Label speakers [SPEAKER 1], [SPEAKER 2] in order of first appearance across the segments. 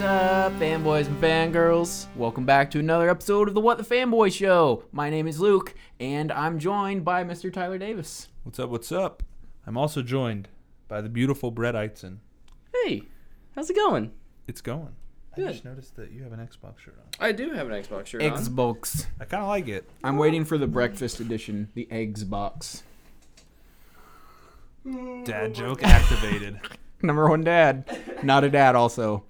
[SPEAKER 1] up, fanboys and fangirls? Welcome back to another episode of the What the Fanboy Show. My name is Luke, and I'm joined by Mr. Tyler Davis.
[SPEAKER 2] What's up? What's up? I'm also joined by the beautiful Brett Eitzen.
[SPEAKER 1] Hey,
[SPEAKER 3] How's it going?
[SPEAKER 2] It's going.
[SPEAKER 3] Good.
[SPEAKER 4] I just noticed that you have an Xbox shirt on.
[SPEAKER 3] I do have an Xbox shirt on.
[SPEAKER 1] Xbox.
[SPEAKER 2] I kind of like it.
[SPEAKER 1] I'm waiting for the breakfast edition, the eggs box.
[SPEAKER 2] Dad joke activated.
[SPEAKER 1] Number one dad. Not a dad, also,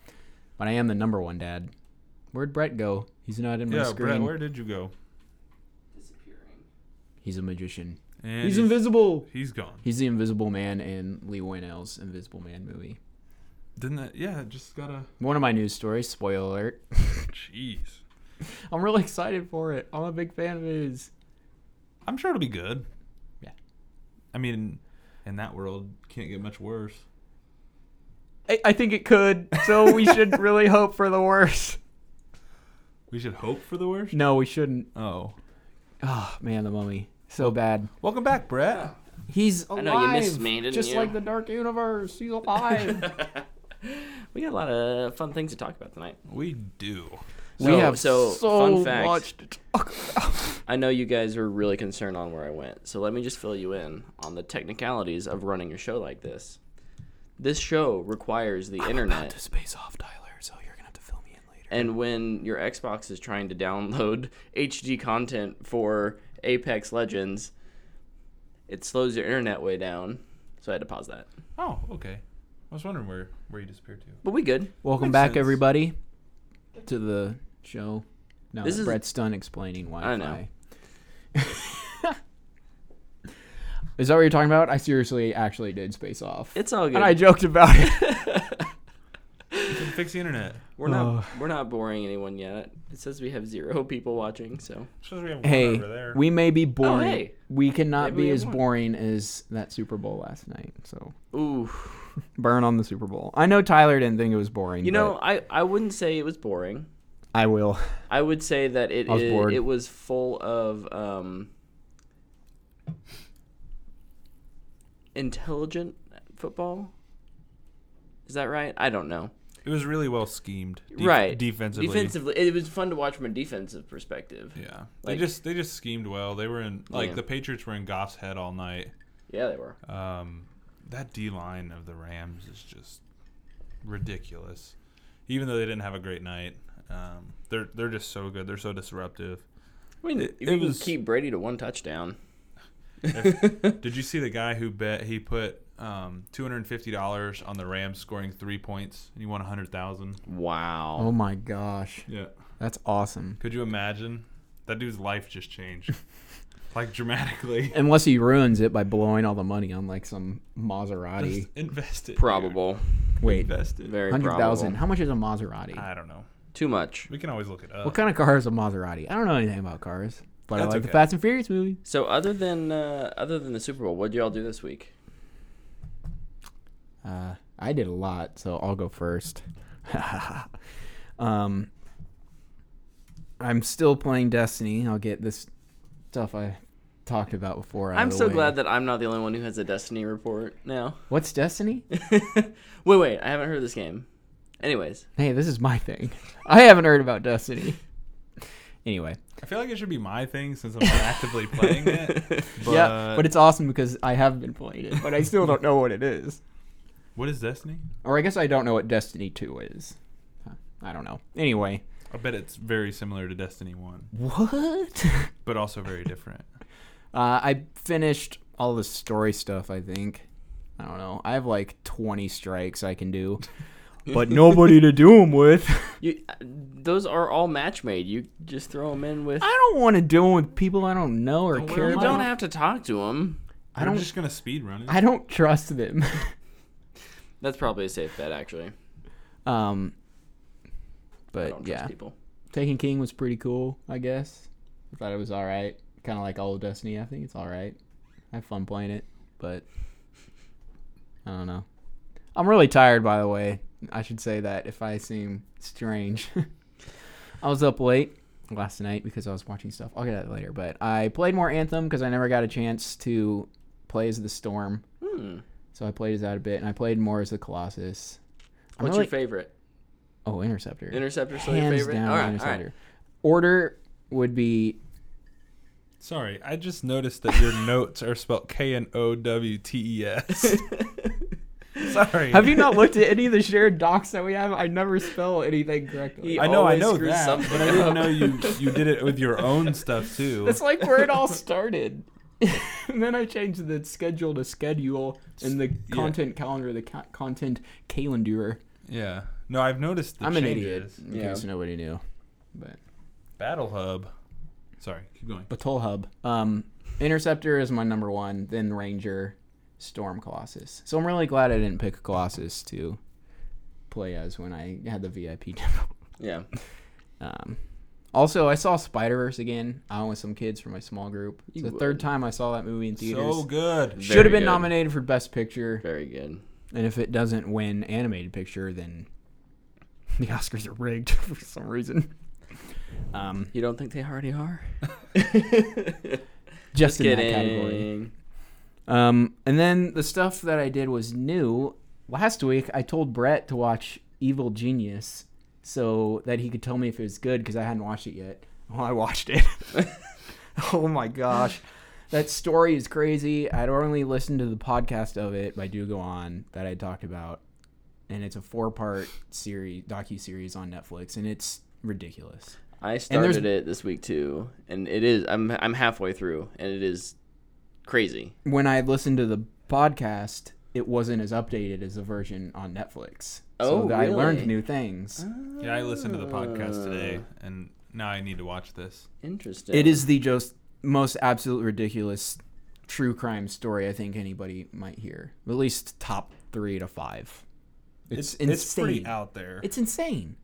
[SPEAKER 1] but I am the number one dad. Where'd Brett go? He's not in my
[SPEAKER 2] yeah,
[SPEAKER 1] screen.
[SPEAKER 2] Brett, where did you go?
[SPEAKER 1] He's a magician.
[SPEAKER 2] And
[SPEAKER 1] He's invisible.
[SPEAKER 2] He's gone.
[SPEAKER 1] He's the Invisible Man in Lee Winnell's Invisible Man movie.
[SPEAKER 2] Didn't that? Yeah, just gotta.
[SPEAKER 1] One of my news stories. Spoiler alert.
[SPEAKER 2] Jeez.
[SPEAKER 1] I'm really excited for it. I'm a big fan of his.
[SPEAKER 2] I'm sure it'll be good.
[SPEAKER 1] Yeah.
[SPEAKER 2] I mean, in, that world, can't get much worse.
[SPEAKER 1] I, I think it could, so we should really hope for the worst.
[SPEAKER 2] We should hope for the worst.
[SPEAKER 1] No, we shouldn't.
[SPEAKER 2] Oh.
[SPEAKER 1] Oh man, the mummy, so bad.
[SPEAKER 2] Welcome back, Brett.
[SPEAKER 1] He's alive.
[SPEAKER 3] know, you missed me, didn't
[SPEAKER 1] just
[SPEAKER 3] you?
[SPEAKER 1] like the Dark Universe. He's alive.
[SPEAKER 3] We got a lot of fun things to talk about tonight.
[SPEAKER 2] We do.
[SPEAKER 3] So, so, fun fact.
[SPEAKER 1] to talk about.
[SPEAKER 3] I know you guys were really concerned on where I went, so let me just fill you in on the technicalities of running a show like this. This show requires the internet,
[SPEAKER 1] space off, Tyler. So you're gonna have to fill me in later.
[SPEAKER 3] and when your Xbox is trying to download HD content for Apex Legends, it slows your internet way down. So I had to pause that.
[SPEAKER 2] Oh, okay. I was wondering where where you disappeared to.
[SPEAKER 3] But we good.
[SPEAKER 1] Welcome
[SPEAKER 2] Makes
[SPEAKER 1] back,
[SPEAKER 2] sense.
[SPEAKER 1] everybody, to the show. Now
[SPEAKER 3] This
[SPEAKER 1] that
[SPEAKER 3] is-
[SPEAKER 1] Brett's done explaining Wi-Fi.
[SPEAKER 3] know.
[SPEAKER 1] Is that what you're talking about? I seriously actually did space off.
[SPEAKER 3] It's all good.
[SPEAKER 1] and I joked about it.
[SPEAKER 2] Didn't fix the internet.
[SPEAKER 3] We're not
[SPEAKER 1] Oh.
[SPEAKER 3] we're not boring anyone yet. It says we have zero people watching, so
[SPEAKER 2] Shows we have one
[SPEAKER 1] hey,
[SPEAKER 2] over there.
[SPEAKER 1] we may be boring.
[SPEAKER 3] hey.
[SPEAKER 1] We cannot
[SPEAKER 3] Maybe
[SPEAKER 1] be
[SPEAKER 3] we
[SPEAKER 1] as
[SPEAKER 3] won.
[SPEAKER 1] boring as that Super Bowl last night. So
[SPEAKER 3] ooh.
[SPEAKER 1] burn on the Super Bowl. I know Tyler didn't think it was boring.
[SPEAKER 3] You
[SPEAKER 1] but
[SPEAKER 3] know, I, I wouldn't say it was boring.
[SPEAKER 1] I will.
[SPEAKER 3] I would say that it
[SPEAKER 1] I was
[SPEAKER 3] i-
[SPEAKER 1] bored.
[SPEAKER 3] it was full of um intelligent football. Is that right? I don't know.
[SPEAKER 2] it was really well schemed. def-
[SPEAKER 3] right.
[SPEAKER 2] Defensively.
[SPEAKER 3] Defensively, it was fun to watch from a defensive perspective. Yeah,
[SPEAKER 2] Yeah, they
[SPEAKER 3] Like-
[SPEAKER 2] just they just schemed well. They were in like
[SPEAKER 3] Yeah.
[SPEAKER 2] the Patriots were in Goff's head all night.
[SPEAKER 3] they were.
[SPEAKER 2] Um, that D line of the Rams is just ridiculous. Even though they didn't have a great night, um, they're they're just so good. They're so disruptive.
[SPEAKER 3] I mean,
[SPEAKER 2] it-
[SPEAKER 3] if
[SPEAKER 2] it
[SPEAKER 3] you can
[SPEAKER 2] was-
[SPEAKER 3] keep Brady to one touchdown.
[SPEAKER 2] Did you see the guy who bet he put um, two hundred and fifty dollars on the Rams scoring three points and he won a hundred thousand?
[SPEAKER 3] Wow.
[SPEAKER 1] Oh my gosh,
[SPEAKER 2] Yeah.
[SPEAKER 1] that's awesome.
[SPEAKER 2] Could you imagine? That dude's life just changed, like dramatically.
[SPEAKER 1] Unless he ruins it by blowing all the money on like some Maserati.
[SPEAKER 2] Just invest it. dude.
[SPEAKER 3] Probable.
[SPEAKER 1] Wait,
[SPEAKER 2] Invest it.
[SPEAKER 3] Very
[SPEAKER 1] hundred
[SPEAKER 3] probable.
[SPEAKER 1] thousand. How much is a Maserati?
[SPEAKER 2] I don't know.
[SPEAKER 3] Too much.
[SPEAKER 2] We can always look it
[SPEAKER 3] uh,
[SPEAKER 2] up.
[SPEAKER 1] what kind of car is a Maserati? I don't know anything about cars, but I
[SPEAKER 2] That's
[SPEAKER 1] like the
[SPEAKER 2] okay.
[SPEAKER 1] Fast and Furious movie.
[SPEAKER 3] So other than uh, other than the Super Bowl, what did y'all do this week?
[SPEAKER 1] Uh, I did a lot, so I'll go first. um, I'm still playing Destiny. I'll get this stuff I talked about before. out
[SPEAKER 3] I'm
[SPEAKER 1] of the
[SPEAKER 3] so
[SPEAKER 1] way.
[SPEAKER 3] glad that I'm not the only one who has a Destiny report now.
[SPEAKER 1] What's Destiny?
[SPEAKER 3] wait, wait, I haven't heard of this game. Anyways,
[SPEAKER 1] hey, this is my thing. I haven't heard about Destiny. Anyway,
[SPEAKER 2] I feel like it should be my thing since I'm not actively playing it. But,
[SPEAKER 1] yeah, but it's awesome because I have been playing it, but I still don't know what it is.
[SPEAKER 2] what is Destiny?
[SPEAKER 1] Or I guess I don't know what Destiny 2 is. Huh, I don't know. Anyway,
[SPEAKER 2] I bet it's very similar to Destiny One,
[SPEAKER 1] what?
[SPEAKER 2] but also very different.
[SPEAKER 1] Uh, I finished all the story stuff, I think. I don't know. I have like 20 strikes I can do, but nobody to do them with.
[SPEAKER 3] you, those are all match made. You just throw them in with.
[SPEAKER 1] I don't want to do them with people I don't know or
[SPEAKER 2] Don't
[SPEAKER 1] care
[SPEAKER 2] worry
[SPEAKER 3] You
[SPEAKER 1] about.
[SPEAKER 3] don't have to talk to them.
[SPEAKER 1] I
[SPEAKER 2] They're
[SPEAKER 1] don't.
[SPEAKER 2] just gonna speed run it.
[SPEAKER 1] I don't trust them.
[SPEAKER 3] That's probably a safe bet, actually.
[SPEAKER 1] um,
[SPEAKER 3] I
[SPEAKER 1] but
[SPEAKER 3] don't trust
[SPEAKER 1] yeah,
[SPEAKER 3] people.
[SPEAKER 1] Taking King was pretty cool. I guess I thought it was all right. Kind of like all of Destiny. I think it's all right. I have fun playing it, but I don't know. I'm really tired, by the way. I should say that if I seem strange. I was up late last night because I was watching stuff. I'll get at it later. But I played more Anthem because I never got a chance to play as the Storm.
[SPEAKER 3] Hmm.
[SPEAKER 1] So I played as that a bit, and I played more as the Colossus. I'm
[SPEAKER 3] What's
[SPEAKER 1] really-
[SPEAKER 3] your favorite?
[SPEAKER 1] Oh, Interceptor.
[SPEAKER 3] Interceptor still your
[SPEAKER 1] Hands
[SPEAKER 3] favorite?
[SPEAKER 1] down,
[SPEAKER 3] all right, all
[SPEAKER 1] Interceptor.
[SPEAKER 3] right.
[SPEAKER 1] Order would be
[SPEAKER 2] Sorry, I just noticed that your notes are spelled K N O W T E S. Sorry.
[SPEAKER 1] Have you not looked at any of the shared docs that we have? I never spell anything correctly.
[SPEAKER 3] He
[SPEAKER 2] I know, I
[SPEAKER 3] always
[SPEAKER 2] know
[SPEAKER 3] screws
[SPEAKER 2] that,
[SPEAKER 3] something
[SPEAKER 2] but I didn't
[SPEAKER 3] up.
[SPEAKER 2] know you you did it with your own stuff too.
[SPEAKER 1] That's like where it all started. and then I changed the schedule to schedule and the content calendar, the ca- content calendar.
[SPEAKER 2] yeah. No, I've noticed. The
[SPEAKER 1] I'm an idiot.
[SPEAKER 2] changes.
[SPEAKER 1] In
[SPEAKER 3] Yeah.
[SPEAKER 1] case nobody knew, but
[SPEAKER 2] Battle Hub. Sorry, keep going.
[SPEAKER 1] Batol Hub. Um, Interceptor is my number one. Then Ranger, Storm Colossus. So I'm really glad I didn't pick Colossus to play as when I had the VIP demo.
[SPEAKER 3] Yeah.
[SPEAKER 1] Um, also, I saw Spider Verse again. I went with some kids from my small group. It's the
[SPEAKER 3] would.
[SPEAKER 1] third time I saw that movie in theaters.
[SPEAKER 2] So good.
[SPEAKER 1] Should have
[SPEAKER 3] Very
[SPEAKER 1] been
[SPEAKER 3] good.
[SPEAKER 1] nominated for Best Picture.
[SPEAKER 3] Very good.
[SPEAKER 1] And if it doesn't win animated picture, then the Oscars are rigged for some reason. Um,
[SPEAKER 3] You don't think they already are?
[SPEAKER 1] just, in that category.
[SPEAKER 3] Kidding.
[SPEAKER 1] Um, and then the stuff that I did was new. Last week, I told Brett to watch Evil Genius so that he could tell me if it was good because I hadn't watched it yet. Well, I watched it. oh my gosh. That story is crazy. I'd only listened to the podcast of it by Do Go On that I talked about, and it's a four-part series, docu-series on Netflix, and it's ridiculous.
[SPEAKER 3] I
[SPEAKER 1] there's-
[SPEAKER 3] started it this week too, and it is. I'm I'm halfway through, and it is crazy.
[SPEAKER 1] When I listened to the podcast, it wasn't as updated as the version on Netflix. so
[SPEAKER 3] Oh,
[SPEAKER 1] I learned
[SPEAKER 3] really? Oh.
[SPEAKER 1] new things.
[SPEAKER 2] Yeah, I listened to the podcast today, and now I need to watch this.
[SPEAKER 3] Interesting.
[SPEAKER 1] It is the just most absolute ridiculous true crime story I think anybody might hear. At least top three to five. It's, insane.
[SPEAKER 2] it's pretty out there.
[SPEAKER 1] It's insane.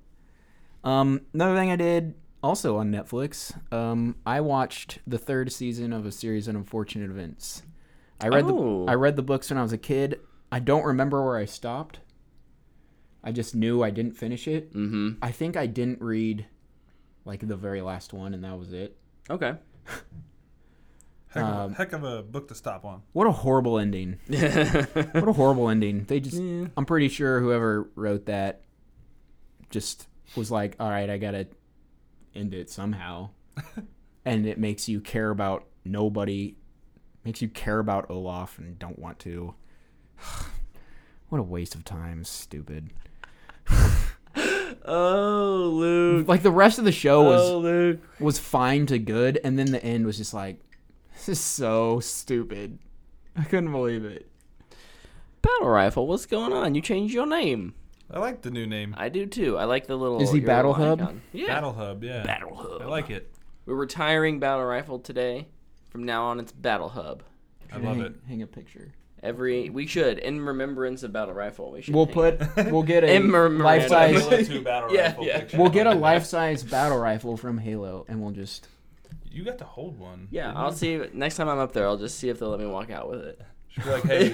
[SPEAKER 1] Um, another thing I did also on Netflix, um, I watched the third season of a series on unfortunate events. I read
[SPEAKER 3] Oh.
[SPEAKER 1] the I read the books when I was a kid. I don't remember where I stopped. I just knew I didn't finish it.
[SPEAKER 3] Mm-hmm.
[SPEAKER 1] I think I didn't read like the very last one, and that was it.
[SPEAKER 3] Okay.
[SPEAKER 2] Heck, of,
[SPEAKER 1] Um,
[SPEAKER 2] a heck of a book to stop on.
[SPEAKER 1] What a horrible ending! What a horrible ending. They just
[SPEAKER 3] Yeah.
[SPEAKER 1] I'm pretty sure whoever wrote that just was like, all right, I gotta end it somehow. and it makes you care about nobody, makes you care about Olaf and don't want to. what a waste of time, stupid.
[SPEAKER 3] oh, Luke.
[SPEAKER 1] Like the rest of the show
[SPEAKER 3] Oh,
[SPEAKER 1] was
[SPEAKER 3] Luke.
[SPEAKER 1] was fine to good, and then the end was just like, this is so stupid. I couldn't believe it.
[SPEAKER 3] Battle rifle. What's going on? You changed your name.
[SPEAKER 2] I like the new name,
[SPEAKER 3] I do too. I like the little.
[SPEAKER 1] Is he
[SPEAKER 3] your
[SPEAKER 1] Battle
[SPEAKER 3] little
[SPEAKER 1] Hub?
[SPEAKER 3] icon. Yeah.
[SPEAKER 2] Battle Hub. Yeah,
[SPEAKER 1] Battle Hub.
[SPEAKER 2] I like it.
[SPEAKER 3] We're retiring battle rifle today. From now on, it's Battle Hub.
[SPEAKER 2] I love
[SPEAKER 1] hang,
[SPEAKER 2] it.
[SPEAKER 1] Hang a picture.
[SPEAKER 3] Every we should in remembrance of battle rifle. We should.
[SPEAKER 1] We'll
[SPEAKER 3] hang
[SPEAKER 1] put. We'll get a
[SPEAKER 3] And Miranda.
[SPEAKER 1] life size.
[SPEAKER 3] Halo
[SPEAKER 2] battle
[SPEAKER 3] Yeah, rifle yeah. picture.
[SPEAKER 1] We'll get a life size battle rifle from Halo and we'll just
[SPEAKER 2] You got to hold one.
[SPEAKER 3] Yeah, I'll see. Next time I'm up there, I'll just see if they'll let me walk out with it.
[SPEAKER 2] Should be like, hey,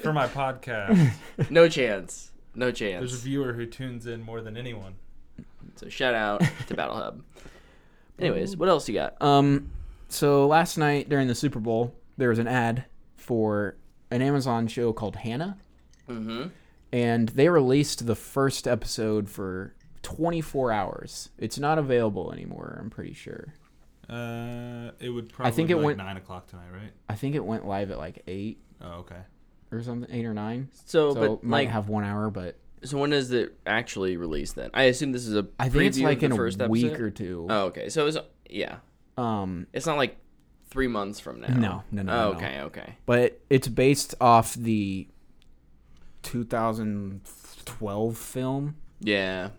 [SPEAKER 2] for my podcast,
[SPEAKER 3] No chance. No
[SPEAKER 2] there's a
[SPEAKER 3] chance.
[SPEAKER 2] viewer who tunes in more than anyone.
[SPEAKER 3] So shout out to Battle Hub. Anyways, what else you got?
[SPEAKER 1] Um so last night during the Super Bowl there was an ad for an Amazon show called Hannah
[SPEAKER 3] Mm-hmm.
[SPEAKER 1] and they released the first episode for 24 hours. It's not available anymore, I'm pretty sure.
[SPEAKER 2] Uh, it would probably.
[SPEAKER 1] think
[SPEAKER 2] be
[SPEAKER 1] it
[SPEAKER 2] like
[SPEAKER 1] went-
[SPEAKER 2] nine o'clock tonight, right?
[SPEAKER 1] I think it went live at like 8
[SPEAKER 2] Oh, okay.
[SPEAKER 1] or something, 8 or 9.
[SPEAKER 3] So,
[SPEAKER 1] So, it
[SPEAKER 3] but
[SPEAKER 1] might
[SPEAKER 3] like,
[SPEAKER 1] have 1 hour but
[SPEAKER 3] so when does it actually release then? I assume this is a
[SPEAKER 1] I think it's
[SPEAKER 3] preview
[SPEAKER 1] like
[SPEAKER 3] of
[SPEAKER 1] in
[SPEAKER 3] the
[SPEAKER 1] a
[SPEAKER 3] first
[SPEAKER 1] week
[SPEAKER 3] episode.
[SPEAKER 1] or two.
[SPEAKER 3] Oh, okay. So it's yeah,
[SPEAKER 1] um
[SPEAKER 3] it's not like three months from now.
[SPEAKER 1] no, no, no.
[SPEAKER 3] Oh,
[SPEAKER 1] no, no.
[SPEAKER 3] okay, okay.
[SPEAKER 1] but it's based off the 2012 film
[SPEAKER 3] Yeah.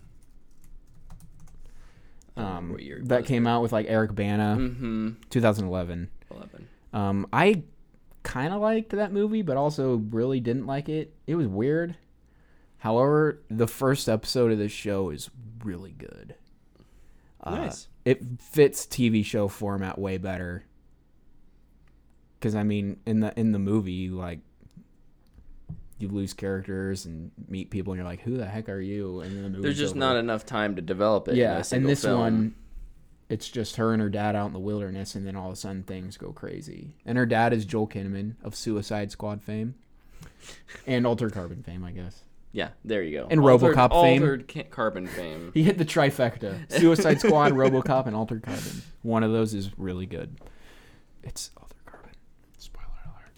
[SPEAKER 1] um,
[SPEAKER 3] Oh, what year it
[SPEAKER 1] that
[SPEAKER 3] was,
[SPEAKER 1] came out with like Eric Bana,
[SPEAKER 3] Mm-hmm.
[SPEAKER 1] 2011.
[SPEAKER 3] Eleven.
[SPEAKER 1] Um, I kind of liked that movie, but also really didn't like it. It was weird. However, the first episode of this show is really good. Uh,
[SPEAKER 3] Nice.
[SPEAKER 1] It fits TV show format way better. Because I mean, in the in the movie, you like you lose characters and meet people, and you're like, "Who the heck are you?" And then the movie
[SPEAKER 3] There's just not enough time to develop it. in
[SPEAKER 1] yeah.
[SPEAKER 3] a
[SPEAKER 1] And
[SPEAKER 3] single
[SPEAKER 1] this
[SPEAKER 3] film.
[SPEAKER 1] one, it's just her and her dad out in the wilderness, and then all of a sudden things go crazy. And her dad is Joel Kinnaman of Suicide Squad fame, and Alter Carbon fame, I guess.
[SPEAKER 3] Yeah, there you go.
[SPEAKER 1] And
[SPEAKER 3] Altered-
[SPEAKER 1] RoboCop fame.
[SPEAKER 3] Altered Ca- Carbon fame.
[SPEAKER 1] He hit the trifecta: Suicide Squad, RoboCop, and Altered Carbon. One of those is really good. It's Altered Carbon.
[SPEAKER 2] Spoiler alert.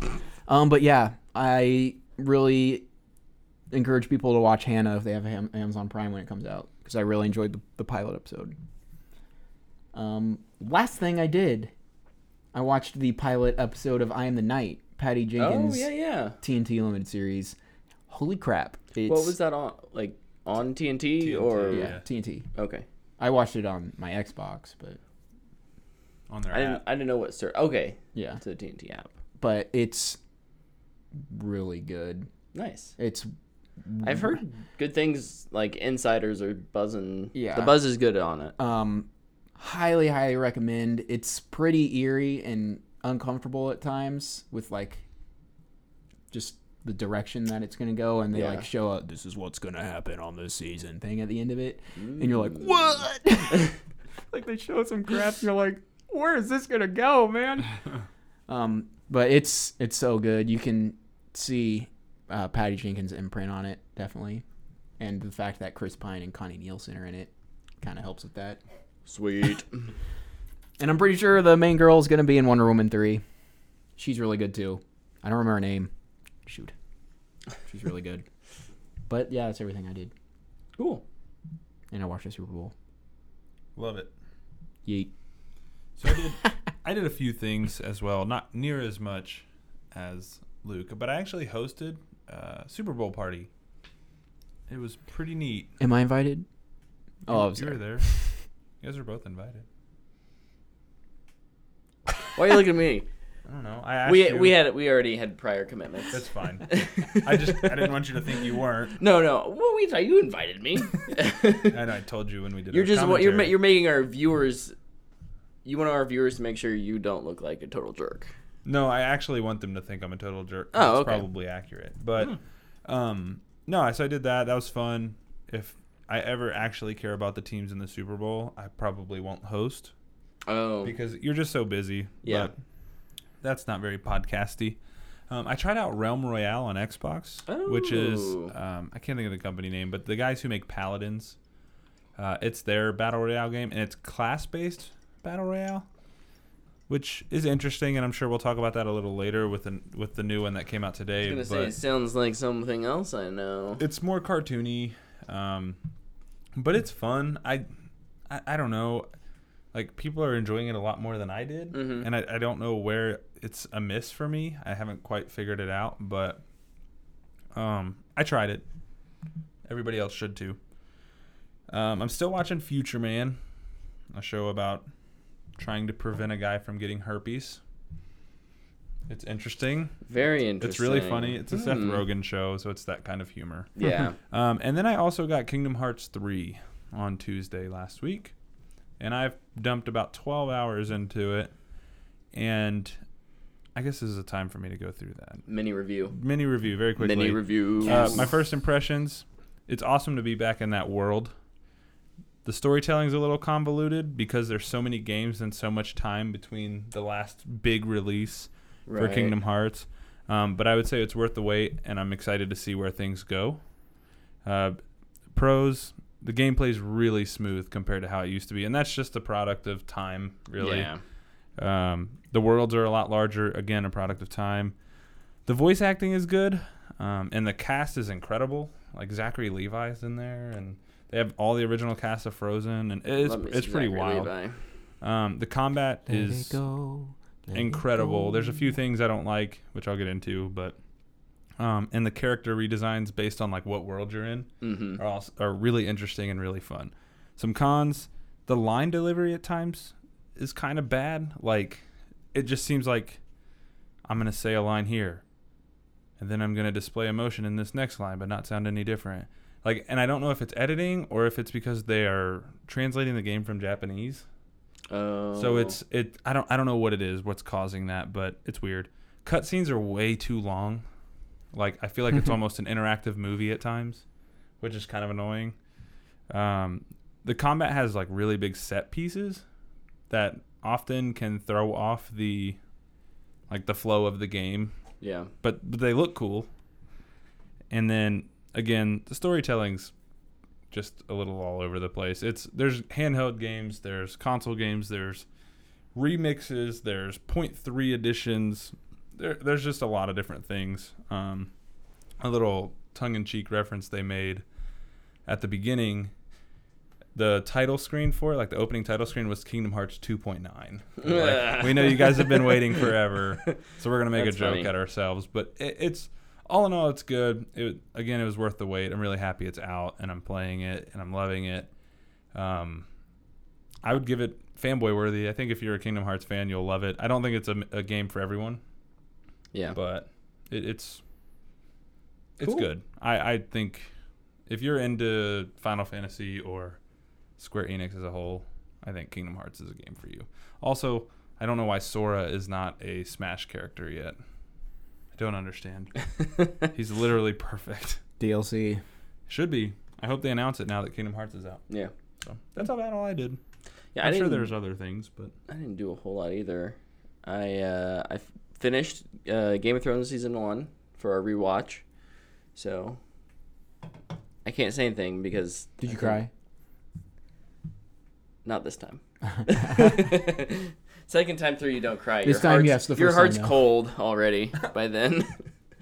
[SPEAKER 1] Yeah. um, but yeah, I really encourage people to watch Hannah if they have Am- Amazon Prime when it comes out because I really enjoyed the, the pilot episode. Um, last thing I did, I watched the pilot episode of I Am the Night, Patty
[SPEAKER 3] Oh
[SPEAKER 1] Jenkins'
[SPEAKER 3] yeah, yeah.
[SPEAKER 1] TNT Limited series. Holy crap! It's,
[SPEAKER 3] What was that on? Like on TNT,
[SPEAKER 2] TNT,
[SPEAKER 3] or
[SPEAKER 1] Yeah,
[SPEAKER 2] Yeah.
[SPEAKER 1] TNT.
[SPEAKER 3] okay?
[SPEAKER 1] I watched it on my Xbox, but
[SPEAKER 2] On their
[SPEAKER 3] I didn't.
[SPEAKER 2] app.
[SPEAKER 3] I didn't know what. Sir. Okay,
[SPEAKER 1] yeah,
[SPEAKER 3] it's a TNT app.
[SPEAKER 1] but it's really good.
[SPEAKER 3] Nice.
[SPEAKER 1] It's
[SPEAKER 3] I've heard good things. Like insiders are buzzing.
[SPEAKER 1] Yeah.
[SPEAKER 3] the buzz is good on it.
[SPEAKER 1] Um, highly, highly recommend. It's pretty eerie and uncomfortable at times with like just the direction that it's gonna go, and they
[SPEAKER 3] Yeah.
[SPEAKER 1] like show up. This is what's gonna happen on this season thing at the end of it, and you're like, what? like they show some crap, and you're like, where is this gonna go, man? um, but it's it's so good. You can see uh, Patty Jenkins' imprint on it definitely, and the fact that Chris Pine and Connie Nielsen are in it kind of helps with that.
[SPEAKER 3] Sweet.
[SPEAKER 1] And I'm pretty sure the main girl is going to be in Wonder Woman 3. She's really good too. I don't remember her name. Shoot. She's really good. But yeah, that's everything I did.
[SPEAKER 3] cool.
[SPEAKER 1] And I watched the Super Bowl.
[SPEAKER 2] Love it.
[SPEAKER 1] Yeet.
[SPEAKER 2] So I did, I did a few things as well, not near as much as Luke, but I actually hosted a Super Bowl party. It was pretty neat.
[SPEAKER 1] Am I invited? Oh, I
[SPEAKER 2] You-
[SPEAKER 1] was
[SPEAKER 2] you were
[SPEAKER 1] there.
[SPEAKER 2] there. You guys were both invited.
[SPEAKER 3] Why are you looking at me?
[SPEAKER 2] I don't know. I asked
[SPEAKER 3] we
[SPEAKER 2] you.
[SPEAKER 3] we had we already had prior commitments.
[SPEAKER 2] That's fine. I just I didn't want you to think you weren't.
[SPEAKER 3] No, no. What we thought you invited me.
[SPEAKER 2] And I told you when we did.
[SPEAKER 3] you're
[SPEAKER 2] our
[SPEAKER 3] just what you're ma-
[SPEAKER 2] commentary.
[SPEAKER 3] you're making our viewers. You want our viewers to make sure you don't look like a total jerk.
[SPEAKER 2] No, I actually want them to think I'm a total jerk.
[SPEAKER 3] Oh,
[SPEAKER 2] That's
[SPEAKER 3] okay. Hmm.
[SPEAKER 2] probably accurate. But um no, I- so I did that. That was fun. If I ever actually care about the teams in the Super Bowl, I probably won't host
[SPEAKER 3] Oh,
[SPEAKER 2] because you're just so busy.
[SPEAKER 3] Yeah.
[SPEAKER 2] But that's not very podcasty. Um, I tried out Realm Royale on Xbox, which is
[SPEAKER 3] Oh.
[SPEAKER 2] um, I can't think of the company name, but the guys who make Paladins, uh, it's their battle royale game, and it's class based battle royale, which is interesting, and I'm sure we'll talk about that a little later with an, with the new one that came out today.
[SPEAKER 3] I was gonna say
[SPEAKER 2] but-
[SPEAKER 3] it sounds like something else I know.
[SPEAKER 2] it's more cartoony, um, but it's fun. I, I I don't know, like people are enjoying it a lot more than I did,
[SPEAKER 3] Mhm.
[SPEAKER 2] and I, I don't know where it's a miss for me. I haven't quite figured it out, but um, I tried it. Everybody else should too. Um, I'm still watching Future Man, a show about trying to prevent a guy from getting herpes. It's interesting.
[SPEAKER 3] Very interesting.
[SPEAKER 2] It's really funny. It's a Seth
[SPEAKER 3] Hmm.
[SPEAKER 2] Rogen show, so it's that kind of humor.
[SPEAKER 3] Yeah.
[SPEAKER 2] Um, and then I also got Kingdom Hearts 3 on Tuesday last week. And I've dumped about 12 hours into it. And I guess this is a time for me to go through that.
[SPEAKER 3] Mini review.
[SPEAKER 2] Mini review, very quickly.
[SPEAKER 3] Mini review.
[SPEAKER 2] Uh, my first impressions it's awesome to be back in that world. The storytelling's a little convoluted because there's so many games and so much time between the last big release for
[SPEAKER 3] Right.
[SPEAKER 2] Kingdom Hearts. Um, but I would say it's worth the wait, and I'm excited to see where things go. Uh, pros, the gameplay's really smooth compared to how it used to be, and that's just a product of time, really.
[SPEAKER 3] Yeah.
[SPEAKER 2] Um, the worlds are a lot larger, again, a product of time. The voice acting is good, um, and the cast is incredible. Like Zachary Levi's in there, and they have all the original cast of Frozen, and it's
[SPEAKER 3] Let me
[SPEAKER 2] it's
[SPEAKER 3] see
[SPEAKER 2] pretty
[SPEAKER 3] Zachary
[SPEAKER 2] wild.
[SPEAKER 3] Levi.
[SPEAKER 2] Um, the combat
[SPEAKER 1] Let it
[SPEAKER 2] is
[SPEAKER 1] go, let it
[SPEAKER 2] incredible.
[SPEAKER 1] go.
[SPEAKER 2] There's a few things I don't like, which I'll get into, but um, and the character redesigns based on like what world you're in
[SPEAKER 3] Mhm.
[SPEAKER 2] are also, are really interesting and really fun. Some cons: the line delivery at times is kind of bad. Like it just seems like I'm gonna say a line here, and then I'm gonna display emotion in this next line, but not sound any different. Like, and I don't know if it's editing or if it's because they are translating the game from Japanese.
[SPEAKER 3] Oh.
[SPEAKER 2] So it's it I don't I don't know what it is, what's causing that, but it's weird. Cutscenes are way too long. Like I feel like it's almost an interactive movie at times, which is kind of annoying. Um, the combat has like really big set pieces that often can throw off the like the flow of the game,
[SPEAKER 3] yeah.
[SPEAKER 2] but, but they look cool. And then again, the storytelling's just a little all over the place. It's there's handheld games, there's console games, there's remixes, there's point three editions. There, there's just a lot of different things. Um, a little tongue-in-cheek reference they made at the beginning. The title screen for it, like the opening title screen, was Kingdom Hearts 2.9. They're like, we know you guys have been waiting forever, so we're gonna make
[SPEAKER 3] That's
[SPEAKER 2] a joke
[SPEAKER 3] funny.
[SPEAKER 2] at ourselves. But it, it's all in all, it's good. It again, it was worth the wait. I'm really happy it's out and I'm playing it and I'm loving it. Um, I would give it fanboy worthy. I think if you're a Kingdom Hearts fan, you'll love it. I don't think it's a, a game for everyone,
[SPEAKER 3] Yeah.
[SPEAKER 2] but it, it's it's
[SPEAKER 1] Cool.
[SPEAKER 2] good. I, I think if you're into Final Fantasy or Square Enix as a whole, I think Kingdom Hearts is a game for you. Also, I don't know why Sora is not a Smash character yet. I don't understand. He's literally perfect.
[SPEAKER 1] DLC.
[SPEAKER 2] Should be. I hope they announce it now that Kingdom Hearts is out.
[SPEAKER 3] Yeah.
[SPEAKER 2] So that's about all I did.
[SPEAKER 3] Yeah, I
[SPEAKER 2] I'm sure
[SPEAKER 3] didn't-
[SPEAKER 2] there's other things, but
[SPEAKER 3] I didn't do a whole lot either. I uh, I f- finished uh, Game of Thrones season one for a rewatch, so I can't say anything because
[SPEAKER 1] Did
[SPEAKER 3] I
[SPEAKER 1] you
[SPEAKER 3] think-
[SPEAKER 1] cry?
[SPEAKER 3] Not this time. Second time through, you don't cry.
[SPEAKER 1] This
[SPEAKER 3] your
[SPEAKER 1] time,
[SPEAKER 3] heart's-
[SPEAKER 1] yes, the
[SPEAKER 3] your
[SPEAKER 1] first time,
[SPEAKER 3] heart's
[SPEAKER 1] no.
[SPEAKER 3] cold already by then.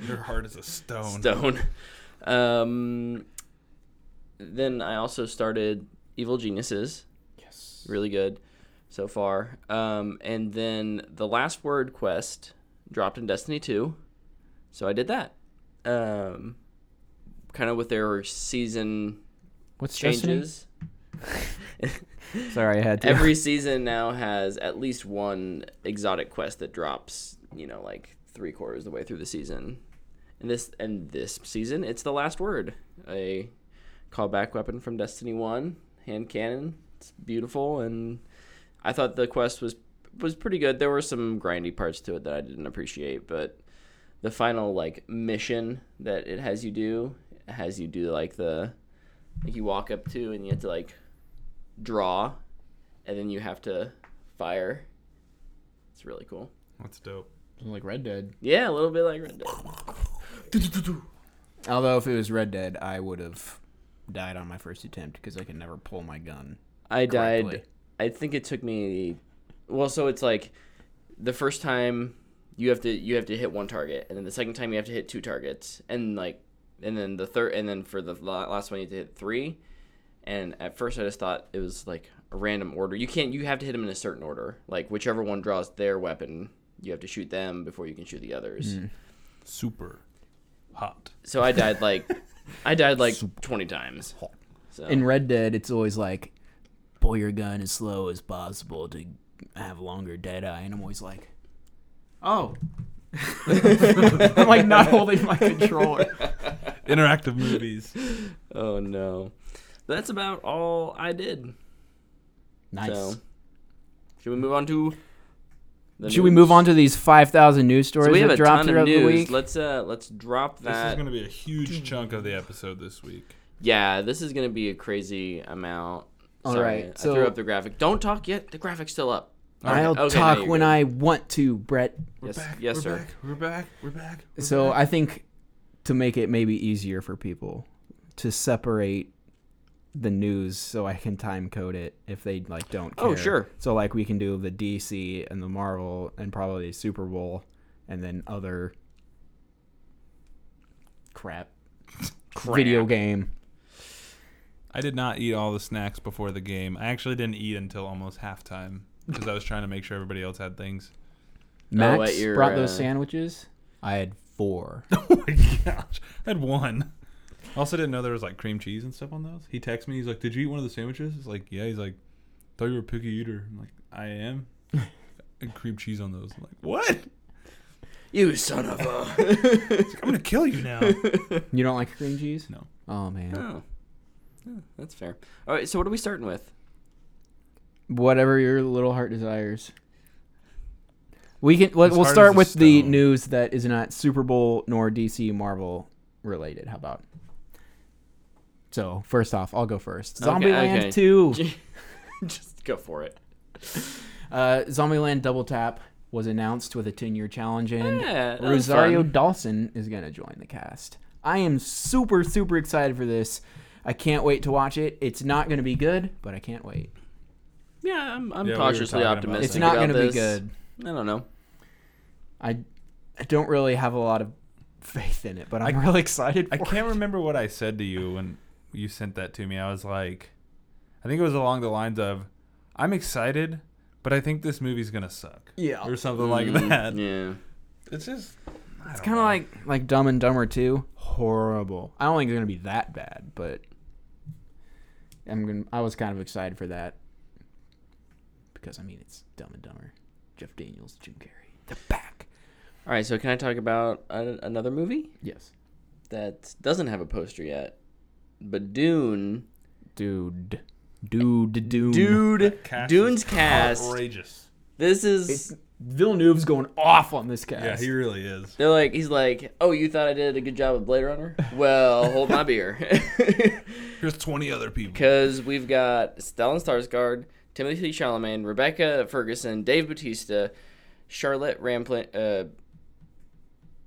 [SPEAKER 2] your heart is a stone.
[SPEAKER 3] Stone. Um, then I also started Evil Geniuses.
[SPEAKER 1] Yes.
[SPEAKER 3] really good so far. Um, and then the last word quest dropped in Destiny 2. So I did that. Um, kind of with their season
[SPEAKER 1] What's changes?
[SPEAKER 3] changes.
[SPEAKER 1] Sorry, I had to.
[SPEAKER 3] Every season now has at least one exotic quest that drops, you know, like three quarters of the way through the season. And this and this season, it's the last word. A callback weapon from Destiny One, hand cannon. It's beautiful, and I thought the quest was was pretty good. There were some grindy parts to it that I didn't appreciate, but the final like mission that it has you do it has you do like the like you walk up to and you have to like draw and then you have to fire. It's really cool.
[SPEAKER 2] That's dope.
[SPEAKER 1] like Red Dead.
[SPEAKER 3] Yeah, a little bit like Red Dead.
[SPEAKER 1] Although if it was Red Dead, I would have died on my first attempt because I can never pull my gun.
[SPEAKER 3] I died.
[SPEAKER 1] Correctly.
[SPEAKER 3] I think it took me. Well, so it's like the first time you have to you have to hit one target, and then the second time you have to hit two targets, and like, and then the third, and then for the la- last one you have to hit three. And at first I just thought it was like a random order. You can't. You have to hit them in a certain order. Like whichever one draws their weapon, you have to shoot them before you can shoot the others.
[SPEAKER 2] Super hot.
[SPEAKER 3] So I died like, I died like twenty times. So
[SPEAKER 1] In Red Dead, it's always like, pull your gun as slow as possible to have longer dead eye, and I'm always like, oh. I'm like not holding my controller.
[SPEAKER 2] Interactive movies.
[SPEAKER 3] Oh no. That's about all I did.
[SPEAKER 1] Nice.
[SPEAKER 3] So should we move on to the
[SPEAKER 1] Should we
[SPEAKER 3] news?
[SPEAKER 1] move on to these 5,000 news
[SPEAKER 3] So
[SPEAKER 1] stories
[SPEAKER 3] we have
[SPEAKER 1] that
[SPEAKER 3] a
[SPEAKER 1] dropped
[SPEAKER 3] ton of
[SPEAKER 1] throughout the
[SPEAKER 3] news.
[SPEAKER 1] week?
[SPEAKER 3] Let's uh let's drop
[SPEAKER 2] This is
[SPEAKER 3] that.
[SPEAKER 2] going to be a huge chunk of the episode this week.
[SPEAKER 3] Yeah, this is gonna be a crazy amount.
[SPEAKER 1] All
[SPEAKER 3] Sorry,
[SPEAKER 1] right,
[SPEAKER 3] I threw
[SPEAKER 1] so-
[SPEAKER 3] up the graphic. Don't talk yet. The graphic's still up.
[SPEAKER 1] I'll
[SPEAKER 3] Okay, now
[SPEAKER 1] talk
[SPEAKER 3] you're
[SPEAKER 1] when
[SPEAKER 3] good.
[SPEAKER 1] I want to, Brett.
[SPEAKER 2] We're
[SPEAKER 3] Yes-
[SPEAKER 2] back.
[SPEAKER 3] yes,
[SPEAKER 2] we're
[SPEAKER 3] sir.
[SPEAKER 2] Back, we're back. We're back. We're
[SPEAKER 1] So
[SPEAKER 2] back.
[SPEAKER 1] I think to make it maybe easier for people to separate the news so I can time code it if they like don't care.
[SPEAKER 3] Oh, sure.
[SPEAKER 1] So like we can do the DC and the Marvel and probably Super Bowl and then other crap, video game.
[SPEAKER 2] I did not eat all the snacks before the game. I actually didn't eat until almost halftime because I was trying to make sure everybody else had things.
[SPEAKER 1] Max
[SPEAKER 3] at your,
[SPEAKER 1] brought
[SPEAKER 3] uh,
[SPEAKER 1] those sandwiches. I had four.
[SPEAKER 2] oh my gosh. I had one. I Also didn't know there was like cream cheese and stuff on those. He texted me. He's like, "Did you eat one of the sandwiches?" It's like, "Yeah." He's like, "Thought you were a picky eater." I'm like, "I am." and cream cheese on those. I'm like, "What?"
[SPEAKER 3] You son of a.
[SPEAKER 2] He's like, "I'm gonna kill you now."
[SPEAKER 1] you don't like cream cheese?
[SPEAKER 2] No.
[SPEAKER 1] Oh man.
[SPEAKER 3] oh. Yeah, that's fair. All right, so what are we starting with?
[SPEAKER 1] whatever your little heart desires. We can. Let,
[SPEAKER 2] His
[SPEAKER 1] we'll
[SPEAKER 2] heart
[SPEAKER 1] start
[SPEAKER 2] is a
[SPEAKER 1] with the
[SPEAKER 2] stone.
[SPEAKER 1] news that is not Super Bowl nor DC Marvel related. How about? So first off, I'll go first.
[SPEAKER 3] Okay,
[SPEAKER 1] Zombieland
[SPEAKER 3] okay.
[SPEAKER 1] Two.
[SPEAKER 3] Just go for it.
[SPEAKER 1] Uh, Zombieland Double Tap was announced with a ten-year challenge, and
[SPEAKER 3] Yeah, that was
[SPEAKER 1] Rosario
[SPEAKER 3] fun.
[SPEAKER 1] Dawson is going to join the cast. I am super, super excited for this. I can't wait to watch it. It's not going to be good, but I can't wait.
[SPEAKER 3] Yeah, I'm, I'm
[SPEAKER 2] Yeah, we were
[SPEAKER 3] cautiously
[SPEAKER 2] talking about
[SPEAKER 3] optimistic.
[SPEAKER 2] that.
[SPEAKER 1] It's not
[SPEAKER 3] going
[SPEAKER 1] going
[SPEAKER 3] to
[SPEAKER 1] to be good.
[SPEAKER 3] I don't know.
[SPEAKER 1] I, I don't really have a lot of faith in it, but I'm really excited.
[SPEAKER 2] I
[SPEAKER 1] for
[SPEAKER 2] can't
[SPEAKER 1] it.
[SPEAKER 2] remember what I said to you when you sent that to me. I was like, I think it was along the lines of, I'm excited, but I think this movie's gonna suck.
[SPEAKER 1] Yeah.
[SPEAKER 2] Or something like
[SPEAKER 3] Mm,
[SPEAKER 2] that.
[SPEAKER 3] Yeah.
[SPEAKER 4] It's just
[SPEAKER 1] It's kind of like like Dumb and Dumber 2. Horrible. I don't think they're gonna be that bad, but I'm gonna, I was kind of excited for that because I mean it's Dumb and Dumber, Jeff Daniels, Jim Carrey, they're back.
[SPEAKER 3] All right, so can I talk about a, another movie
[SPEAKER 1] Yes,
[SPEAKER 3] that doesn't have a poster yet? But Dune,
[SPEAKER 1] dude, dude, dude,
[SPEAKER 3] dude,
[SPEAKER 2] cast
[SPEAKER 3] Dune's
[SPEAKER 2] is
[SPEAKER 3] cast.
[SPEAKER 2] outrageous.
[SPEAKER 3] This is
[SPEAKER 1] It's, Villeneuve's going off on this cast.
[SPEAKER 2] Yeah, he really is.
[SPEAKER 3] They're like, he's like, oh, you thought I did a good job of Blade Runner? Well, hold my beer.
[SPEAKER 2] Here's 20 other people.
[SPEAKER 3] Because we've got Stellan Skarsgård, Timothy Chalamet, Rebecca Ferguson, Dave Bautista, Charlotte Rampling, uh,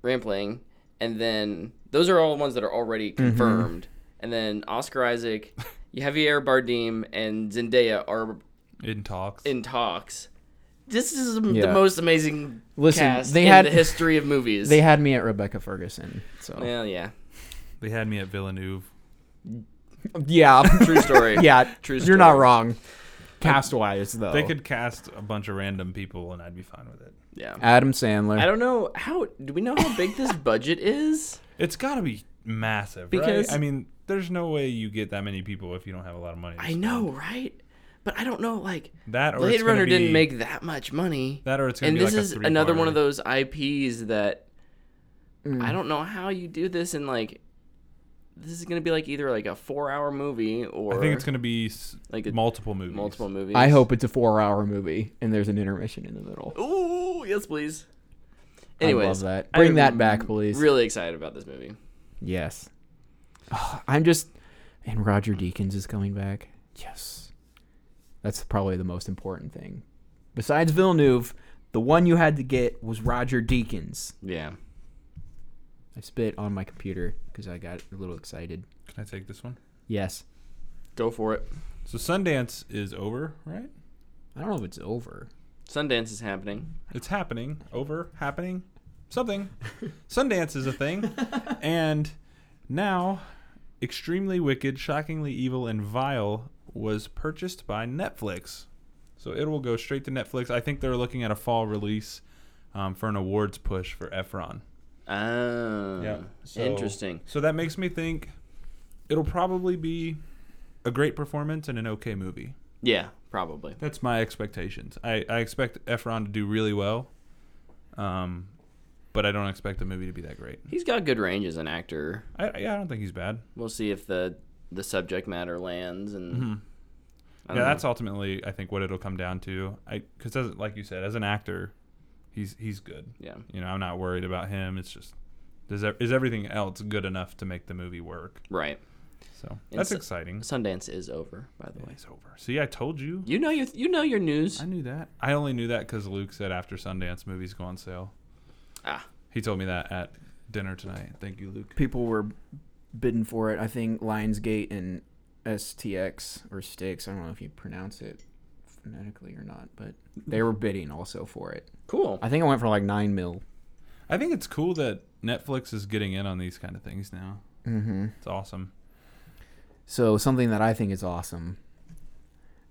[SPEAKER 3] Rampling, and then those are all ones that are already
[SPEAKER 1] Mm-hmm.
[SPEAKER 3] confirmed. And then Oscar Isaac, Javier Bardem, and Zendaya are
[SPEAKER 2] In talks.
[SPEAKER 3] in talks. This is the
[SPEAKER 1] Yeah.
[SPEAKER 3] most amazing
[SPEAKER 1] Listen,
[SPEAKER 3] cast
[SPEAKER 1] they
[SPEAKER 3] in
[SPEAKER 1] had-
[SPEAKER 3] the history of movies.
[SPEAKER 1] They had me at Rebecca Ferguson, so
[SPEAKER 3] well, yeah,
[SPEAKER 2] they had me at Villeneuve.
[SPEAKER 1] yeah,
[SPEAKER 3] true story.
[SPEAKER 1] yeah.
[SPEAKER 3] True
[SPEAKER 1] You're not
[SPEAKER 3] story.
[SPEAKER 1] wrong. Cast wise, though,
[SPEAKER 2] They could cast a bunch of random people and I'd be fine with it.
[SPEAKER 3] yeah.
[SPEAKER 1] Adam Sandler.
[SPEAKER 3] I don't know how. Do we know how big this budget is?
[SPEAKER 2] It's got to be massive,
[SPEAKER 3] Because-
[SPEAKER 2] right? I mean, there's no way you get that many people if you don't have a lot of money. to
[SPEAKER 3] I
[SPEAKER 2] spend.
[SPEAKER 3] know, right? But I don't know. Like
[SPEAKER 2] That or
[SPEAKER 3] Blade
[SPEAKER 2] it's gonna
[SPEAKER 3] Runner didn't
[SPEAKER 2] be-
[SPEAKER 3] make that much money,
[SPEAKER 2] That or it's gonna
[SPEAKER 3] and
[SPEAKER 2] be
[SPEAKER 3] this
[SPEAKER 2] like a
[SPEAKER 3] is another one of
[SPEAKER 2] three-parter.
[SPEAKER 3] those IPs that
[SPEAKER 1] Mm.
[SPEAKER 3] I don't know how you do this in like. This is gonna be like either like a four-hour movie or
[SPEAKER 2] I think it's going to be s-
[SPEAKER 3] like a-
[SPEAKER 2] multiple movies.
[SPEAKER 3] multiple movies.
[SPEAKER 1] I hope it's a four-hour movie and there's an intermission in the middle.
[SPEAKER 3] Ooh, yes, please.
[SPEAKER 1] I love
[SPEAKER 3] Anyways,
[SPEAKER 1] that. Bring
[SPEAKER 3] I'm
[SPEAKER 1] that back, please.
[SPEAKER 3] Really excited about this movie.
[SPEAKER 1] yes. Ugh, I'm just, and Roger Deakins is coming back. Yes, that's probably the most important thing. Besides Villeneuve, the one you had to get was Roger Deakins.
[SPEAKER 3] Yeah.
[SPEAKER 1] I spit on my computer because I got a little excited.
[SPEAKER 2] Can I take this one?
[SPEAKER 1] Yes,
[SPEAKER 3] Go for it.
[SPEAKER 2] So Sundance is over, right?
[SPEAKER 1] I don't know if it's over.
[SPEAKER 3] Sundance is happening.
[SPEAKER 2] It's happening. Over, happening, something. Sundance is a thing. and now, Extremely Wicked, Shockingly Evil, and Vile was purchased by Netflix. So it will go straight to Netflix. I think they're looking at a fall release um, for an awards push for Efron.
[SPEAKER 3] Oh.
[SPEAKER 2] So-
[SPEAKER 3] Interesting.
[SPEAKER 2] So that makes me think it'll probably be a great performance and an okay movie.
[SPEAKER 3] Yeah, probably.
[SPEAKER 2] That's my expectations. I, I expect Efron to do really well, um, but I don't expect the movie to be that great.
[SPEAKER 3] He's got good range as an actor.
[SPEAKER 2] I, I- yeah, I don't think he's bad.
[SPEAKER 3] We'll see if the the subject matter lands and
[SPEAKER 2] Mm-hmm.
[SPEAKER 3] I
[SPEAKER 2] Yeah,
[SPEAKER 3] don't know.
[SPEAKER 2] that's ultimately I think what it'll come down to. I because as like you said, as an actor, he's he's good.
[SPEAKER 3] yeah.
[SPEAKER 2] You know, I'm not worried about him. It's just does ev- is everything else good enough to make the movie work?
[SPEAKER 3] Right.
[SPEAKER 2] So that's
[SPEAKER 3] It's-
[SPEAKER 2] exciting.
[SPEAKER 3] Sundance is over, by the way.
[SPEAKER 2] It's over. See, I told you.
[SPEAKER 3] You know your you know your news.
[SPEAKER 2] I knew that. I only knew that because Luke said after Sundance movies go on sale.
[SPEAKER 3] Ah.
[SPEAKER 2] He told me that at dinner tonight. Thank you, Luke.
[SPEAKER 1] People were bidding for it. I think Lionsgate and STX or Stix. I don't know if you pronounce it phonetically or not, but they were bidding also for it.
[SPEAKER 3] Cool.
[SPEAKER 1] I think I went for like nine mil.
[SPEAKER 2] I think it's cool that Netflix is getting in on these kind of things now.
[SPEAKER 1] Mm-hmm.
[SPEAKER 2] It's awesome.
[SPEAKER 1] So something that I think is awesome.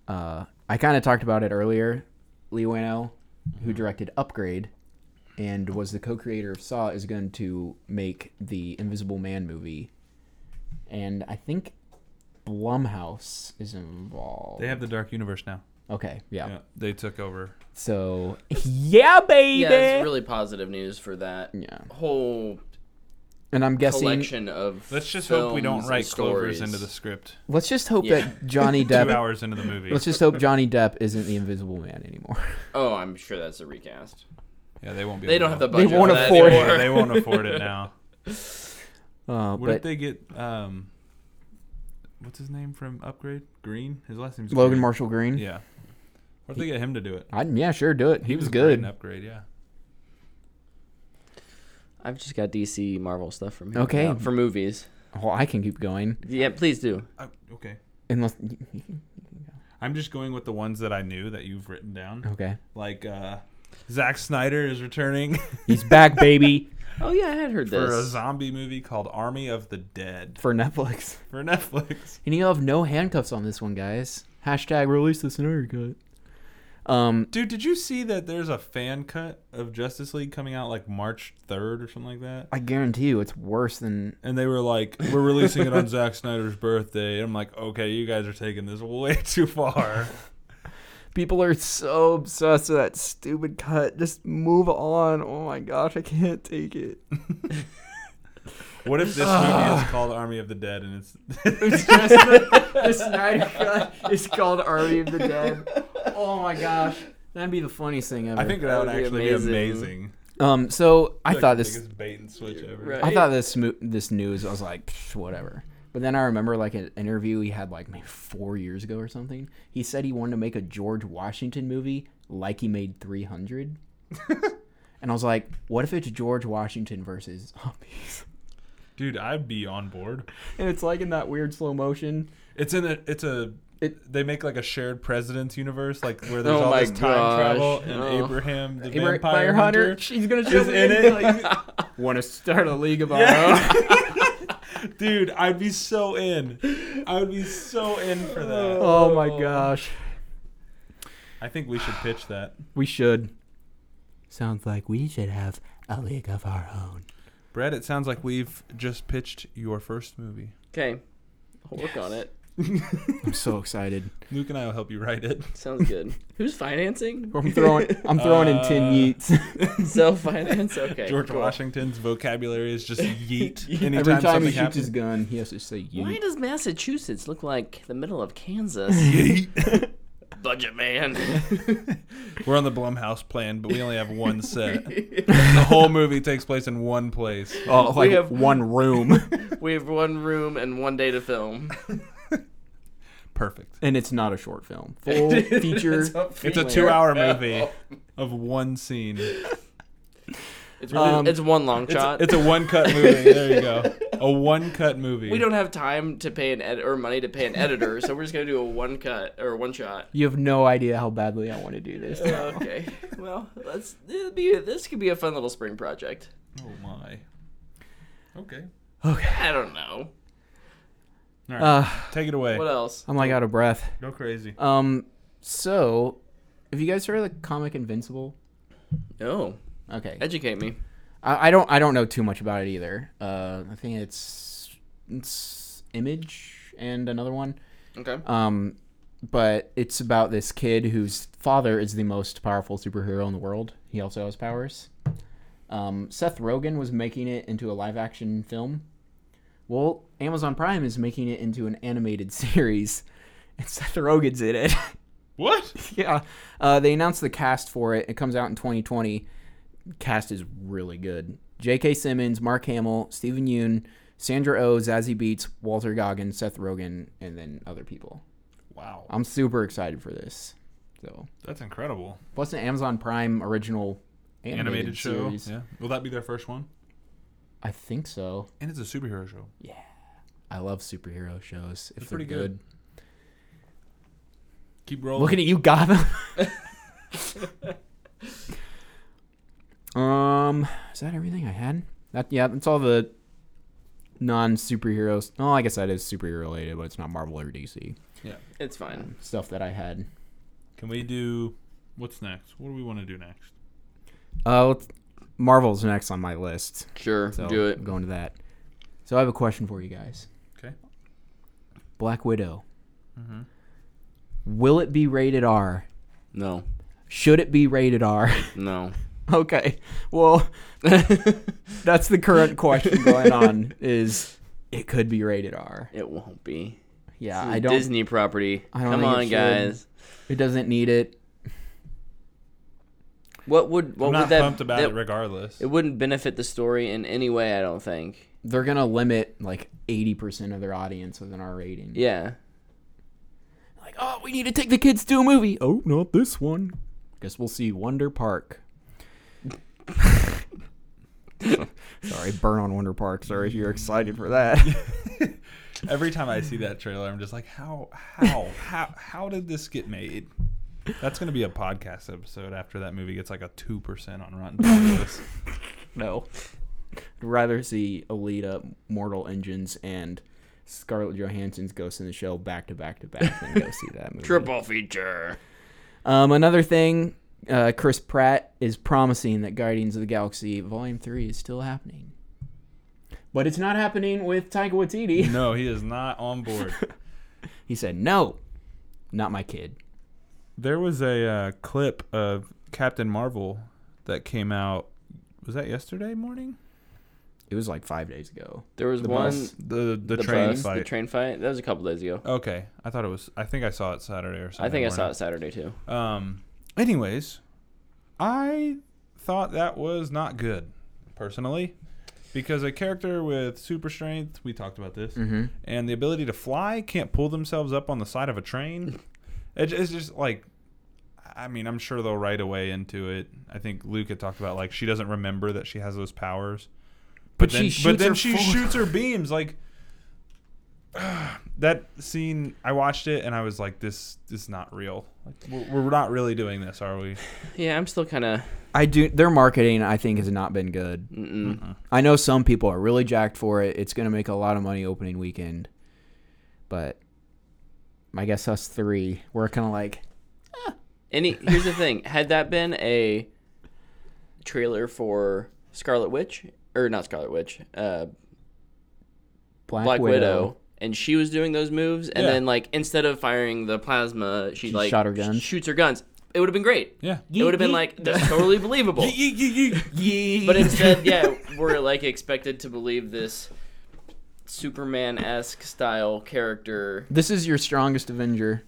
[SPEAKER 1] Uh, I kind of talked about it earlier. Lee Wano, who directed Upgrade, and was the co-creator of Saw, is going to make the Invisible Man movie, and I think Blumhouse is involved.
[SPEAKER 2] They have the Dark Universe now.
[SPEAKER 1] okay, yeah.
[SPEAKER 2] Yeah, they took over.
[SPEAKER 1] So yeah, baby.
[SPEAKER 3] Yeah, it's really positive news for that
[SPEAKER 1] Yeah.
[SPEAKER 3] whole
[SPEAKER 1] And I'm guessing.
[SPEAKER 3] collection of
[SPEAKER 2] Let's just hope we
[SPEAKER 3] films
[SPEAKER 2] don't
[SPEAKER 3] and
[SPEAKER 2] write
[SPEAKER 3] stories.
[SPEAKER 2] Clovers into the script
[SPEAKER 1] Let's just hope
[SPEAKER 3] Yeah.
[SPEAKER 1] that Johnny
[SPEAKER 2] two
[SPEAKER 1] Depp.
[SPEAKER 2] hours into the movie.
[SPEAKER 1] let's just hope Johnny Depp isn't the Invisible Man anymore.
[SPEAKER 3] Oh, I'm sure that's a recast.
[SPEAKER 2] Yeah, they won't be.
[SPEAKER 3] They
[SPEAKER 2] able
[SPEAKER 3] don't have
[SPEAKER 2] to-
[SPEAKER 3] the budget.
[SPEAKER 1] won't
[SPEAKER 3] for that
[SPEAKER 1] afford it.
[SPEAKER 2] Yeah,
[SPEAKER 3] anymore.
[SPEAKER 2] they won't afford it now.
[SPEAKER 1] Uh,
[SPEAKER 2] What
[SPEAKER 1] but
[SPEAKER 2] if they get um, what's his name from Upgrade? Green. His last name's
[SPEAKER 1] Logan
[SPEAKER 2] Green.
[SPEAKER 1] Marshall Green.
[SPEAKER 2] Yeah. What if they get him to do it?
[SPEAKER 1] I'd, yeah, sure, do it. He was
[SPEAKER 2] great in
[SPEAKER 1] good.
[SPEAKER 2] Upgrade. Yeah.
[SPEAKER 3] I've just got DC Marvel stuff from here.
[SPEAKER 1] Okay.
[SPEAKER 3] Uh, for movies.
[SPEAKER 1] Well, I can keep going
[SPEAKER 3] Yeah, please do.
[SPEAKER 2] Uh, okay.
[SPEAKER 1] unless.
[SPEAKER 2] I'm just going with the ones that I knew that you've written down.
[SPEAKER 1] Okay,
[SPEAKER 2] Like uh Zack Snyder is returning
[SPEAKER 1] he's back, baby,
[SPEAKER 3] Oh yeah, I had heard
[SPEAKER 2] for a
[SPEAKER 3] this.
[SPEAKER 2] zombie movie called Army of the Dead
[SPEAKER 1] for Netflix.
[SPEAKER 2] for Netflix.
[SPEAKER 1] And you'll have no handcuffs on this one, guys. Hashtag release the scenario cut. Um,
[SPEAKER 2] Dude, did you see that there's a fan cut of Justice League coming out like March 3rd or something like that?
[SPEAKER 1] I guarantee you, it's worse than
[SPEAKER 2] And they were like, "We're releasing it on Zack Snyder's birthday." And I'm like, "Okay, you guys are taking this way too far."
[SPEAKER 1] people are so obsessed with that stupid cut. Just move on. Oh my gosh, I can't take it.
[SPEAKER 2] What if this movie is called Army of the Dead and it's
[SPEAKER 1] It's just the, the Snyder cut is called Army of the Dead. Oh my gosh, that'd be the funniest thing ever.
[SPEAKER 2] I think
[SPEAKER 3] That
[SPEAKER 2] that would
[SPEAKER 3] would
[SPEAKER 2] actually
[SPEAKER 3] be amazing.
[SPEAKER 2] be amazing.
[SPEAKER 1] Um, so I
[SPEAKER 2] Like
[SPEAKER 1] thought
[SPEAKER 2] the
[SPEAKER 1] this.
[SPEAKER 2] biggest bait and switch ever.
[SPEAKER 3] Right.
[SPEAKER 1] I thought this mo- this news. I was like, "Psh, whatever. But then I remember like an interview he had like maybe four years ago or something. He said he wanted to make a George Washington movie like he made 300. and I was like, what if it's George Washington versus zombies?
[SPEAKER 2] Dude, I'd be on board.
[SPEAKER 1] And it's like in that weird slow motion.
[SPEAKER 2] It's in a it's a
[SPEAKER 1] It-
[SPEAKER 2] they make like a shared presidents universe like where there's
[SPEAKER 3] Oh
[SPEAKER 2] all
[SPEAKER 3] my
[SPEAKER 2] this time
[SPEAKER 3] gosh, Oh.
[SPEAKER 2] travel and
[SPEAKER 3] no.
[SPEAKER 2] Abraham the
[SPEAKER 1] Vampire,
[SPEAKER 2] vampire
[SPEAKER 1] Hunter,
[SPEAKER 2] hunter.
[SPEAKER 1] she's gonna
[SPEAKER 2] is
[SPEAKER 1] jump
[SPEAKER 2] in it. Like,
[SPEAKER 1] Want to start a league of our
[SPEAKER 2] Yeah. dude, I'd be so in. I would be so in for
[SPEAKER 1] own?
[SPEAKER 2] that.
[SPEAKER 1] Oh my gosh,
[SPEAKER 2] I think we should pitch that.
[SPEAKER 1] we should. Sounds like we should have a league of our own.
[SPEAKER 2] Brad, it sounds like we've just pitched your first movie.
[SPEAKER 3] Okay, I'll work on it.
[SPEAKER 1] I'm so excited.
[SPEAKER 2] Luke and I will help you write it.
[SPEAKER 3] Sounds good. Who's financing?
[SPEAKER 1] I'm throwing. I'm throwing in
[SPEAKER 2] Uh,
[SPEAKER 1] Tim Yeats.
[SPEAKER 3] Self finance. Okay.
[SPEAKER 2] George
[SPEAKER 3] cool.
[SPEAKER 2] Washington's vocabulary is just yeet. Anytime
[SPEAKER 1] Every time he
[SPEAKER 2] something
[SPEAKER 1] shoots his
[SPEAKER 2] happens,
[SPEAKER 1] gun, he has to say
[SPEAKER 3] Why
[SPEAKER 1] Yeet.
[SPEAKER 3] does Massachusetts look like the middle of Kansas? Budget man.
[SPEAKER 2] we're on the Blumhouse plan, but we only have one set. the whole movie takes place in one place.
[SPEAKER 1] Oh, like
[SPEAKER 3] have-
[SPEAKER 1] one room,
[SPEAKER 3] we have one room and one day to film.
[SPEAKER 2] Perfect.
[SPEAKER 1] and it's not a short film. Full feature.
[SPEAKER 2] It's a two-hour movie of one scene.
[SPEAKER 3] It's, really-
[SPEAKER 1] Um,
[SPEAKER 3] it's one long shot.
[SPEAKER 2] It's a one-cut movie. There you go. A one-cut movie.
[SPEAKER 3] we don't have time to pay an ed- or money to pay an editor, so we're just gonna do a one cut or one shot.
[SPEAKER 1] You have no idea how badly I want to do this.
[SPEAKER 3] Okay. Well, let's. It'll be, this could be a fun little spring project.
[SPEAKER 2] Oh my. Okay.
[SPEAKER 3] I don't know.
[SPEAKER 2] All right.
[SPEAKER 1] Uh,
[SPEAKER 2] Take it away.
[SPEAKER 3] What else?
[SPEAKER 1] I'm like out of breath.
[SPEAKER 2] Go crazy.
[SPEAKER 1] Um, so have you guys heard of the comic Invincible?
[SPEAKER 3] No.
[SPEAKER 1] Okay,
[SPEAKER 3] Educate me.
[SPEAKER 1] I, I don't. I don't know too much about it either. Uh, I think it's it's Image and another one.
[SPEAKER 3] Okay.
[SPEAKER 1] Um, but it's about this kid whose father is the most powerful superhero in the world. He also has powers. Um, Seth Rogen was making it into a live action film. Well, Amazon Prime is making it into an animated series, and Seth Rogen's in it.
[SPEAKER 2] What?
[SPEAKER 1] yeah. Uh, they announced the cast for it. It comes out in 2020. Cast is really good. J.K. Simmons, Mark Hamill, Stephen Yoon, Sandra O, oh, Zazie Beats, Walter Goggins, Seth Rogen, and then other people.
[SPEAKER 2] Wow.
[SPEAKER 1] I'm super excited for this. So
[SPEAKER 2] That's incredible.
[SPEAKER 1] plus an Amazon Prime original animated,
[SPEAKER 2] Animated, show.
[SPEAKER 1] series.
[SPEAKER 2] Yeah. Will that be their first one?
[SPEAKER 1] I think so.
[SPEAKER 2] And it's a superhero show.
[SPEAKER 1] I love superhero shows. If
[SPEAKER 2] It's
[SPEAKER 1] they're
[SPEAKER 2] pretty
[SPEAKER 1] good.
[SPEAKER 2] good. Keep rolling.
[SPEAKER 1] Looking at you, Gotham. um, is that everything I had? That yeah, that's all the non superheroes. Oh, I guess that is superhero related, but it's not Marvel or DC
[SPEAKER 3] It's fine.
[SPEAKER 1] stuff that I had.
[SPEAKER 2] Can we do what's next? What do we want to do next?
[SPEAKER 1] Uh, let's- Marvel's next on my list.
[SPEAKER 3] Sure.
[SPEAKER 1] So
[SPEAKER 3] do it.
[SPEAKER 1] I'm going to that. So I have a question for you guys.
[SPEAKER 2] Okay.
[SPEAKER 1] Black Widow. Will it be rated R?
[SPEAKER 3] No.
[SPEAKER 1] Should it be rated R?
[SPEAKER 3] No.
[SPEAKER 1] okay. Well, that's the current question going on is it could be rated R.
[SPEAKER 3] It won't be.
[SPEAKER 1] Yeah,
[SPEAKER 3] This is
[SPEAKER 1] I
[SPEAKER 3] a
[SPEAKER 1] don't
[SPEAKER 3] Hmm. Disney property.
[SPEAKER 1] I don't
[SPEAKER 3] Come
[SPEAKER 1] think it
[SPEAKER 3] on,
[SPEAKER 1] should.
[SPEAKER 3] guys.
[SPEAKER 1] it doesn't need it.
[SPEAKER 3] What would what
[SPEAKER 2] I'm not
[SPEAKER 3] would that?
[SPEAKER 2] pumped about
[SPEAKER 3] that-
[SPEAKER 2] it regardless.
[SPEAKER 3] It wouldn't benefit the story in any way. I don't think.
[SPEAKER 1] They're going to limit like 80% of their audience with an R rating.
[SPEAKER 3] Yeah.
[SPEAKER 1] Like, "Oh, we need to take the kids to a movie." Oh, not this one. Guess we'll see Wonder Park. Sorry, Burn on Wonder Park. Sorry if you're excited for that.
[SPEAKER 2] Every time I see that trailer, I'm just like, how, how, how, how did this get made? That's gonna be a podcast episode after that movie gets like a two percent on Rotten Tomatoes.
[SPEAKER 1] no. I'd rather see Alita, Mortal Engines, and Scarlett Johansson's Ghost in the Shell back to back to back than go see that movie.
[SPEAKER 3] Triple feature.
[SPEAKER 1] Um, another thing, uh, Chris Pratt is promising that Guardians of the Galaxy Volume 3 is still happening. But it's not happening with Taika Waititi.
[SPEAKER 2] no, he is not on board.
[SPEAKER 1] He said, no, not my kid.
[SPEAKER 2] There was a uh, clip of Captain Marvel that came out. Was that yesterday morning?
[SPEAKER 1] It was like five days ago.
[SPEAKER 3] There was
[SPEAKER 2] The
[SPEAKER 3] one
[SPEAKER 2] bus, the the,
[SPEAKER 3] the,
[SPEAKER 2] train
[SPEAKER 3] bus,
[SPEAKER 2] fight.
[SPEAKER 3] the train fight. That was a couple days ago.
[SPEAKER 2] okay, I thought it was. I think I saw it Saturday or something.
[SPEAKER 3] I think I saw it Saturday too.
[SPEAKER 2] Um. Anyways, I thought that was not good, personally, because a character with super strength, we talked about this,
[SPEAKER 1] Mm-hmm.
[SPEAKER 2] and the ability to fly can't pull themselves up on the side of a train. It, it's just like, I mean, I'm sure they'll right away into it. I think Luke had talked about like she doesn't remember that she has those powers,
[SPEAKER 1] But,
[SPEAKER 2] then,
[SPEAKER 1] she shoots
[SPEAKER 2] but then
[SPEAKER 1] her
[SPEAKER 2] she
[SPEAKER 1] full-
[SPEAKER 2] shoots her beams like. That scene, I watched it and I was like, "This, this is not real. Like, we're, we're not really doing this, are we?"
[SPEAKER 3] Yeah, I'm still kind of.
[SPEAKER 1] I do. Their marketing, I think, has not been good.
[SPEAKER 3] Mm-mm.
[SPEAKER 1] I know some people are really jacked for it. It's going to make a lot of money opening weekend. But I guess us three, we're kind of like,
[SPEAKER 3] Any here's the thing: had that been a trailer for Scarlet Witch, or not Scarlet Witch, uh,
[SPEAKER 1] Black,
[SPEAKER 3] Black Widow.
[SPEAKER 1] Widow.
[SPEAKER 3] and she was doing those moves, and
[SPEAKER 2] Yeah.
[SPEAKER 3] then like instead of firing the plasma, she,
[SPEAKER 1] She
[SPEAKER 3] like
[SPEAKER 1] shot her guns.
[SPEAKER 3] sh- shoots her guns. It would have been great.
[SPEAKER 2] Yeah.
[SPEAKER 3] it would have been like that's totally believable. But instead, yeah, we're like expected to believe this Superman esque style character.
[SPEAKER 1] this is your strongest Avenger.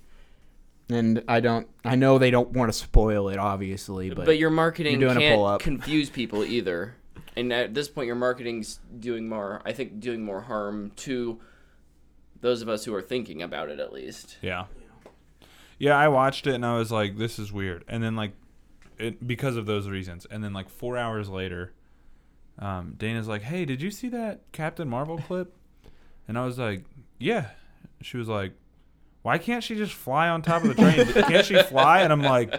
[SPEAKER 1] And I don't. I know they don't want to spoil it, obviously, but,
[SPEAKER 3] But, your marketing
[SPEAKER 1] you're doing a
[SPEAKER 3] can't
[SPEAKER 1] pull-up.
[SPEAKER 3] confuse people either. And at this point, your marketing's doing more. I think doing more harm to those of us who are thinking about it, at least.
[SPEAKER 2] Yeah. Yeah, I watched it and I was like, this is weird. And then like it because of those reasons. And then like four hours later, um, Dana's like, Hey, did you see that Captain Marvel clip? And I was like, Yeah. She was like, Why can't she just fly on top of the train? can't she fly? And I'm like,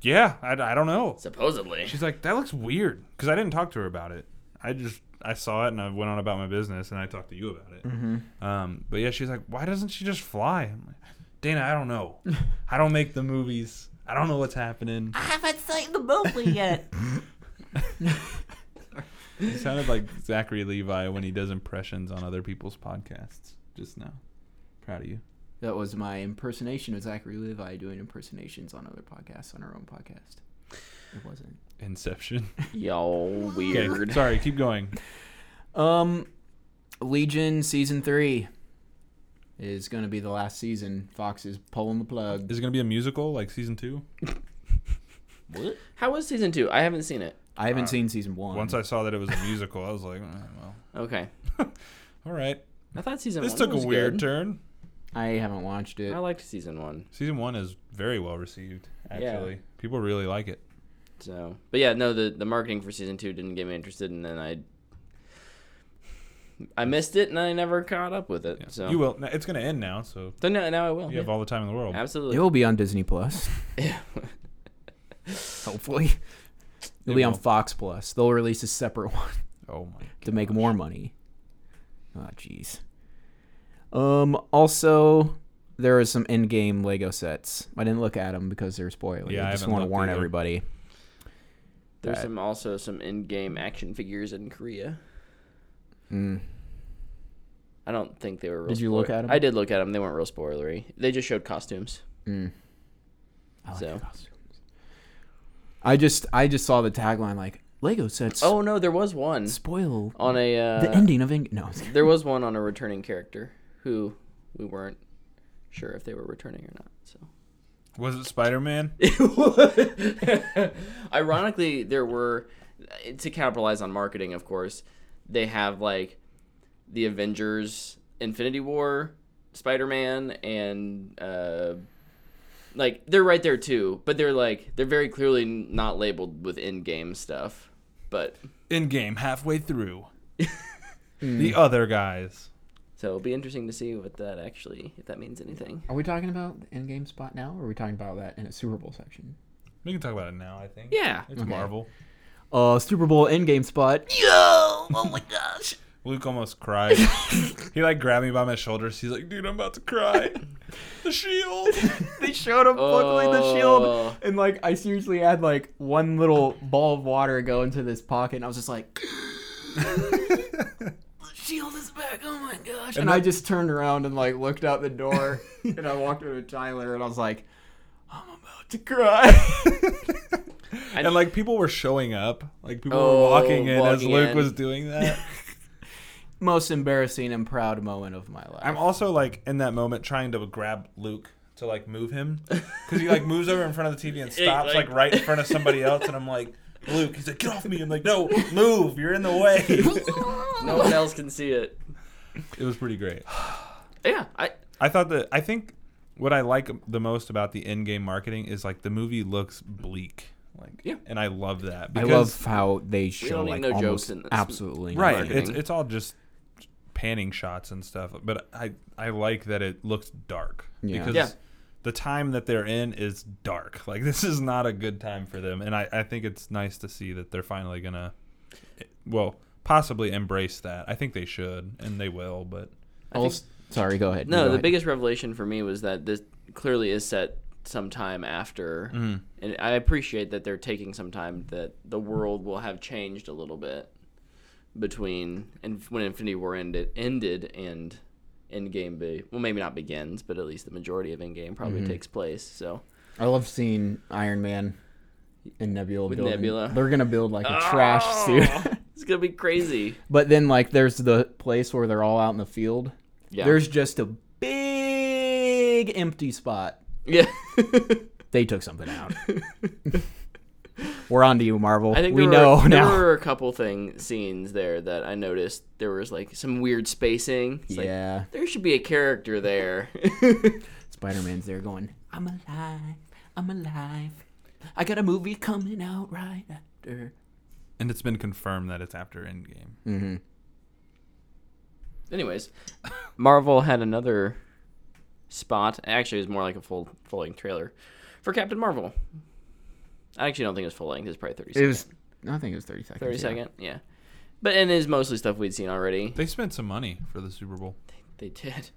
[SPEAKER 2] Yeah, I, I don't know.
[SPEAKER 3] Supposedly.
[SPEAKER 2] She's like, That looks weird. Because I didn't talk to her about it. I just, I saw it and I went on about my business and I talked to you about it.
[SPEAKER 1] Mhm.
[SPEAKER 2] Um, but yeah, she's like, why doesn't she just fly? I'm like, Dana, I don't know. I don't make the movies. I don't know what's happening.
[SPEAKER 5] I haven't seen the movie yet.
[SPEAKER 2] He sounded like Zachary Levi when he does impressions on other people's podcasts just now. Proud of you.
[SPEAKER 1] that was my impersonation of Zachary Levi doing impersonations on other podcasts on our own podcast. It wasn't.
[SPEAKER 2] Inception.
[SPEAKER 3] Y'all
[SPEAKER 2] Okay,
[SPEAKER 3] weird.
[SPEAKER 2] sorry, keep going.
[SPEAKER 1] Um, Legion season three is going to be the last season. Fox is pulling the plug.
[SPEAKER 2] Is it going to be a musical like season two?
[SPEAKER 3] How was season two? I haven't seen it.
[SPEAKER 1] I haven't
[SPEAKER 2] Uh,
[SPEAKER 1] seen season one.
[SPEAKER 2] Once I saw that it was a musical, I was like, "Eh, well,
[SPEAKER 3] Okay.
[SPEAKER 2] all right.
[SPEAKER 3] I thought season
[SPEAKER 2] This
[SPEAKER 3] one
[SPEAKER 2] took a
[SPEAKER 3] was
[SPEAKER 2] weird
[SPEAKER 3] good.
[SPEAKER 2] turn.
[SPEAKER 1] I haven't watched it.
[SPEAKER 3] I liked season one.
[SPEAKER 2] Season one is very well received,
[SPEAKER 3] Yeah.
[SPEAKER 2] actually. People really like it.
[SPEAKER 3] So, but yeah, no, the the marketing for season two didn't get me interested, and then I I missed it, and I never caught up with it.
[SPEAKER 2] Yeah.
[SPEAKER 3] So
[SPEAKER 2] You will. It's going to end now, so
[SPEAKER 3] So now, now I will.
[SPEAKER 2] you have
[SPEAKER 3] yeah.
[SPEAKER 2] all the time in the world.
[SPEAKER 1] It
[SPEAKER 3] Absolutely.
[SPEAKER 1] will be on Disney Plus. Hopefully, it'll
[SPEAKER 2] It
[SPEAKER 1] be on
[SPEAKER 2] will.
[SPEAKER 1] Fox Plus. They'll release a separate one
[SPEAKER 2] Oh my.
[SPEAKER 1] to make more money. Oh, jeez. Um. Also, there are some in-game Lego sets. I didn't look at them because they're spoilers.
[SPEAKER 2] Yeah, I
[SPEAKER 1] I just
[SPEAKER 2] haven't
[SPEAKER 1] want to
[SPEAKER 2] looked
[SPEAKER 1] warn
[SPEAKER 2] either.
[SPEAKER 1] everybody.
[SPEAKER 3] There's
[SPEAKER 1] that.
[SPEAKER 3] some also some in-game action figures in Korea.
[SPEAKER 1] Mm.
[SPEAKER 3] I don't think they were. Real
[SPEAKER 1] Did you look
[SPEAKER 3] spoil-
[SPEAKER 1] at 'em?
[SPEAKER 3] I did look at them. They weren't real spoilery. They just showed costumes.
[SPEAKER 1] Mm. I like
[SPEAKER 3] So.
[SPEAKER 1] the costumes. I just I just saw the tagline like Lego sets
[SPEAKER 3] Oh no, there was one
[SPEAKER 1] spoil
[SPEAKER 3] on a. Uh,
[SPEAKER 1] the ending of Ing- no. I was kidding.
[SPEAKER 3] There was one on a returning character who we weren't sure if they were returning or not. So.
[SPEAKER 2] Was it Spider Man?
[SPEAKER 3] Ironically, there were to capitalize on marketing, of course. They have like the Avengers, Infinity War, Spider Man, and uh, like they're right there too. But they're like they're very clearly not labeled with in game stuff. But
[SPEAKER 2] in game halfway through.
[SPEAKER 3] Hmm.
[SPEAKER 2] The other guys.
[SPEAKER 3] So it'll be interesting to see what that actually, if that means anything.
[SPEAKER 1] Are we talking about the endgame spot now, or are we talking about that in a Super Bowl section?
[SPEAKER 2] We can talk about it now. I think.
[SPEAKER 3] Yeah.
[SPEAKER 2] It's Marvel.
[SPEAKER 1] Uh, Super Bowl endgame spot.
[SPEAKER 5] Yo! Oh my gosh!
[SPEAKER 2] Luke almost cried. he like grabbed me by my shoulders. He's like, "Dude, I'm about to cry." the shield.
[SPEAKER 1] they showed him buckling the
[SPEAKER 3] Oh.
[SPEAKER 1] shield, and like I seriously had like one little ball of water go into this pocket, and I was just like, "The shield is back! Oh my gosh!" And, I just turned around and like looked out the door, and I walked over to Tyler, and I was like, "I'm about to cry."
[SPEAKER 2] and like people were showing up. Like people were
[SPEAKER 3] Oh,
[SPEAKER 2] walking in as
[SPEAKER 3] walking
[SPEAKER 2] Luke
[SPEAKER 3] in.
[SPEAKER 2] was doing that.
[SPEAKER 1] Most embarrassing and proud moment of my life.
[SPEAKER 2] I'm also like in that moment trying to grab Luke to like move him because he like moves over in front of the TV and stops like,
[SPEAKER 3] like-
[SPEAKER 2] right in front of somebody else, and I'm like, Luke, he's like, get off me! I'm like, no, move! You're in the way.
[SPEAKER 3] No one else can see it.
[SPEAKER 2] it was pretty great.
[SPEAKER 3] Yeah, I
[SPEAKER 2] I thought that I think what I like the most about the in game marketing is like the movie looks bleak. Like
[SPEAKER 3] Yeah.
[SPEAKER 2] and I love that.
[SPEAKER 1] I love how they show
[SPEAKER 3] don't need
[SPEAKER 1] like
[SPEAKER 3] no jokes
[SPEAKER 1] almost
[SPEAKER 3] in this.
[SPEAKER 1] absolutely no
[SPEAKER 2] right.
[SPEAKER 1] marketing.
[SPEAKER 2] It's it's all just panning shots and stuff. But I I like that it looks dark
[SPEAKER 1] Yeah.
[SPEAKER 2] because
[SPEAKER 3] Yeah.
[SPEAKER 2] the time that they're in is dark. Like this is not a good time for them. And I I think it's nice to see that they're finally gonna, well, possibly embrace that. I think they should and they will. But
[SPEAKER 1] Also- sorry, go ahead.
[SPEAKER 3] no.
[SPEAKER 1] Go
[SPEAKER 3] the
[SPEAKER 1] ahead.
[SPEAKER 3] biggest revelation for me was that this clearly is set some time after,
[SPEAKER 1] Mm-hmm.
[SPEAKER 3] and I appreciate that they're taking some time that the world will have changed a little bit between and when Infinity War ended ended and Endgame be well maybe not begins, but at least the majority of Endgame probably
[SPEAKER 1] Mm-hmm.
[SPEAKER 3] takes place. So
[SPEAKER 1] I love seeing Iron Man and Nebula building.
[SPEAKER 3] Nebula. Ah.
[SPEAKER 1] They're gonna build like a trash suit.
[SPEAKER 3] it's gonna be crazy.
[SPEAKER 1] but then like there's the place where they're all out in the field.
[SPEAKER 3] Yeah.
[SPEAKER 1] There's just a big empty spot.
[SPEAKER 3] yeah.
[SPEAKER 1] They took something out. We're on to you, Marvel.
[SPEAKER 3] I think
[SPEAKER 1] we
[SPEAKER 3] there
[SPEAKER 1] know
[SPEAKER 3] were,
[SPEAKER 1] now.
[SPEAKER 3] There were a couple thing scenes there that I noticed. There was like some weird spacing. It's like,
[SPEAKER 1] yeah.
[SPEAKER 3] there should be a character there.
[SPEAKER 1] Spider Man's there going, I'm alive. I'm alive. I got a movie coming out right after.
[SPEAKER 2] and it's been confirmed that it's after Endgame.
[SPEAKER 1] Mm-hmm.
[SPEAKER 3] Anyways, Marvel had another spot. Actually, it was more like a full full length trailer for Captain Marvel. I actually don't think it was full length. It was probably thirty
[SPEAKER 1] It
[SPEAKER 3] seconds.
[SPEAKER 1] was I think it was thirty seconds.
[SPEAKER 3] thirty
[SPEAKER 1] yeah.
[SPEAKER 3] second, yeah. But and it's mostly stuff we'd seen already.
[SPEAKER 2] They spent some money for the Super Bowl.
[SPEAKER 3] They did.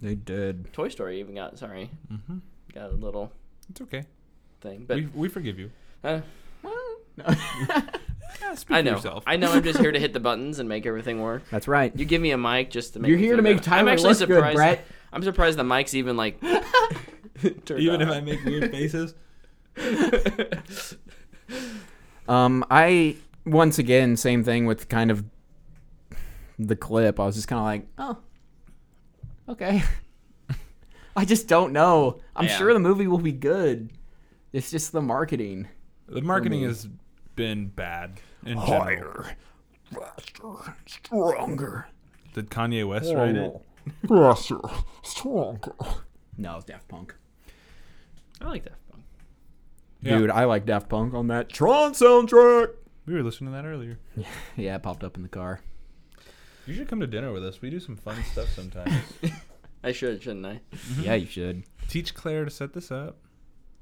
[SPEAKER 1] They did.
[SPEAKER 3] Toy Story even got sorry,
[SPEAKER 1] Mm-hmm.
[SPEAKER 3] got a little
[SPEAKER 2] It's okay.
[SPEAKER 3] thing. But
[SPEAKER 2] we, we forgive you.
[SPEAKER 3] uh,
[SPEAKER 2] Yeah, speak
[SPEAKER 3] I
[SPEAKER 2] for
[SPEAKER 3] know,
[SPEAKER 2] yourself.
[SPEAKER 3] I know, I'm just here to hit the buttons and make everything work.
[SPEAKER 1] That's right.
[SPEAKER 3] You give me a mic just to make.
[SPEAKER 1] You're
[SPEAKER 3] me
[SPEAKER 1] here
[SPEAKER 3] feel
[SPEAKER 1] to make
[SPEAKER 3] better.
[SPEAKER 1] Tyler look good,
[SPEAKER 3] surprised.
[SPEAKER 1] Brett.
[SPEAKER 3] I'm surprised the mic's even like. turned
[SPEAKER 2] Even if
[SPEAKER 3] on.
[SPEAKER 2] I make weird faces.
[SPEAKER 1] Um, I once again same thing with kind of the clip. I was just kind of like, oh, okay. I just don't know. I'm
[SPEAKER 3] Yeah.
[SPEAKER 1] sure the movie will be good. It's just the marketing.
[SPEAKER 2] The marketing has been bad in general.
[SPEAKER 1] faster, stronger,
[SPEAKER 2] Did Kanye West write it?
[SPEAKER 1] faster, stronger. No, it's Daft Punk.
[SPEAKER 3] I like that. phone.
[SPEAKER 2] Yeah.
[SPEAKER 1] Dude, I like Daft Punk on that Tron soundtrack.
[SPEAKER 2] We were listening to that earlier.
[SPEAKER 1] Yeah, it popped up in the car.
[SPEAKER 2] You should come to dinner with us. We do some fun stuff sometimes.
[SPEAKER 3] I should, shouldn't I?
[SPEAKER 1] Yeah, you should.
[SPEAKER 2] Teach Claire to set this up.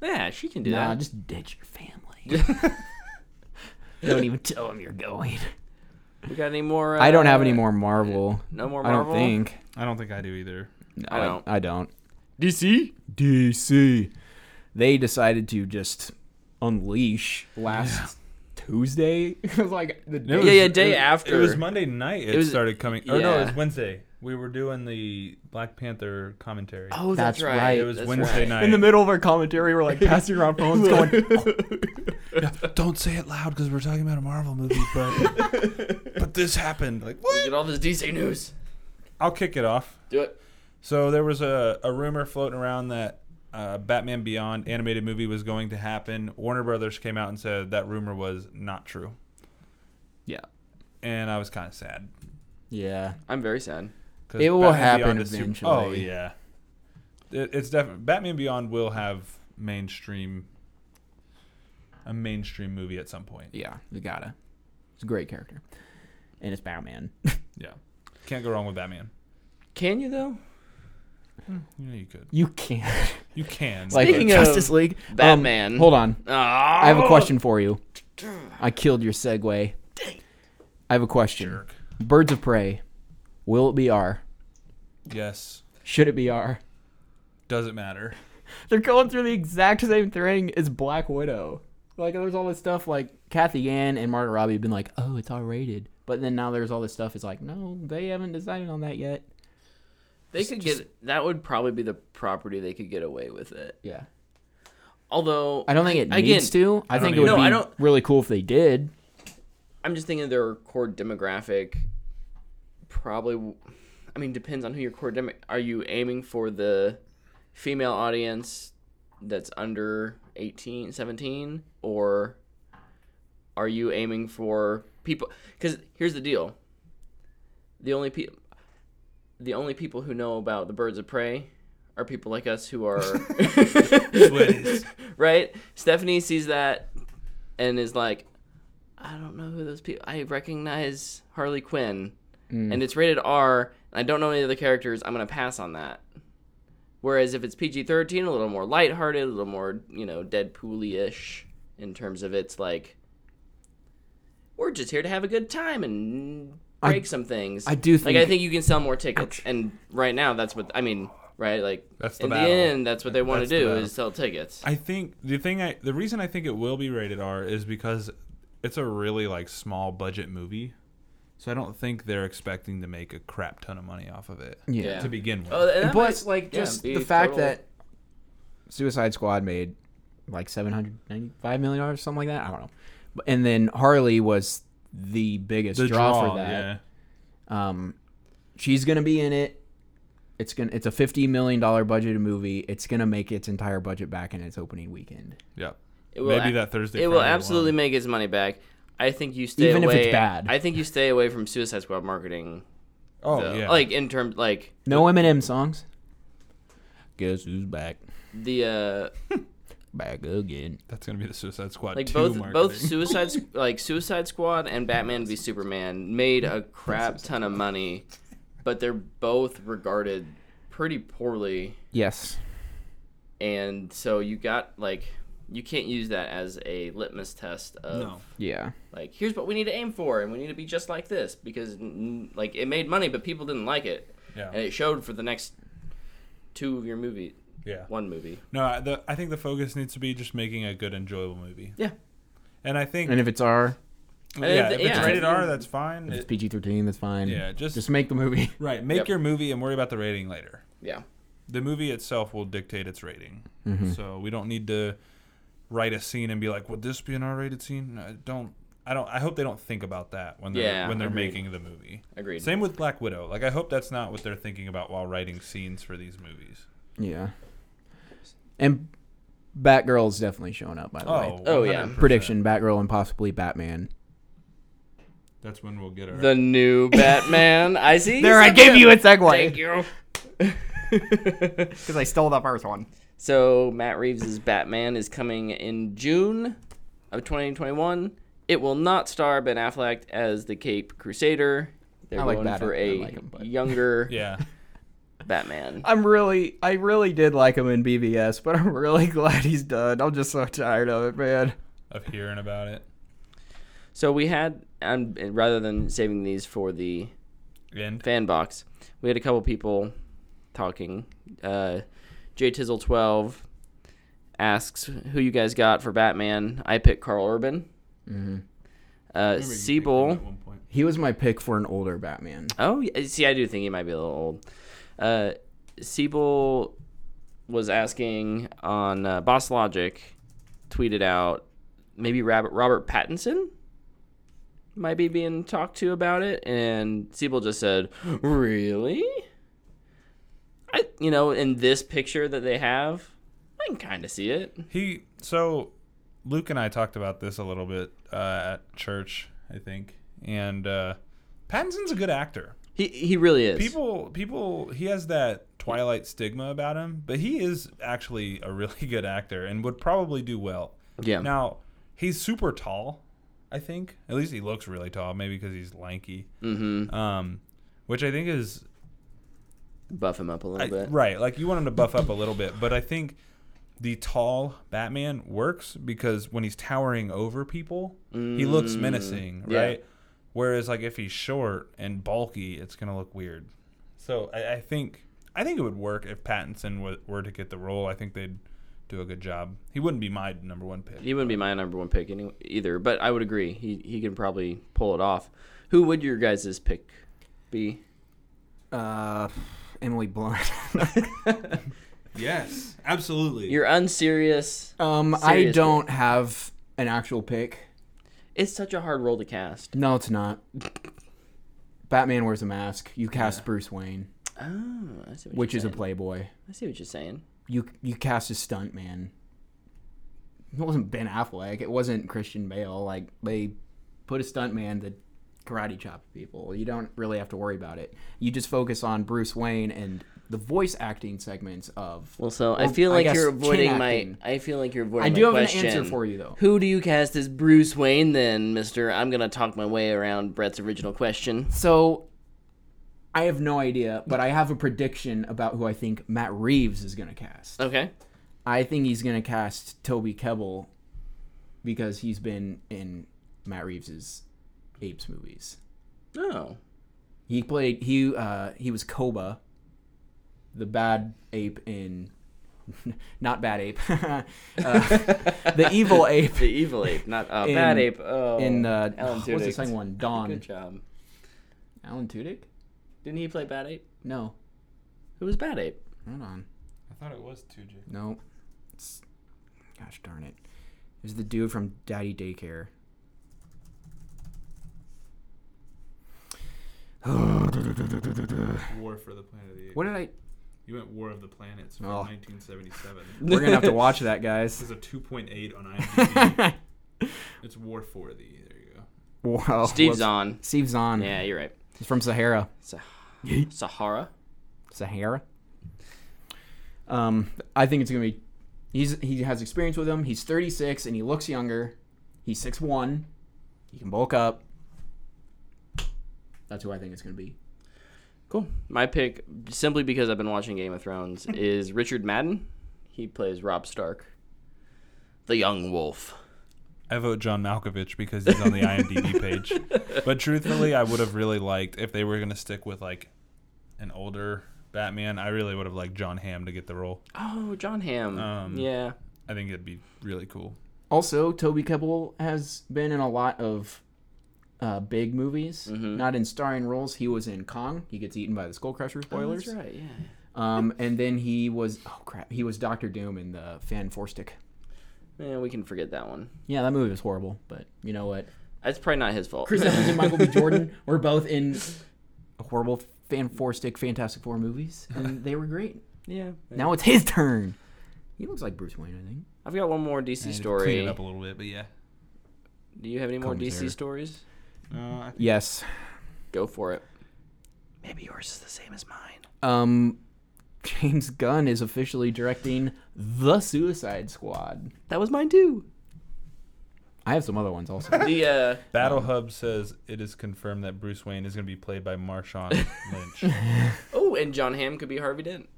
[SPEAKER 3] Yeah, she can do
[SPEAKER 1] Nah,
[SPEAKER 3] that.
[SPEAKER 1] just ditch your family. don't even tell them you're going.
[SPEAKER 3] We got any more? Uh,
[SPEAKER 1] I don't have any more Marvel.
[SPEAKER 3] No more
[SPEAKER 1] I
[SPEAKER 3] Marvel.
[SPEAKER 1] don't think.
[SPEAKER 2] I don't think I do either.
[SPEAKER 1] No,
[SPEAKER 3] I don't.
[SPEAKER 1] I don't.
[SPEAKER 3] DC.
[SPEAKER 1] DC. They decided to just unleash last Tuesday. it was like the day.
[SPEAKER 3] was- Yeah, yeah,
[SPEAKER 2] it
[SPEAKER 3] day
[SPEAKER 2] was-
[SPEAKER 3] after.
[SPEAKER 2] It was Monday night. It,
[SPEAKER 3] was-
[SPEAKER 2] started coming. Or no, it was
[SPEAKER 3] yeah.
[SPEAKER 2] Wednesday. We were doing the Black Panther commentary.
[SPEAKER 3] Oh, that's,
[SPEAKER 1] That's
[SPEAKER 3] right.
[SPEAKER 1] right.
[SPEAKER 2] it was
[SPEAKER 3] that's
[SPEAKER 2] Wednesday
[SPEAKER 3] right.
[SPEAKER 2] night.
[SPEAKER 1] In the middle of our commentary, we're like passing around phones, going,
[SPEAKER 2] don't say it loud because we're talking about a Marvel movie, but but this happened. Like
[SPEAKER 3] We get all this DC news.
[SPEAKER 2] I'll kick it off.
[SPEAKER 3] Do it.
[SPEAKER 2] So there was a, a rumor floating around that uh, Batman Beyond animated movie was going to happen. Warner Brothers came out and said that rumor was not true,
[SPEAKER 1] "Yeah,
[SPEAKER 2] and I was kind of sad.
[SPEAKER 1] yeah."
[SPEAKER 3] I'm very sad.
[SPEAKER 2] 'Cause
[SPEAKER 1] It will happen
[SPEAKER 2] Beyond is su-
[SPEAKER 1] eventually.
[SPEAKER 2] oh yeah, it, it's definitely Batman Beyond will have mainstream a mainstream movie at some point.
[SPEAKER 1] Yeah, we gotta. It's a great character, and it's Batman.
[SPEAKER 2] Yeah. Can't go wrong with Batman.
[SPEAKER 3] Can you though?
[SPEAKER 2] Yeah, you could.
[SPEAKER 1] you can't
[SPEAKER 2] You can.
[SPEAKER 1] like
[SPEAKER 3] Speaking of
[SPEAKER 1] Justice League. Um,
[SPEAKER 3] Batman.
[SPEAKER 1] hold on, I have a
[SPEAKER 3] Oh!
[SPEAKER 1] question for you. I killed your segue. I have a question.
[SPEAKER 2] Jerk.
[SPEAKER 1] Birds of Prey, will it be R?
[SPEAKER 2] Yes.
[SPEAKER 1] Should it be R?
[SPEAKER 2] Doesn't matter.
[SPEAKER 1] They're going through the exact same thing as Black Widow. Like there's all this stuff like Kathy Ann and Margot Robbie have been like, oh, it's R rated, but then now there's all this stuff. It's like, no, they haven't decided on that yet.
[SPEAKER 3] They could get that would probably be the property they could get away with it.
[SPEAKER 1] Yeah,
[SPEAKER 3] Although
[SPEAKER 1] I don't think it
[SPEAKER 3] again,
[SPEAKER 1] needs to. I,
[SPEAKER 2] don't
[SPEAKER 1] think it
[SPEAKER 2] either.
[SPEAKER 1] would
[SPEAKER 3] No,
[SPEAKER 1] be
[SPEAKER 3] I don't-
[SPEAKER 1] really cool if they did.
[SPEAKER 3] I'm just thinking their core demographic probably w- I mean depends on who your core demo are you aiming for the female audience that's under 18 17 or are you aiming for people cuz here's the deal the only people the only people who know about the birds of prey are people like us who are
[SPEAKER 2] Sweaties.
[SPEAKER 3] right Stephanie sees that and is like I don't know who those people. I recognize Harley Quinn,
[SPEAKER 1] Mm.
[SPEAKER 3] and it's rated R, and I don't know any of the characters. I'm gonna pass on that. Whereas if it's PG-13, a little more lighthearted, a little more you know Deadpool-ish in terms of it's like we're just here to have a good time and
[SPEAKER 1] I-
[SPEAKER 3] break some things.
[SPEAKER 1] I do
[SPEAKER 3] like I
[SPEAKER 1] think-
[SPEAKER 3] think you can sell more tickets, and right now that's what I mean. Right, like
[SPEAKER 2] That's the
[SPEAKER 3] in
[SPEAKER 2] battle.
[SPEAKER 3] the end, that's what they want
[SPEAKER 2] That's
[SPEAKER 3] to
[SPEAKER 2] the
[SPEAKER 3] do
[SPEAKER 2] battle.
[SPEAKER 3] is sell tickets.
[SPEAKER 2] I think the thing I the reason I think it will be rated R is because it's a really like small budget movie. So I don't think they're expecting to make a crap ton of money off of it
[SPEAKER 3] Yeah.
[SPEAKER 2] to begin with.
[SPEAKER 3] Oh, and that
[SPEAKER 1] But
[SPEAKER 3] might,
[SPEAKER 1] like
[SPEAKER 3] yeah,
[SPEAKER 1] just
[SPEAKER 3] be
[SPEAKER 1] the fact
[SPEAKER 3] total-
[SPEAKER 1] that Suicide Squad made like seven hundred ninety-five million dollars, something like that. I don't know. But- And then Harley was the biggest
[SPEAKER 2] the
[SPEAKER 1] draw,
[SPEAKER 2] draw,
[SPEAKER 1] for
[SPEAKER 2] yeah.
[SPEAKER 1] that. Um, she's gonna be in it. It's gonna. It's a fifty million dollar budgeted movie. It's gonna make its entire budget back in its opening weekend,
[SPEAKER 2] Yeah.
[SPEAKER 3] It will
[SPEAKER 2] Maybe
[SPEAKER 3] a-
[SPEAKER 2] that Thursday,
[SPEAKER 3] It will
[SPEAKER 2] Friday
[SPEAKER 3] absolutely
[SPEAKER 2] one.
[SPEAKER 3] make its money back. I think you stay
[SPEAKER 1] Even if
[SPEAKER 3] away.
[SPEAKER 1] it's bad.
[SPEAKER 3] I think you stay away from Suicide Squad marketing.
[SPEAKER 2] Oh
[SPEAKER 3] though.
[SPEAKER 2] yeah.
[SPEAKER 3] Like in terms, like
[SPEAKER 1] No Eminem songs. Guess who's back?
[SPEAKER 3] the uh,
[SPEAKER 1] Back again.
[SPEAKER 2] that's gonna be the Suicide Squad.
[SPEAKER 3] like
[SPEAKER 2] 2
[SPEAKER 3] both
[SPEAKER 2] marketing.
[SPEAKER 3] both Suicide S- like Suicide Squad and Batman v Superman made a crap ton of money, but they're both regarded pretty poorly,
[SPEAKER 1] Yes.
[SPEAKER 3] and so you got like you can't use that as a litmus test of
[SPEAKER 2] no.
[SPEAKER 1] Yeah.
[SPEAKER 3] like here's what we need to aim for and we need to be just like this because n- like it made money but people didn't like it
[SPEAKER 2] Yeah.
[SPEAKER 3] and it showed for the next two of your movie
[SPEAKER 2] Yeah.
[SPEAKER 3] one movie
[SPEAKER 2] No, I- the, I think the focus needs to be just making a good, enjoyable movie.
[SPEAKER 3] yeah
[SPEAKER 2] And I think,
[SPEAKER 1] And if it's R,
[SPEAKER 2] yeah,
[SPEAKER 3] if-
[SPEAKER 2] if,
[SPEAKER 3] yeah.
[SPEAKER 2] it's rated R, that's fine.
[SPEAKER 1] if it's
[SPEAKER 2] It-
[SPEAKER 1] PG thirteen. That's fine.
[SPEAKER 2] Yeah, just-
[SPEAKER 1] just make the movie.
[SPEAKER 2] right, make
[SPEAKER 3] Yep.
[SPEAKER 2] your movie and worry about the rating later.
[SPEAKER 3] yeah
[SPEAKER 2] The movie itself will dictate its rating,
[SPEAKER 1] Mm-hmm.
[SPEAKER 2] so we don't need to write a scene and be like, "Would this be an R-rated scene?" No, I don't. I don't. I hope they don't think about that when they're
[SPEAKER 3] Yeah,
[SPEAKER 2] when they're
[SPEAKER 3] agreed.
[SPEAKER 2] making the movie.
[SPEAKER 3] agreed
[SPEAKER 2] Same with Black Widow. Like, I hope that's not what they're thinking about while writing scenes for these movies.
[SPEAKER 1] Yeah. And Batgirl's definitely showing up, by the way.
[SPEAKER 2] Oh,
[SPEAKER 3] Oh, yeah.
[SPEAKER 2] 100%.
[SPEAKER 1] Prediction Batgirl and possibly Batman.
[SPEAKER 2] That's when we'll get our
[SPEAKER 3] the new batman i see
[SPEAKER 1] There, I gave you a segue.
[SPEAKER 3] you
[SPEAKER 1] Because I stole the first one.
[SPEAKER 3] so matt reeves' batman is coming in june of 2021 it will not star ben affleck as the cape crusader they're
[SPEAKER 1] I like
[SPEAKER 3] going
[SPEAKER 1] Bat-
[SPEAKER 3] for
[SPEAKER 1] I
[SPEAKER 3] a
[SPEAKER 1] like him, but-
[SPEAKER 3] younger
[SPEAKER 2] yeah.
[SPEAKER 3] batman
[SPEAKER 1] I'm really, I really did like him in BBS, but I'm really glad he's done. I'm just so tired of it, man.
[SPEAKER 2] of hearing about it.
[SPEAKER 3] So we had, and and rather than saving these for the
[SPEAKER 2] And
[SPEAKER 3] fan box, we had a couple people talking. Uh, J Tizzle twelve asks who you guys got for Batman. I picked Carl Urban. Uh, Siebel.
[SPEAKER 1] He was my pick for an older Batman.
[SPEAKER 3] Oh, yeah, see, I do think he might be a little old. Uh, Siebel was asking on uh, Boss Logic, tweeted out maybe Robert, Robert Pattinson might be being talked to about it, and Siebel just said, "Really?" I, you know, in this picture that they have, I can kind of see it.
[SPEAKER 2] He so Luke and I talked about this a little bit uh, at church, I think. And uh, Pattinson's a good actor.
[SPEAKER 3] He he really is.
[SPEAKER 2] People people he has that Twilight stigma about him, but he is actually a really good actor and would probably do well.
[SPEAKER 3] yeah.
[SPEAKER 2] Now, he's super tall. I think. At least he looks really tall, maybe because he's lanky.
[SPEAKER 3] Mm-hmm.
[SPEAKER 2] Um, which I think is
[SPEAKER 3] Buff him up a little
[SPEAKER 2] I-
[SPEAKER 3] bit.
[SPEAKER 2] Right. Like you want him to buff up a little bit, but I think the tall Batman works because when he's towering over people, he looks
[SPEAKER 3] Mm,
[SPEAKER 2] menacing,
[SPEAKER 3] yeah.
[SPEAKER 2] right? Whereas like if he's short and bulky, it's gonna look weird. So I, I think I think it would work if Pattinson wa- were to get the role. I think they'd do a good job. He wouldn't be my number one pick.
[SPEAKER 3] He wouldn't be my number one pick any, either, but I would agree. He he can probably pull it off. Who would your guys' pick be?
[SPEAKER 1] Uh, Emily Blunt.
[SPEAKER 2] Yes, absolutely.
[SPEAKER 3] You're unserious.
[SPEAKER 1] um, I
[SPEAKER 3] Serious
[SPEAKER 1] don't have an actual pick.
[SPEAKER 3] It's such a hard role to cast.
[SPEAKER 1] No, it's not. Batman wears a mask. You cast Bruce Wayne,
[SPEAKER 3] Oh, I see what
[SPEAKER 1] which
[SPEAKER 3] you're
[SPEAKER 1] is a
[SPEAKER 3] saying.
[SPEAKER 1] playboy.
[SPEAKER 3] I see what you're saying.
[SPEAKER 1] You you cast a stunt man. It wasn't Ben Affleck. It wasn't Christian Bale. Like they put a stunt man that karate chop people. You don't really have to worry about it. You just focus on Bruce Wayne and the voice acting segments of.
[SPEAKER 3] Well, so I
[SPEAKER 1] Well,
[SPEAKER 3] feel
[SPEAKER 1] I
[SPEAKER 3] like
[SPEAKER 1] guess
[SPEAKER 3] you're
[SPEAKER 1] chin
[SPEAKER 3] avoiding my.
[SPEAKER 1] acting.
[SPEAKER 3] I feel like you're
[SPEAKER 1] I
[SPEAKER 3] avoiding.
[SPEAKER 1] do
[SPEAKER 3] my
[SPEAKER 1] have
[SPEAKER 3] question.
[SPEAKER 1] an answer for you though.
[SPEAKER 3] Who do you cast as Bruce Wayne then, Mister? I'm gonna talk my way around Brett's original question.
[SPEAKER 1] So I have no idea, but I have a prediction about who I think Matt Reeves is going to cast.
[SPEAKER 3] Okay.
[SPEAKER 1] I think he's going to cast Toby Kebbell because he's been in Matt Reeves's Apes movies.
[SPEAKER 3] Oh.
[SPEAKER 1] He played he uh he was Koba, the bad ape in not bad ape. uh, the evil ape
[SPEAKER 3] The evil ape, not uh,
[SPEAKER 1] In-
[SPEAKER 3] bad ape. Oh.
[SPEAKER 1] in uh
[SPEAKER 3] Alan
[SPEAKER 1] what's the
[SPEAKER 3] Tudyk.
[SPEAKER 1] second one?
[SPEAKER 3] Good
[SPEAKER 1] Dawn.
[SPEAKER 3] job.
[SPEAKER 1] Alan Tudyk?
[SPEAKER 3] Didn't he play bad ape?
[SPEAKER 1] No.
[SPEAKER 3] Who was bad ape?
[SPEAKER 1] Hold on.
[SPEAKER 2] I thought it was two J.
[SPEAKER 1] No. It's, gosh darn it. It was the dude from Daddy Daycare.
[SPEAKER 2] War for the Planet of the Apes.
[SPEAKER 1] What did I?
[SPEAKER 2] You went War of the Planets
[SPEAKER 1] Oh.
[SPEAKER 2] 1977.
[SPEAKER 1] We're gonna have to watch that, guys.
[SPEAKER 2] This is a 2.8 on IMDb. it's War for the. There you go.
[SPEAKER 1] wow.
[SPEAKER 3] Steve's
[SPEAKER 1] whoops.
[SPEAKER 3] on.
[SPEAKER 1] Steve Zahn.
[SPEAKER 3] Yeah, you're right.
[SPEAKER 1] He's from Sahara.
[SPEAKER 3] Sa- Sahara.
[SPEAKER 1] Sahara. Um, I think it's gonna be. He's he has experience with him. He's 36 and he looks younger. He's 6'1". He can bulk up. That's who I think it's gonna be.
[SPEAKER 3] Cool. My pick, simply because I've been watching Game of Thrones, is Richard Madden. He plays Rob Stark, the young wolf.
[SPEAKER 2] I vote John Malkovich because he's on the IMDb page. But truthfully, I would have really liked if they were going to stick with like an older Batman. I really would have liked John Hamm to get the role.
[SPEAKER 3] Oh, John Hamm.
[SPEAKER 2] Um,
[SPEAKER 3] yeah.
[SPEAKER 2] I think it'd be really cool.
[SPEAKER 1] Also, Toby Kebbell has been in a lot of uh, big movies,
[SPEAKER 3] Mm-hmm.
[SPEAKER 1] not in starring roles. He was in Kong. He gets eaten by the Skull Crusher
[SPEAKER 3] Oh,
[SPEAKER 1] spoilers.
[SPEAKER 3] that's right. Yeah.
[SPEAKER 1] Um, and then he was oh crap, he was Doctor Doom in the Fan Forstick.
[SPEAKER 3] Man, we can forget that one.
[SPEAKER 1] Yeah, that movie was horrible, but you know what?
[SPEAKER 3] That's probably not his fault.
[SPEAKER 1] Chris Evans and Michael B. Jordan were both in horrible Fan Forstick Fantastic Four movies, and they were great.
[SPEAKER 3] yeah.
[SPEAKER 1] Now it's his turn. He looks like Bruce Wayne, I think.
[SPEAKER 3] I've got one more DC
[SPEAKER 2] Clean
[SPEAKER 3] story.
[SPEAKER 2] it up a little bit, but yeah.
[SPEAKER 3] Do you have any more
[SPEAKER 2] Comes
[SPEAKER 3] DC
[SPEAKER 2] here.
[SPEAKER 3] stories?
[SPEAKER 2] Uh, I think
[SPEAKER 1] Yes.
[SPEAKER 3] Go for it. Maybe yours is the same as mine.
[SPEAKER 1] Um, James Gunn is officially directing The Suicide Squad.
[SPEAKER 3] That was mine too.
[SPEAKER 1] I have some other ones also.
[SPEAKER 3] The uh,
[SPEAKER 2] Battle Hub says it is confirmed that Bruce Wayne is going to be played by Marshawn Lynch.
[SPEAKER 3] oh, and John Hamm could be Harvey Dent.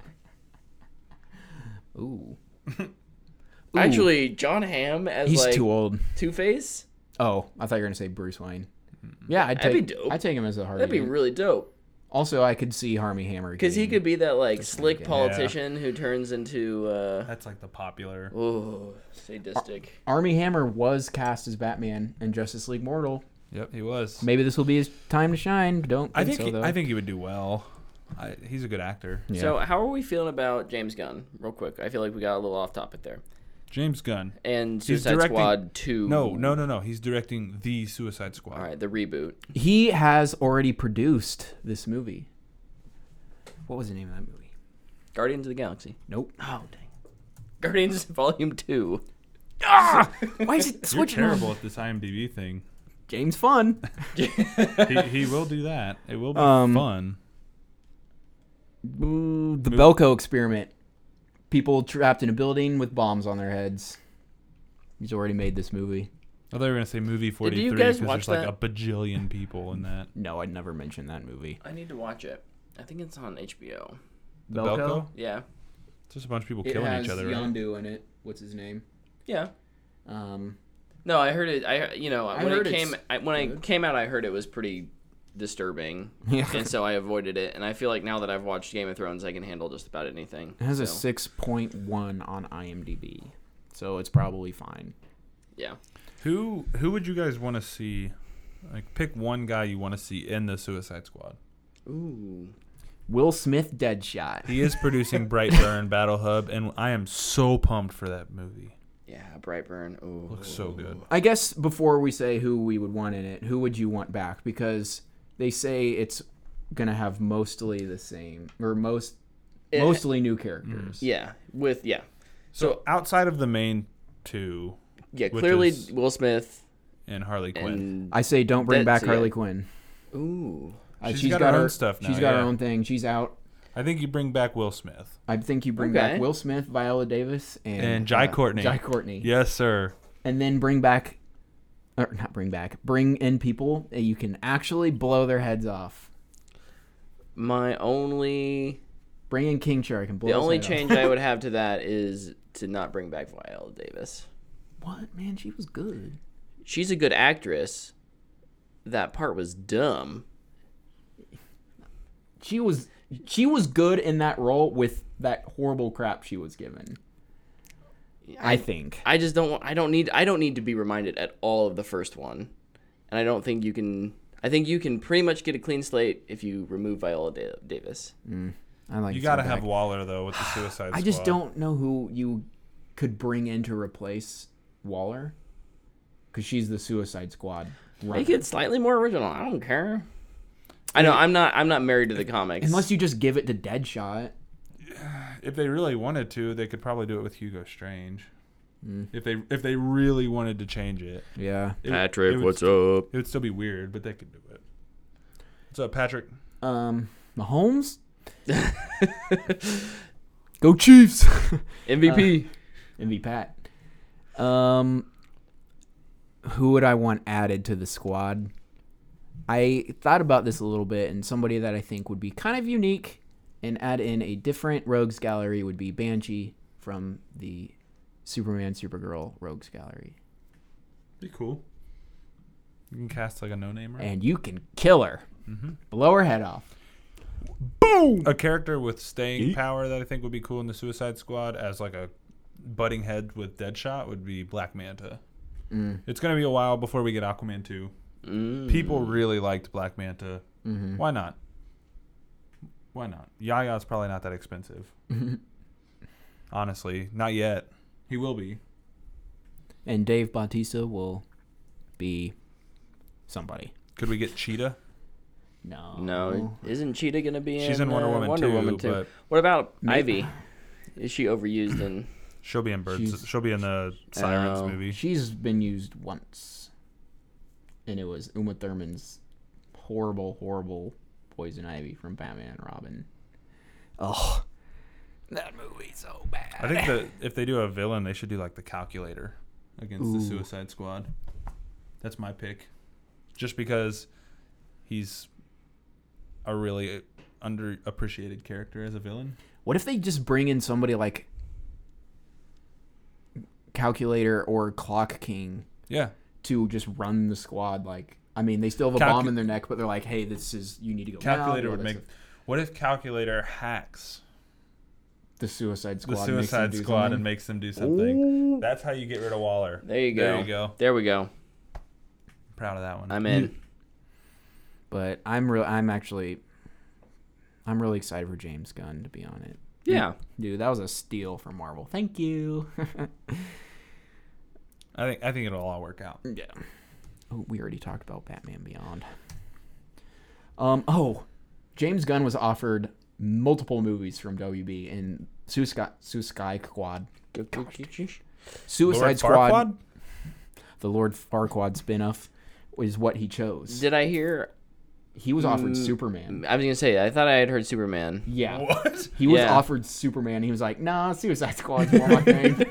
[SPEAKER 1] Ooh.
[SPEAKER 3] Actually, John Hamm as
[SPEAKER 1] He's
[SPEAKER 3] like
[SPEAKER 1] too old.
[SPEAKER 3] Two Face.
[SPEAKER 1] Oh, I thought you were gonna say Bruce Wayne. Yeah, I'd
[SPEAKER 3] Hmm. That'd
[SPEAKER 1] take.
[SPEAKER 3] be dope.
[SPEAKER 1] I'd take him as a Harvey.
[SPEAKER 3] That'd be
[SPEAKER 1] Dent.
[SPEAKER 3] really dope.
[SPEAKER 1] also, I could see Harmy Hammer
[SPEAKER 3] Because he
[SPEAKER 1] getting-
[SPEAKER 3] could be that like slick
[SPEAKER 1] Yeah.
[SPEAKER 3] politician who turns into uh
[SPEAKER 2] That's like the popular.
[SPEAKER 3] oh sadistic.
[SPEAKER 1] Army Hammer was cast as Batman in Justice League Mortal.
[SPEAKER 2] Yep, he was.
[SPEAKER 1] Maybe this will be his time to shine. Don't think,
[SPEAKER 2] I think
[SPEAKER 1] so
[SPEAKER 2] he,
[SPEAKER 1] though.
[SPEAKER 2] I think he would do well. I, he's a good actor.
[SPEAKER 1] Yeah.
[SPEAKER 3] So uh, how are we feeling about James Gunn? Real quick, I feel like we got a little off topic there.
[SPEAKER 2] James Gunn.
[SPEAKER 3] And
[SPEAKER 2] He's
[SPEAKER 3] Suicide
[SPEAKER 2] directing-
[SPEAKER 3] Squad Two.
[SPEAKER 2] No, no, no, no. He's directing the Suicide Squad.
[SPEAKER 3] All right, the reboot.
[SPEAKER 1] he has already produced this movie. What was the name of that movie?
[SPEAKER 3] Guardians of the Galaxy.
[SPEAKER 1] Nope.
[SPEAKER 3] Oh dang. Guardians Volume Two.
[SPEAKER 1] Why is it
[SPEAKER 2] You're
[SPEAKER 1] switching?
[SPEAKER 2] terrible at this IMDb thing.
[SPEAKER 1] James Fun.
[SPEAKER 2] he, he will do that. It will be
[SPEAKER 1] Um,
[SPEAKER 2] fun.
[SPEAKER 1] Ooh, the Belko experiment. People trapped in a building with bombs on their heads. He's already made this movie.
[SPEAKER 2] I thought you were gonna say movie forty three
[SPEAKER 3] guys
[SPEAKER 2] because
[SPEAKER 3] watch
[SPEAKER 2] there's like a
[SPEAKER 3] that?
[SPEAKER 2] bajillion people in that.
[SPEAKER 1] No, I'd never mention that movie.
[SPEAKER 3] I need to watch it. I think it's on HBO.
[SPEAKER 2] The Belko?
[SPEAKER 3] Yeah.
[SPEAKER 2] It's just a bunch of people killing each other. Right?
[SPEAKER 1] Yondu in it. What's his name?
[SPEAKER 3] Yeah.
[SPEAKER 1] Um,
[SPEAKER 3] No, I heard it. I you know
[SPEAKER 1] I
[SPEAKER 3] when it
[SPEAKER 1] heard
[SPEAKER 3] came
[SPEAKER 1] it's
[SPEAKER 3] I, when I
[SPEAKER 1] good.
[SPEAKER 3] came out, I heard it was pretty disturbing,
[SPEAKER 1] Yeah.
[SPEAKER 3] and so I avoided it. And I feel like now that I've watched Game of Thrones, I can handle just about anything.
[SPEAKER 1] it has a
[SPEAKER 3] So,
[SPEAKER 1] six point one on IMDb, so it's probably fine.
[SPEAKER 3] yeah.
[SPEAKER 2] Who who would you guys want to see? Like, pick one guy you want to see in the Suicide Squad.
[SPEAKER 3] Ooh.
[SPEAKER 1] Will Smith Deadshot.
[SPEAKER 2] He is producing Brightburn Battle Hub, and I am so pumped for that movie.
[SPEAKER 3] Yeah, Brightburn. Ooh.
[SPEAKER 2] Looks so good.
[SPEAKER 1] I guess before we say who we would want in it, who would you want back? Because they say it's gonna have mostly the same or most
[SPEAKER 3] It-
[SPEAKER 1] mostly new
[SPEAKER 2] Mm.
[SPEAKER 1] characters.
[SPEAKER 3] Yeah, with yeah,
[SPEAKER 2] So,
[SPEAKER 3] So-
[SPEAKER 2] outside of the main two
[SPEAKER 3] yeah.
[SPEAKER 2] Which
[SPEAKER 3] clearly,
[SPEAKER 2] is-
[SPEAKER 3] Will Smith
[SPEAKER 2] and Harley Quinn,
[SPEAKER 3] and
[SPEAKER 1] I say don't bring
[SPEAKER 3] That-
[SPEAKER 1] back
[SPEAKER 3] so, yeah.
[SPEAKER 1] Harley Quinn.
[SPEAKER 3] ooh.
[SPEAKER 1] Uh,
[SPEAKER 2] She's got her own stuff now,
[SPEAKER 1] She's got her
[SPEAKER 2] yeah.
[SPEAKER 1] own thing. She's out.
[SPEAKER 2] I think you bring back Will Smith.
[SPEAKER 1] I think you bring
[SPEAKER 3] Okay.
[SPEAKER 1] back Will Smith, Viola Davis, and, uh,
[SPEAKER 2] And Jai Courtney.
[SPEAKER 1] Jai Courtney.
[SPEAKER 2] Yes, sir.
[SPEAKER 1] and then bring back or not bring back bring in people that you can actually blow their heads off
[SPEAKER 3] My only
[SPEAKER 1] bring in king shark and blow
[SPEAKER 3] the
[SPEAKER 1] his
[SPEAKER 3] only
[SPEAKER 1] head off.
[SPEAKER 3] change I would have to that is to not bring back Viola Davis.
[SPEAKER 1] what man she was good
[SPEAKER 3] She's a good actress. That part was dumb.
[SPEAKER 1] she was she was good in that role with that horrible crap she was given i think
[SPEAKER 3] I just don't want. I don't need. I don't need to be reminded at all of the first one, and I don't think you can. I think you can pretty much get a clean slate if you remove Viola Da- Davis.
[SPEAKER 1] i like
[SPEAKER 2] You
[SPEAKER 1] to
[SPEAKER 2] gotta
[SPEAKER 1] see
[SPEAKER 2] have
[SPEAKER 1] back.
[SPEAKER 2] Waller though with the Suicide Squad.
[SPEAKER 1] i just don't know who you could bring in to replace waller because she's the suicide squad runner.
[SPEAKER 3] Make it slightly more original. I don't care. I know I'm not. I'm not married to the comics.
[SPEAKER 1] unless you just give it to deadshot
[SPEAKER 2] If they really wanted to, they could probably do it with Hugo Strange. If they if they really wanted to change it,
[SPEAKER 1] yeah
[SPEAKER 2] It- it would st-
[SPEAKER 3] up?
[SPEAKER 2] It would still be weird, but they could do it. What's up, Patrick?
[SPEAKER 1] Um, Mahomes. Go Chiefs.
[SPEAKER 3] MVP.
[SPEAKER 1] MV Pat. Um, who would I want added to the squad? I thought about this a little bit, and somebody that I think would be kind of unique and add in a different Rogues Gallery would be Banshee from the Superman Supergirl Rogues Gallery.
[SPEAKER 2] Be cool. You can cast like a no namer.
[SPEAKER 1] And you can kill her, blow her head off.
[SPEAKER 2] a character with staying power that I think would be cool in the Suicide Squad as like a butting head with Deadshot would be Black Manta. It's gonna be a while before we get Aquaman two. People really liked Black Manta. Why not? Why not? Yaya's probably not that expensive. Honestly, not yet. He will be.
[SPEAKER 1] And Dave Bautista will be somebody.
[SPEAKER 2] Could we get Cheetah?
[SPEAKER 1] No.
[SPEAKER 3] no, isn't Cheetah gonna be?
[SPEAKER 2] Uh, oh. She's
[SPEAKER 3] in,
[SPEAKER 2] in Wonder
[SPEAKER 3] uh,
[SPEAKER 2] Woman
[SPEAKER 3] Wonder
[SPEAKER 2] too,
[SPEAKER 3] Woman too.
[SPEAKER 2] but-
[SPEAKER 3] What about Ivy? Is she overused and?
[SPEAKER 2] She'll be in Birds.
[SPEAKER 1] She's-
[SPEAKER 2] She'll be in the Sirens
[SPEAKER 3] Oh.
[SPEAKER 2] movie.
[SPEAKER 1] She's been used once, and it was Uma Thurman's horrible, horrible poison ivy from Batman and Robin. Oh, that movie's so bad.
[SPEAKER 2] I think that if they do a villain, they should do like the calculator against the Suicide Squad. That's my pick, just because he's a really underappreciated character as a villain.
[SPEAKER 1] What if they just bring in somebody like Calculator or Clock King
[SPEAKER 2] Yeah,
[SPEAKER 1] to just run the squad? Like, I mean, they still have a
[SPEAKER 2] Calcu-
[SPEAKER 1] bomb in their neck, but they're like, "Hey, this is you need to go." now,
[SPEAKER 2] calculator
[SPEAKER 1] all
[SPEAKER 2] would
[SPEAKER 1] that
[SPEAKER 2] make.
[SPEAKER 1] stuff.
[SPEAKER 2] What if calculator hacks
[SPEAKER 1] the Suicide Squad.
[SPEAKER 2] the
[SPEAKER 1] makes them
[SPEAKER 2] Suicide
[SPEAKER 1] do
[SPEAKER 2] Squad
[SPEAKER 1] something?
[SPEAKER 2] and makes them do something? That's how you get rid of Waller.
[SPEAKER 3] There you go.
[SPEAKER 2] There you go.
[SPEAKER 3] There we go.
[SPEAKER 2] Proud of that one.
[SPEAKER 3] I'm in.
[SPEAKER 1] but I'm real. I'm actually, I'm really excited for James Gunn to be on it.
[SPEAKER 3] Yeah.
[SPEAKER 1] Dude, that was a steal for Marvel. Thank you.
[SPEAKER 2] I think I think it'll all work out.
[SPEAKER 1] yeah. Oh, we already talked about Batman Beyond. Um. Oh, James Gunn was offered multiple movies from WB and Suicide Suicide Squad, Suicide
[SPEAKER 2] Lord
[SPEAKER 1] Squad,
[SPEAKER 2] Farquaad?
[SPEAKER 1] the Lord Farquaad spinoff, is what he chose.
[SPEAKER 3] Did I hear?
[SPEAKER 1] He was offered
[SPEAKER 3] Mm,
[SPEAKER 1] Superman.
[SPEAKER 3] I was gonna say. I thought I had heard Superman.
[SPEAKER 1] Yeah.
[SPEAKER 2] What?
[SPEAKER 1] He was
[SPEAKER 3] Yeah.
[SPEAKER 1] offered Superman. He was like, "Nah, Suicide Squad's more my thing."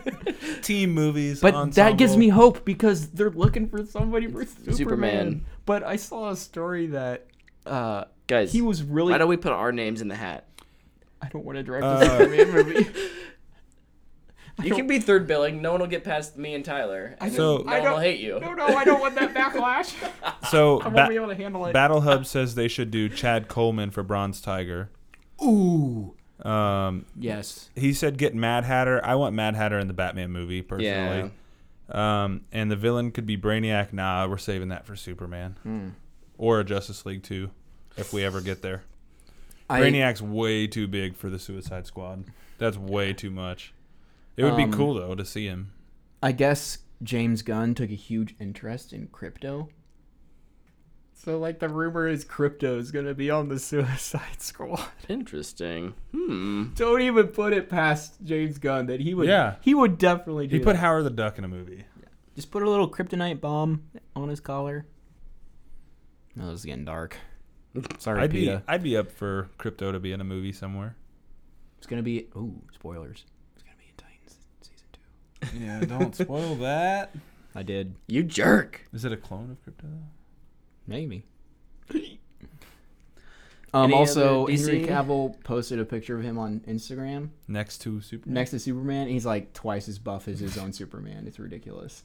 [SPEAKER 2] team movies.
[SPEAKER 1] But that gives
[SPEAKER 2] ensemble.
[SPEAKER 1] me hope because they're looking for somebody for Superman.
[SPEAKER 3] Superman.
[SPEAKER 1] But I saw a story that uh,
[SPEAKER 3] Guys,
[SPEAKER 1] he was really.
[SPEAKER 3] why don't we put our names in the hat?
[SPEAKER 1] I don't want to direct
[SPEAKER 2] Uh,
[SPEAKER 1] a Superman movie.
[SPEAKER 3] You can be third billing. No one will get past me and Tyler. And
[SPEAKER 2] So-
[SPEAKER 3] no
[SPEAKER 2] I
[SPEAKER 3] one will
[SPEAKER 1] don't-
[SPEAKER 3] hate you.
[SPEAKER 1] No, no, I don't want that backlash.
[SPEAKER 2] So
[SPEAKER 1] I won't
[SPEAKER 2] Ba-
[SPEAKER 1] be able to handle it.
[SPEAKER 2] Battle Hub says they should do Chad Coleman for Bronze Tiger.
[SPEAKER 1] Ooh.
[SPEAKER 2] Um,
[SPEAKER 1] Yes.
[SPEAKER 2] he said get Mad Hatter. I want Mad Hatter in the Batman movie personally. Um, and the villain could be Brainiac. Nah, we're saving that for Superman or a Justice League two, if we ever get there. Brainiac's way too big for the Suicide Squad. That's way too much. It would
[SPEAKER 1] Um,
[SPEAKER 2] be cool though to see him.
[SPEAKER 1] I guess James Gunn took a huge interest in crypto. So like the rumor is crypto is gonna be on the Suicide Squad.
[SPEAKER 3] Interesting. Hmm.
[SPEAKER 1] Don't even put it past James Gunn that he would.
[SPEAKER 2] Yeah.
[SPEAKER 1] He would definitely do.
[SPEAKER 2] He put
[SPEAKER 1] that.
[SPEAKER 2] Howard the Duck in a movie.
[SPEAKER 1] just put a little kryptonite bomb on his collar. No, this is getting dark. Sorry,
[SPEAKER 2] I'd be
[SPEAKER 1] Peta.
[SPEAKER 2] I'd be up for crypto to be in a movie somewhere.
[SPEAKER 1] It's gonna be. Ooh, spoilers. It's gonna be in Titans season two.
[SPEAKER 2] Yeah, don't spoil that.
[SPEAKER 1] I did.
[SPEAKER 3] You jerk.
[SPEAKER 2] Is it a clone of crypto?
[SPEAKER 1] Maybe. Um,
[SPEAKER 3] Any
[SPEAKER 1] also,
[SPEAKER 3] other DC?
[SPEAKER 1] Henry Cavill Mm. posted a picture of him on Instagram
[SPEAKER 2] Next to Superman.
[SPEAKER 1] next to Superman. He's like twice as buff as his own Superman. It's ridiculous.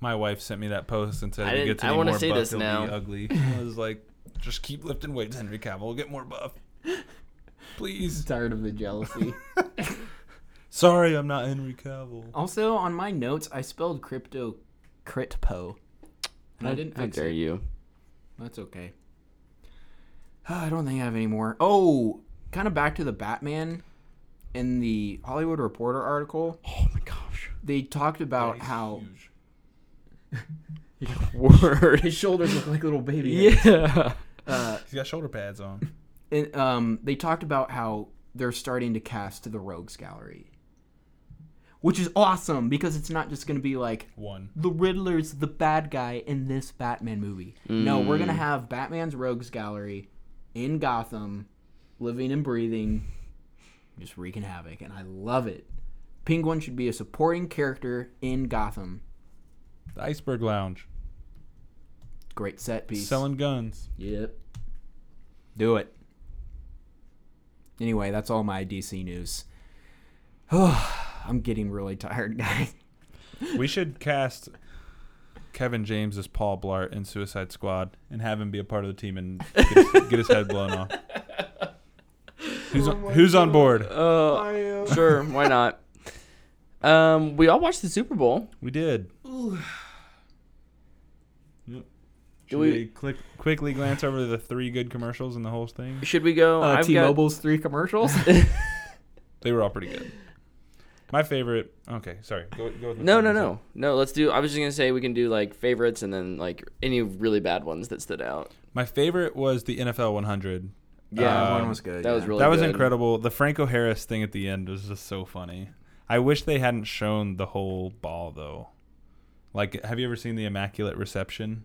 [SPEAKER 2] My wife sent me that post and said,
[SPEAKER 3] I
[SPEAKER 2] "If he
[SPEAKER 3] didn't-
[SPEAKER 2] gets
[SPEAKER 3] I
[SPEAKER 2] any
[SPEAKER 3] wanna
[SPEAKER 2] more
[SPEAKER 3] see
[SPEAKER 2] buff,
[SPEAKER 3] this
[SPEAKER 2] he'll
[SPEAKER 3] now."
[SPEAKER 2] be ugly." I was like, "Just keep lifting weights, Henry Cavill. Get more buff, please."
[SPEAKER 1] Tired of the jealousy.
[SPEAKER 2] Sorry, I'm not Henry Cavill.
[SPEAKER 1] also, on my notes, I spelled crypto critpo. And I didn't
[SPEAKER 3] How
[SPEAKER 1] fix
[SPEAKER 3] dare
[SPEAKER 1] it.
[SPEAKER 3] you?
[SPEAKER 1] That's okay. I don't think I have any more. Oh, kind of back to the Batman in the Hollywood Reporter article.
[SPEAKER 3] Oh my gosh.
[SPEAKER 1] They talked about how
[SPEAKER 2] Huge.
[SPEAKER 1] his
[SPEAKER 3] Word.
[SPEAKER 1] shoulders look like little baby. heads.
[SPEAKER 3] yeah.
[SPEAKER 1] Uh,
[SPEAKER 2] He's got shoulder pads on.
[SPEAKER 1] and, um, they talked about how they're starting to cast to the Rogues Gallery, which is awesome because it's not just going to be like
[SPEAKER 2] One.
[SPEAKER 1] the Riddler's the bad guy in this Batman movie. No, we're going to have Batman's Rogues Gallery in Gotham, living and breathing, just wreaking havoc, and I love it. Penguin should be a supporting character in Gotham.
[SPEAKER 2] The Iceberg Lounge.
[SPEAKER 1] Great set piece.
[SPEAKER 2] Selling guns.
[SPEAKER 1] Yep. Do it. Anyway, that's all my DC news. I'm getting really tired, guys.
[SPEAKER 2] we should cast Kevin James as Paul Blart in Suicide Squad and have him be a part of the team and get his, get his head blown off.
[SPEAKER 3] Oh
[SPEAKER 2] Who's on, who's on board?
[SPEAKER 3] Uh, sure. Why not? Um, we all watched the Super Bowl.
[SPEAKER 2] We did. Yep. Should
[SPEAKER 3] we-
[SPEAKER 2] we, click, quickly glance over the three good commercials in the whole thing?
[SPEAKER 3] Should we
[SPEAKER 1] Oh, Uh,
[SPEAKER 3] go? I've got-
[SPEAKER 1] three commercials.
[SPEAKER 2] They were all pretty good. My favorite. Okay, sorry. Go, go with my
[SPEAKER 3] No, no,
[SPEAKER 2] favorite.
[SPEAKER 3] no, no. Let's do. I was just gonna say we can do like favorites and then like any really bad ones that stood out.
[SPEAKER 2] My favorite was the NFL 100.
[SPEAKER 3] Yeah,
[SPEAKER 2] Um,
[SPEAKER 1] one was good.
[SPEAKER 3] that was
[SPEAKER 1] yeah.
[SPEAKER 3] really
[SPEAKER 2] that was
[SPEAKER 3] good.
[SPEAKER 2] incredible. The Franco Harris thing at the end was just so funny. I wish they hadn't shown the whole ball though. Like, have you ever seen the Immaculate Reception?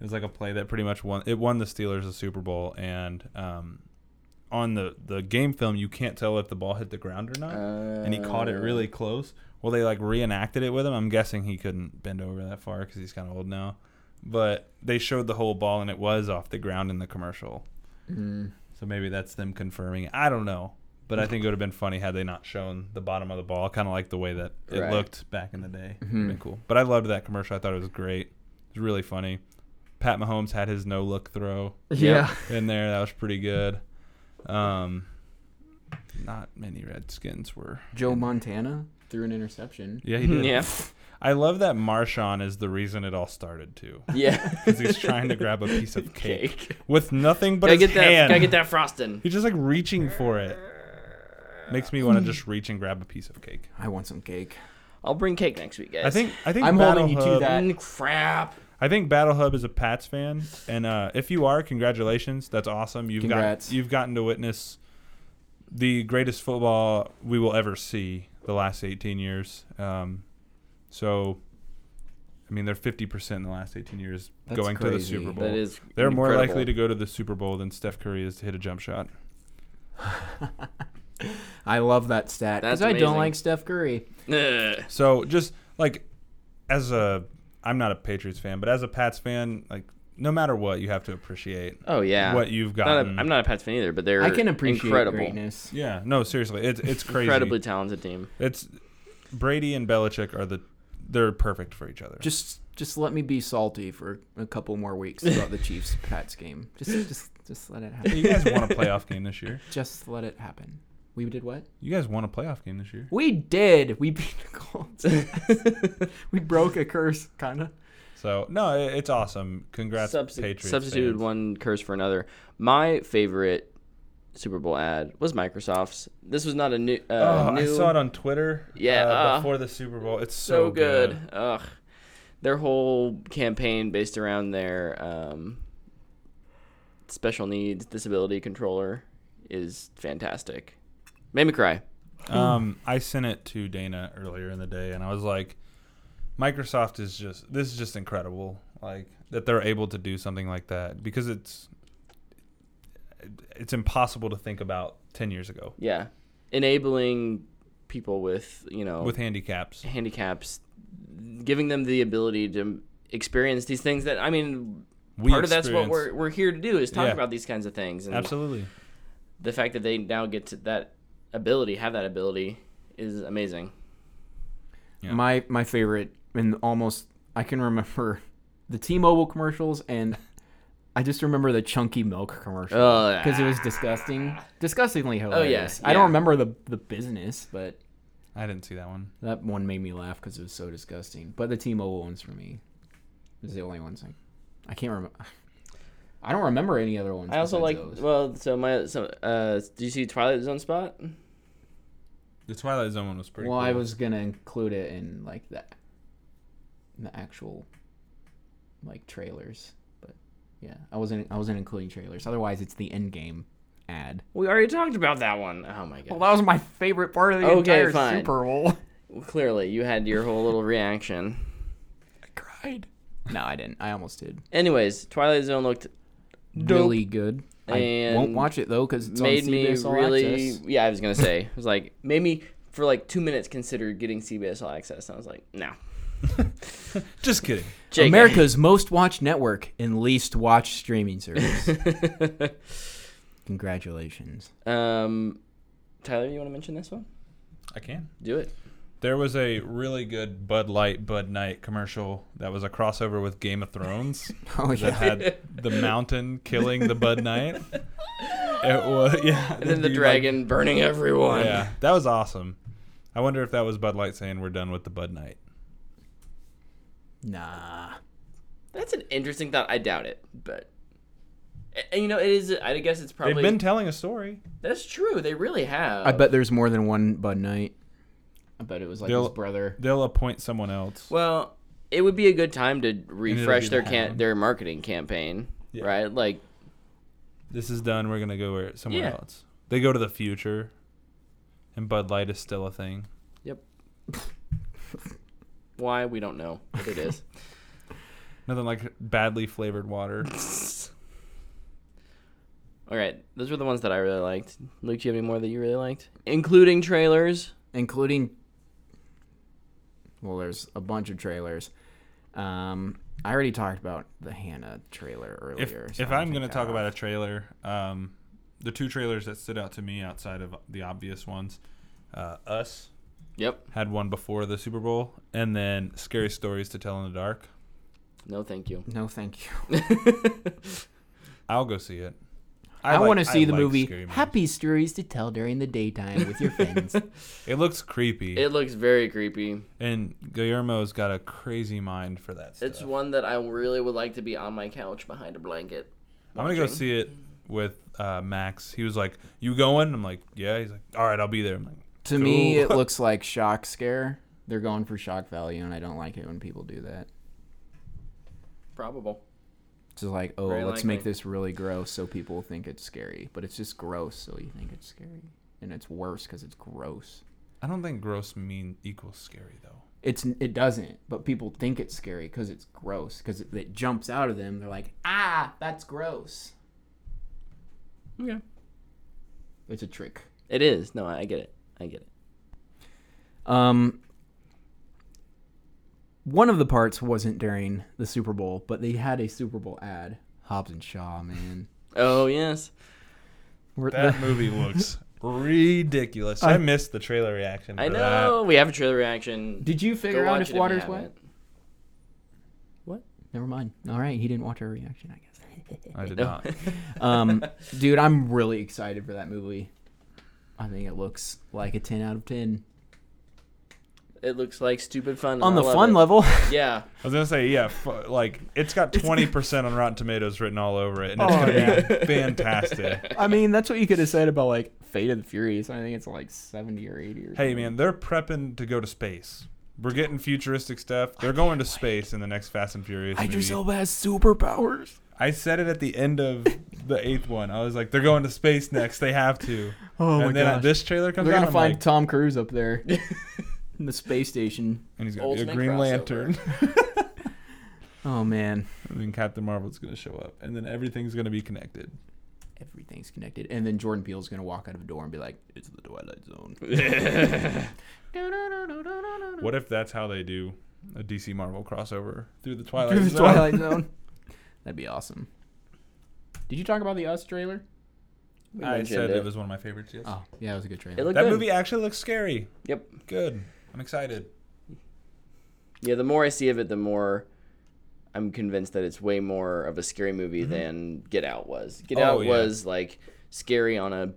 [SPEAKER 2] It was like a play that pretty much won. It won the Steelers the Super Bowl, and um, on the the game film, you can't tell if the ball hit the ground or not. and he caught it really
[SPEAKER 3] Uh.
[SPEAKER 2] close. Well, they like reenacted it with him. I'm guessing he couldn't bend over that far because he's kind of old now. But they showed the whole ball, and it was off the ground in the commercial.
[SPEAKER 1] Mm.
[SPEAKER 2] So maybe that's them confirming. it. I don't know, but I think it would have been funny had they not shown the bottom of the ball, kind of like the way that it
[SPEAKER 3] Right. Mm-hmm.
[SPEAKER 2] looked back in the day. It'd Been cool. But I loved that commercial. I thought it was great. It was really funny. Pat Mahomes had his no look throw
[SPEAKER 1] Yeah.
[SPEAKER 2] in there. That was pretty good. Um, not many Redskins were.
[SPEAKER 1] Joe Montana threw an interception.
[SPEAKER 2] Yeah, he did.
[SPEAKER 3] Yeah.
[SPEAKER 2] I love that Marshawn is the reason it all started too,
[SPEAKER 3] Yeah.
[SPEAKER 2] because he's trying to grab a piece of cake,
[SPEAKER 3] Cake.
[SPEAKER 2] with nothing but
[SPEAKER 3] Gotta
[SPEAKER 2] his
[SPEAKER 3] get that.
[SPEAKER 2] hand.
[SPEAKER 3] Gotta get that frosting.
[SPEAKER 2] He's just like reaching for it. Makes me want to just reach and grab a piece of cake.
[SPEAKER 1] I want some cake.
[SPEAKER 3] I'll bring cake next week, guys.
[SPEAKER 2] I think I think
[SPEAKER 1] I'm
[SPEAKER 2] Battle
[SPEAKER 1] holding you to
[SPEAKER 2] Hub-
[SPEAKER 1] that.
[SPEAKER 3] Mm, crap.
[SPEAKER 2] I think Battle Hub is a Pats fan, and uh, if you are, congratulations. That's awesome. You've
[SPEAKER 1] Congrats.
[SPEAKER 2] got you've gotten to witness the greatest football we will ever see the last 18 years. Um, so, I mean, they're 50 percent in the last 18 years
[SPEAKER 1] That's
[SPEAKER 2] going to the
[SPEAKER 1] crazy.
[SPEAKER 2] Super Bowl.
[SPEAKER 3] That is.
[SPEAKER 2] they're more
[SPEAKER 3] incredible.
[SPEAKER 2] likely to go to the Super Bowl than Steph Curry is to hit a jump shot.
[SPEAKER 1] I love that stat because
[SPEAKER 3] That's
[SPEAKER 1] I don't
[SPEAKER 3] amazing.
[SPEAKER 1] like Steph Curry.
[SPEAKER 3] Ugh.
[SPEAKER 2] So just like as a, I'm not a Patriots fan, but as a Pats fan, like no matter what, you have to appreciate.
[SPEAKER 3] Oh yeah.
[SPEAKER 2] What you've
[SPEAKER 3] Not a-
[SPEAKER 2] gotten.
[SPEAKER 3] I'm not a Pats fan either, but they're
[SPEAKER 1] I can appreciate
[SPEAKER 3] incredible,
[SPEAKER 1] greatness.
[SPEAKER 2] Yeah, no, seriously, it's it's crazy.
[SPEAKER 3] incredibly talented team.
[SPEAKER 2] It's Brady and Belichick are the they're perfect for each other.
[SPEAKER 1] Just just let me be salty for a couple more weeks about the Chiefs Pats game. Just just just let it happen.
[SPEAKER 2] you guys won a playoff game this year.
[SPEAKER 1] Just let it happen. We did what?
[SPEAKER 2] You guys won a playoff game this year.
[SPEAKER 1] We did. We beat the Colts. we broke a curse, kind of.
[SPEAKER 2] So no, it, it's awesome. Congrats,
[SPEAKER 3] Substi-
[SPEAKER 2] Patriots.
[SPEAKER 3] substituted
[SPEAKER 2] fans.
[SPEAKER 3] one curse for another. My favorite Super Bowl ad was Microsoft's. This was not a new. Uh,
[SPEAKER 2] Oh,
[SPEAKER 3] new
[SPEAKER 2] I saw it on Twitter.
[SPEAKER 3] Yeah,
[SPEAKER 2] uh,
[SPEAKER 3] uh,
[SPEAKER 2] before the Super Bowl, it's so,
[SPEAKER 3] so good. Ugh, their whole campaign based around their um, special needs disability controller is fantastic. Made me cry.
[SPEAKER 2] Um, I sent it to Dana earlier in the day, and I was like, Microsoft is just this is just incredible. Like that they're able to do something like that because it's it's impossible to think about ten years ago
[SPEAKER 3] Yeah, enabling people with you know
[SPEAKER 2] with handicaps.
[SPEAKER 3] handicaps, giving them the ability to experience these things that I mean,
[SPEAKER 2] We
[SPEAKER 3] part of that's what
[SPEAKER 2] experience-
[SPEAKER 3] we're we're here to do is talk
[SPEAKER 2] Yeah.
[SPEAKER 3] about these kinds of things. And
[SPEAKER 2] Absolutely.
[SPEAKER 3] the fact that they now get to that ability, have that ability, is amazing.
[SPEAKER 2] Yeah.
[SPEAKER 1] My my favorite and almost I can remember the T-Mobile commercials and I just remember the chunky milk commercial
[SPEAKER 3] Oh, yeah.
[SPEAKER 1] because it was disgusting, disgustingly hilarious.
[SPEAKER 3] yes,
[SPEAKER 1] I
[SPEAKER 3] yeah.
[SPEAKER 1] don't remember the the business, but
[SPEAKER 2] I didn't see that one.
[SPEAKER 1] that one made me laugh because it was so disgusting. But the T-Mobile ones for me is the only ones I I can't remember. I don't remember any other ones.
[SPEAKER 3] I also like
[SPEAKER 1] besides those.
[SPEAKER 3] well, so my so uh, do you see Twilight Zone spot?
[SPEAKER 2] The Twilight Zone one was pretty.
[SPEAKER 1] well,
[SPEAKER 2] cool.
[SPEAKER 1] I was gonna include it in like the the actual like trailers, but yeah, I wasn't I wasn't including trailers. Otherwise, it's the end game ad.
[SPEAKER 3] We already talked about that one. Oh my
[SPEAKER 1] that
[SPEAKER 3] god!
[SPEAKER 1] was my favorite part of the
[SPEAKER 3] Okay, entire fine. Super
[SPEAKER 1] Bowl.
[SPEAKER 3] Clearly, you had your whole little reaction.
[SPEAKER 1] I cried. No, I didn't. I almost did.
[SPEAKER 3] Anyways, Twilight Zone looked
[SPEAKER 1] Really good. I won't
[SPEAKER 3] And
[SPEAKER 1] watch it though because it's
[SPEAKER 3] made
[SPEAKER 1] on
[SPEAKER 3] me
[SPEAKER 1] CBS All
[SPEAKER 3] really
[SPEAKER 1] Access.
[SPEAKER 3] yeah i was gonna say it was like made me for like two minutes consider getting cbs all access and i was like no
[SPEAKER 2] just kidding.
[SPEAKER 3] Jake.
[SPEAKER 1] America's most watched network and least watched streaming service. Congratulations.
[SPEAKER 3] um tyler you want to mention this one
[SPEAKER 2] I can.
[SPEAKER 3] do it
[SPEAKER 2] There was a really good Bud Light Bud Night commercial that was a crossover with Game of Thrones.
[SPEAKER 1] Oh yeah.
[SPEAKER 2] that had the mountain killing the Bud Knight. It was yeah.
[SPEAKER 3] and then the
[SPEAKER 2] you, like-
[SPEAKER 3] dragon burning everyone
[SPEAKER 2] yeah, that was awesome. I wonder if that was Bud Light saying we're done with the Bud Knight.
[SPEAKER 1] Nah.
[SPEAKER 3] that's an interesting thought i doubt it but and you know it is i guess it's probably
[SPEAKER 2] They've been telling a story.
[SPEAKER 3] that's true they really have
[SPEAKER 1] I bet there's more than one Bud Knight. I bet it was like
[SPEAKER 2] They'll-
[SPEAKER 1] his brother.
[SPEAKER 2] They'll appoint someone else.
[SPEAKER 3] Well, it would be a good time to refresh
[SPEAKER 2] be
[SPEAKER 3] their
[SPEAKER 2] the
[SPEAKER 3] can-
[SPEAKER 2] town.
[SPEAKER 3] their marketing campaign,
[SPEAKER 2] Yeah.
[SPEAKER 3] right? Like,
[SPEAKER 2] This is done. We're gonna go where somewhere
[SPEAKER 3] Yeah.
[SPEAKER 2] else. They go to the future, and Bud Light is still a thing.
[SPEAKER 3] yep. Why we don't know, but it is.
[SPEAKER 2] Nothing like badly flavored water.
[SPEAKER 3] All right, those were the ones that I really liked. Luke, do you have any more that you really liked, including trailers?
[SPEAKER 1] including well there's a bunch of trailers um i already talked about the hannah trailer
[SPEAKER 2] if,
[SPEAKER 1] earlier
[SPEAKER 2] if I'm going to talk about a trailer, um, the two trailers that stood out to me outside of the obvious ones, uh, Us
[SPEAKER 3] Yep.
[SPEAKER 2] had one before the Super Bowl, and then Scary Stories to Tell in the Dark.
[SPEAKER 3] No, thank you.
[SPEAKER 1] no thank you
[SPEAKER 2] I'll go see it.
[SPEAKER 1] i,
[SPEAKER 2] like-
[SPEAKER 1] want to see the
[SPEAKER 2] like
[SPEAKER 1] movie
[SPEAKER 2] scary movies.
[SPEAKER 1] happy stories to tell during the daytime with your friends
[SPEAKER 2] It looks creepy,
[SPEAKER 3] It looks very creepy.
[SPEAKER 2] and Guillermo's got a crazy mind for that stuff.
[SPEAKER 3] It's one that I really would like to be on my couch behind a blanket.
[SPEAKER 2] I'm gonna go see it with uh, Max. He was like, "You going?" I'm like, "Yeah." He's like, "All right, I'll be there." I'm like,
[SPEAKER 1] to me
[SPEAKER 2] Cool.
[SPEAKER 1] it looks like shock scare they're going for shock value and i don't like it when people do that
[SPEAKER 3] Probable.
[SPEAKER 1] it's just like oh
[SPEAKER 3] Very
[SPEAKER 1] let's make
[SPEAKER 3] likely.
[SPEAKER 1] this really gross so people think it's scary but it's just gross so you think it's scary and it's worse because it's gross
[SPEAKER 2] "I don't think gross mean equals scary though."
[SPEAKER 1] it's it doesn't but people think it's scary because it's gross because it, it jumps out of them they're like ah that's gross
[SPEAKER 3] Yeah.
[SPEAKER 1] it's a trick
[SPEAKER 3] It is. No, I I get it. I get it.
[SPEAKER 1] Um, one of the parts wasn't during the Super Bowl, but they had a Super Bowl ad. Hobbs and Shaw, man.
[SPEAKER 3] Oh yes.
[SPEAKER 1] We're-
[SPEAKER 2] That movie looks ridiculous. I, missed the trailer reaction.
[SPEAKER 3] I
[SPEAKER 2] for that.
[SPEAKER 3] know. We have a trailer reaction.
[SPEAKER 1] Did you
[SPEAKER 3] Go
[SPEAKER 1] figure out
[SPEAKER 3] watch
[SPEAKER 1] if
[SPEAKER 3] it we
[SPEAKER 1] water's wet?
[SPEAKER 3] haven't.
[SPEAKER 1] Never mind. All right, he didn't watch our reaction, I guess.
[SPEAKER 2] I did
[SPEAKER 3] No.
[SPEAKER 2] not.
[SPEAKER 1] Um, dude, I'm really excited for that movie. I think it looks like a 10 out of 10
[SPEAKER 3] It looks like stupid fun. and
[SPEAKER 1] on
[SPEAKER 3] I
[SPEAKER 1] the
[SPEAKER 3] love
[SPEAKER 1] fun
[SPEAKER 3] it.
[SPEAKER 1] level.
[SPEAKER 3] Yeah.
[SPEAKER 2] I was gonna say, yeah, f- like it's got twenty percent on Rotten Tomatoes written all over it, and it's
[SPEAKER 1] Oh,
[SPEAKER 2] gonna
[SPEAKER 1] yeah.
[SPEAKER 2] be fantastic.
[SPEAKER 1] I mean, that's what you could have said about like Fate of the Furious. I think it's like 70 or 80 or
[SPEAKER 2] hey, man, they're prepping to go to space. We're getting futuristic stuff. They're going to space in the next Fast and Furious movie.
[SPEAKER 1] Idris Elba has superpowers.
[SPEAKER 2] I said it at the end of the eighth one. I was like, they're going to space next. They have to.
[SPEAKER 1] Oh my
[SPEAKER 2] and then uh,
[SPEAKER 1] gosh.
[SPEAKER 2] this trailer comes
[SPEAKER 1] They're
[SPEAKER 2] out.
[SPEAKER 1] gonna
[SPEAKER 2] I'm
[SPEAKER 1] find
[SPEAKER 2] like,
[SPEAKER 1] Tom Cruise up there in the space station.
[SPEAKER 2] and he's gonna be a
[SPEAKER 3] Ultimate
[SPEAKER 2] Green
[SPEAKER 3] crossover.
[SPEAKER 2] Lantern.
[SPEAKER 1] Oh man,
[SPEAKER 2] and then Captain Marvel's gonna show up, and then everything's gonna be connected.
[SPEAKER 1] everything's connected. And then Jordan Peele's gonna walk out of a door and be like, "It's the Twilight Zone."
[SPEAKER 2] What if that's how they do a DC Marvel crossover through the Twilight
[SPEAKER 1] Through the
[SPEAKER 2] Zone?
[SPEAKER 1] Twilight Zone. Oh, That'd be awesome. Did you talk about the Us trailer?
[SPEAKER 3] We
[SPEAKER 2] I
[SPEAKER 3] mentioned
[SPEAKER 2] said
[SPEAKER 3] it.
[SPEAKER 2] it was one of my favorites. Yes.
[SPEAKER 1] Oh yeah, it was a good trailer.
[SPEAKER 3] It looked
[SPEAKER 2] that
[SPEAKER 3] good.
[SPEAKER 2] movie actually looks scary.
[SPEAKER 3] Yep.
[SPEAKER 2] Good. I'm excited.
[SPEAKER 3] Yeah. The more I see of it, the more I'm convinced that it's way more of a scary movie than Get Out was. Get
[SPEAKER 2] Mm-hmm. Oh,
[SPEAKER 3] Out
[SPEAKER 2] yeah.
[SPEAKER 3] was like scary on a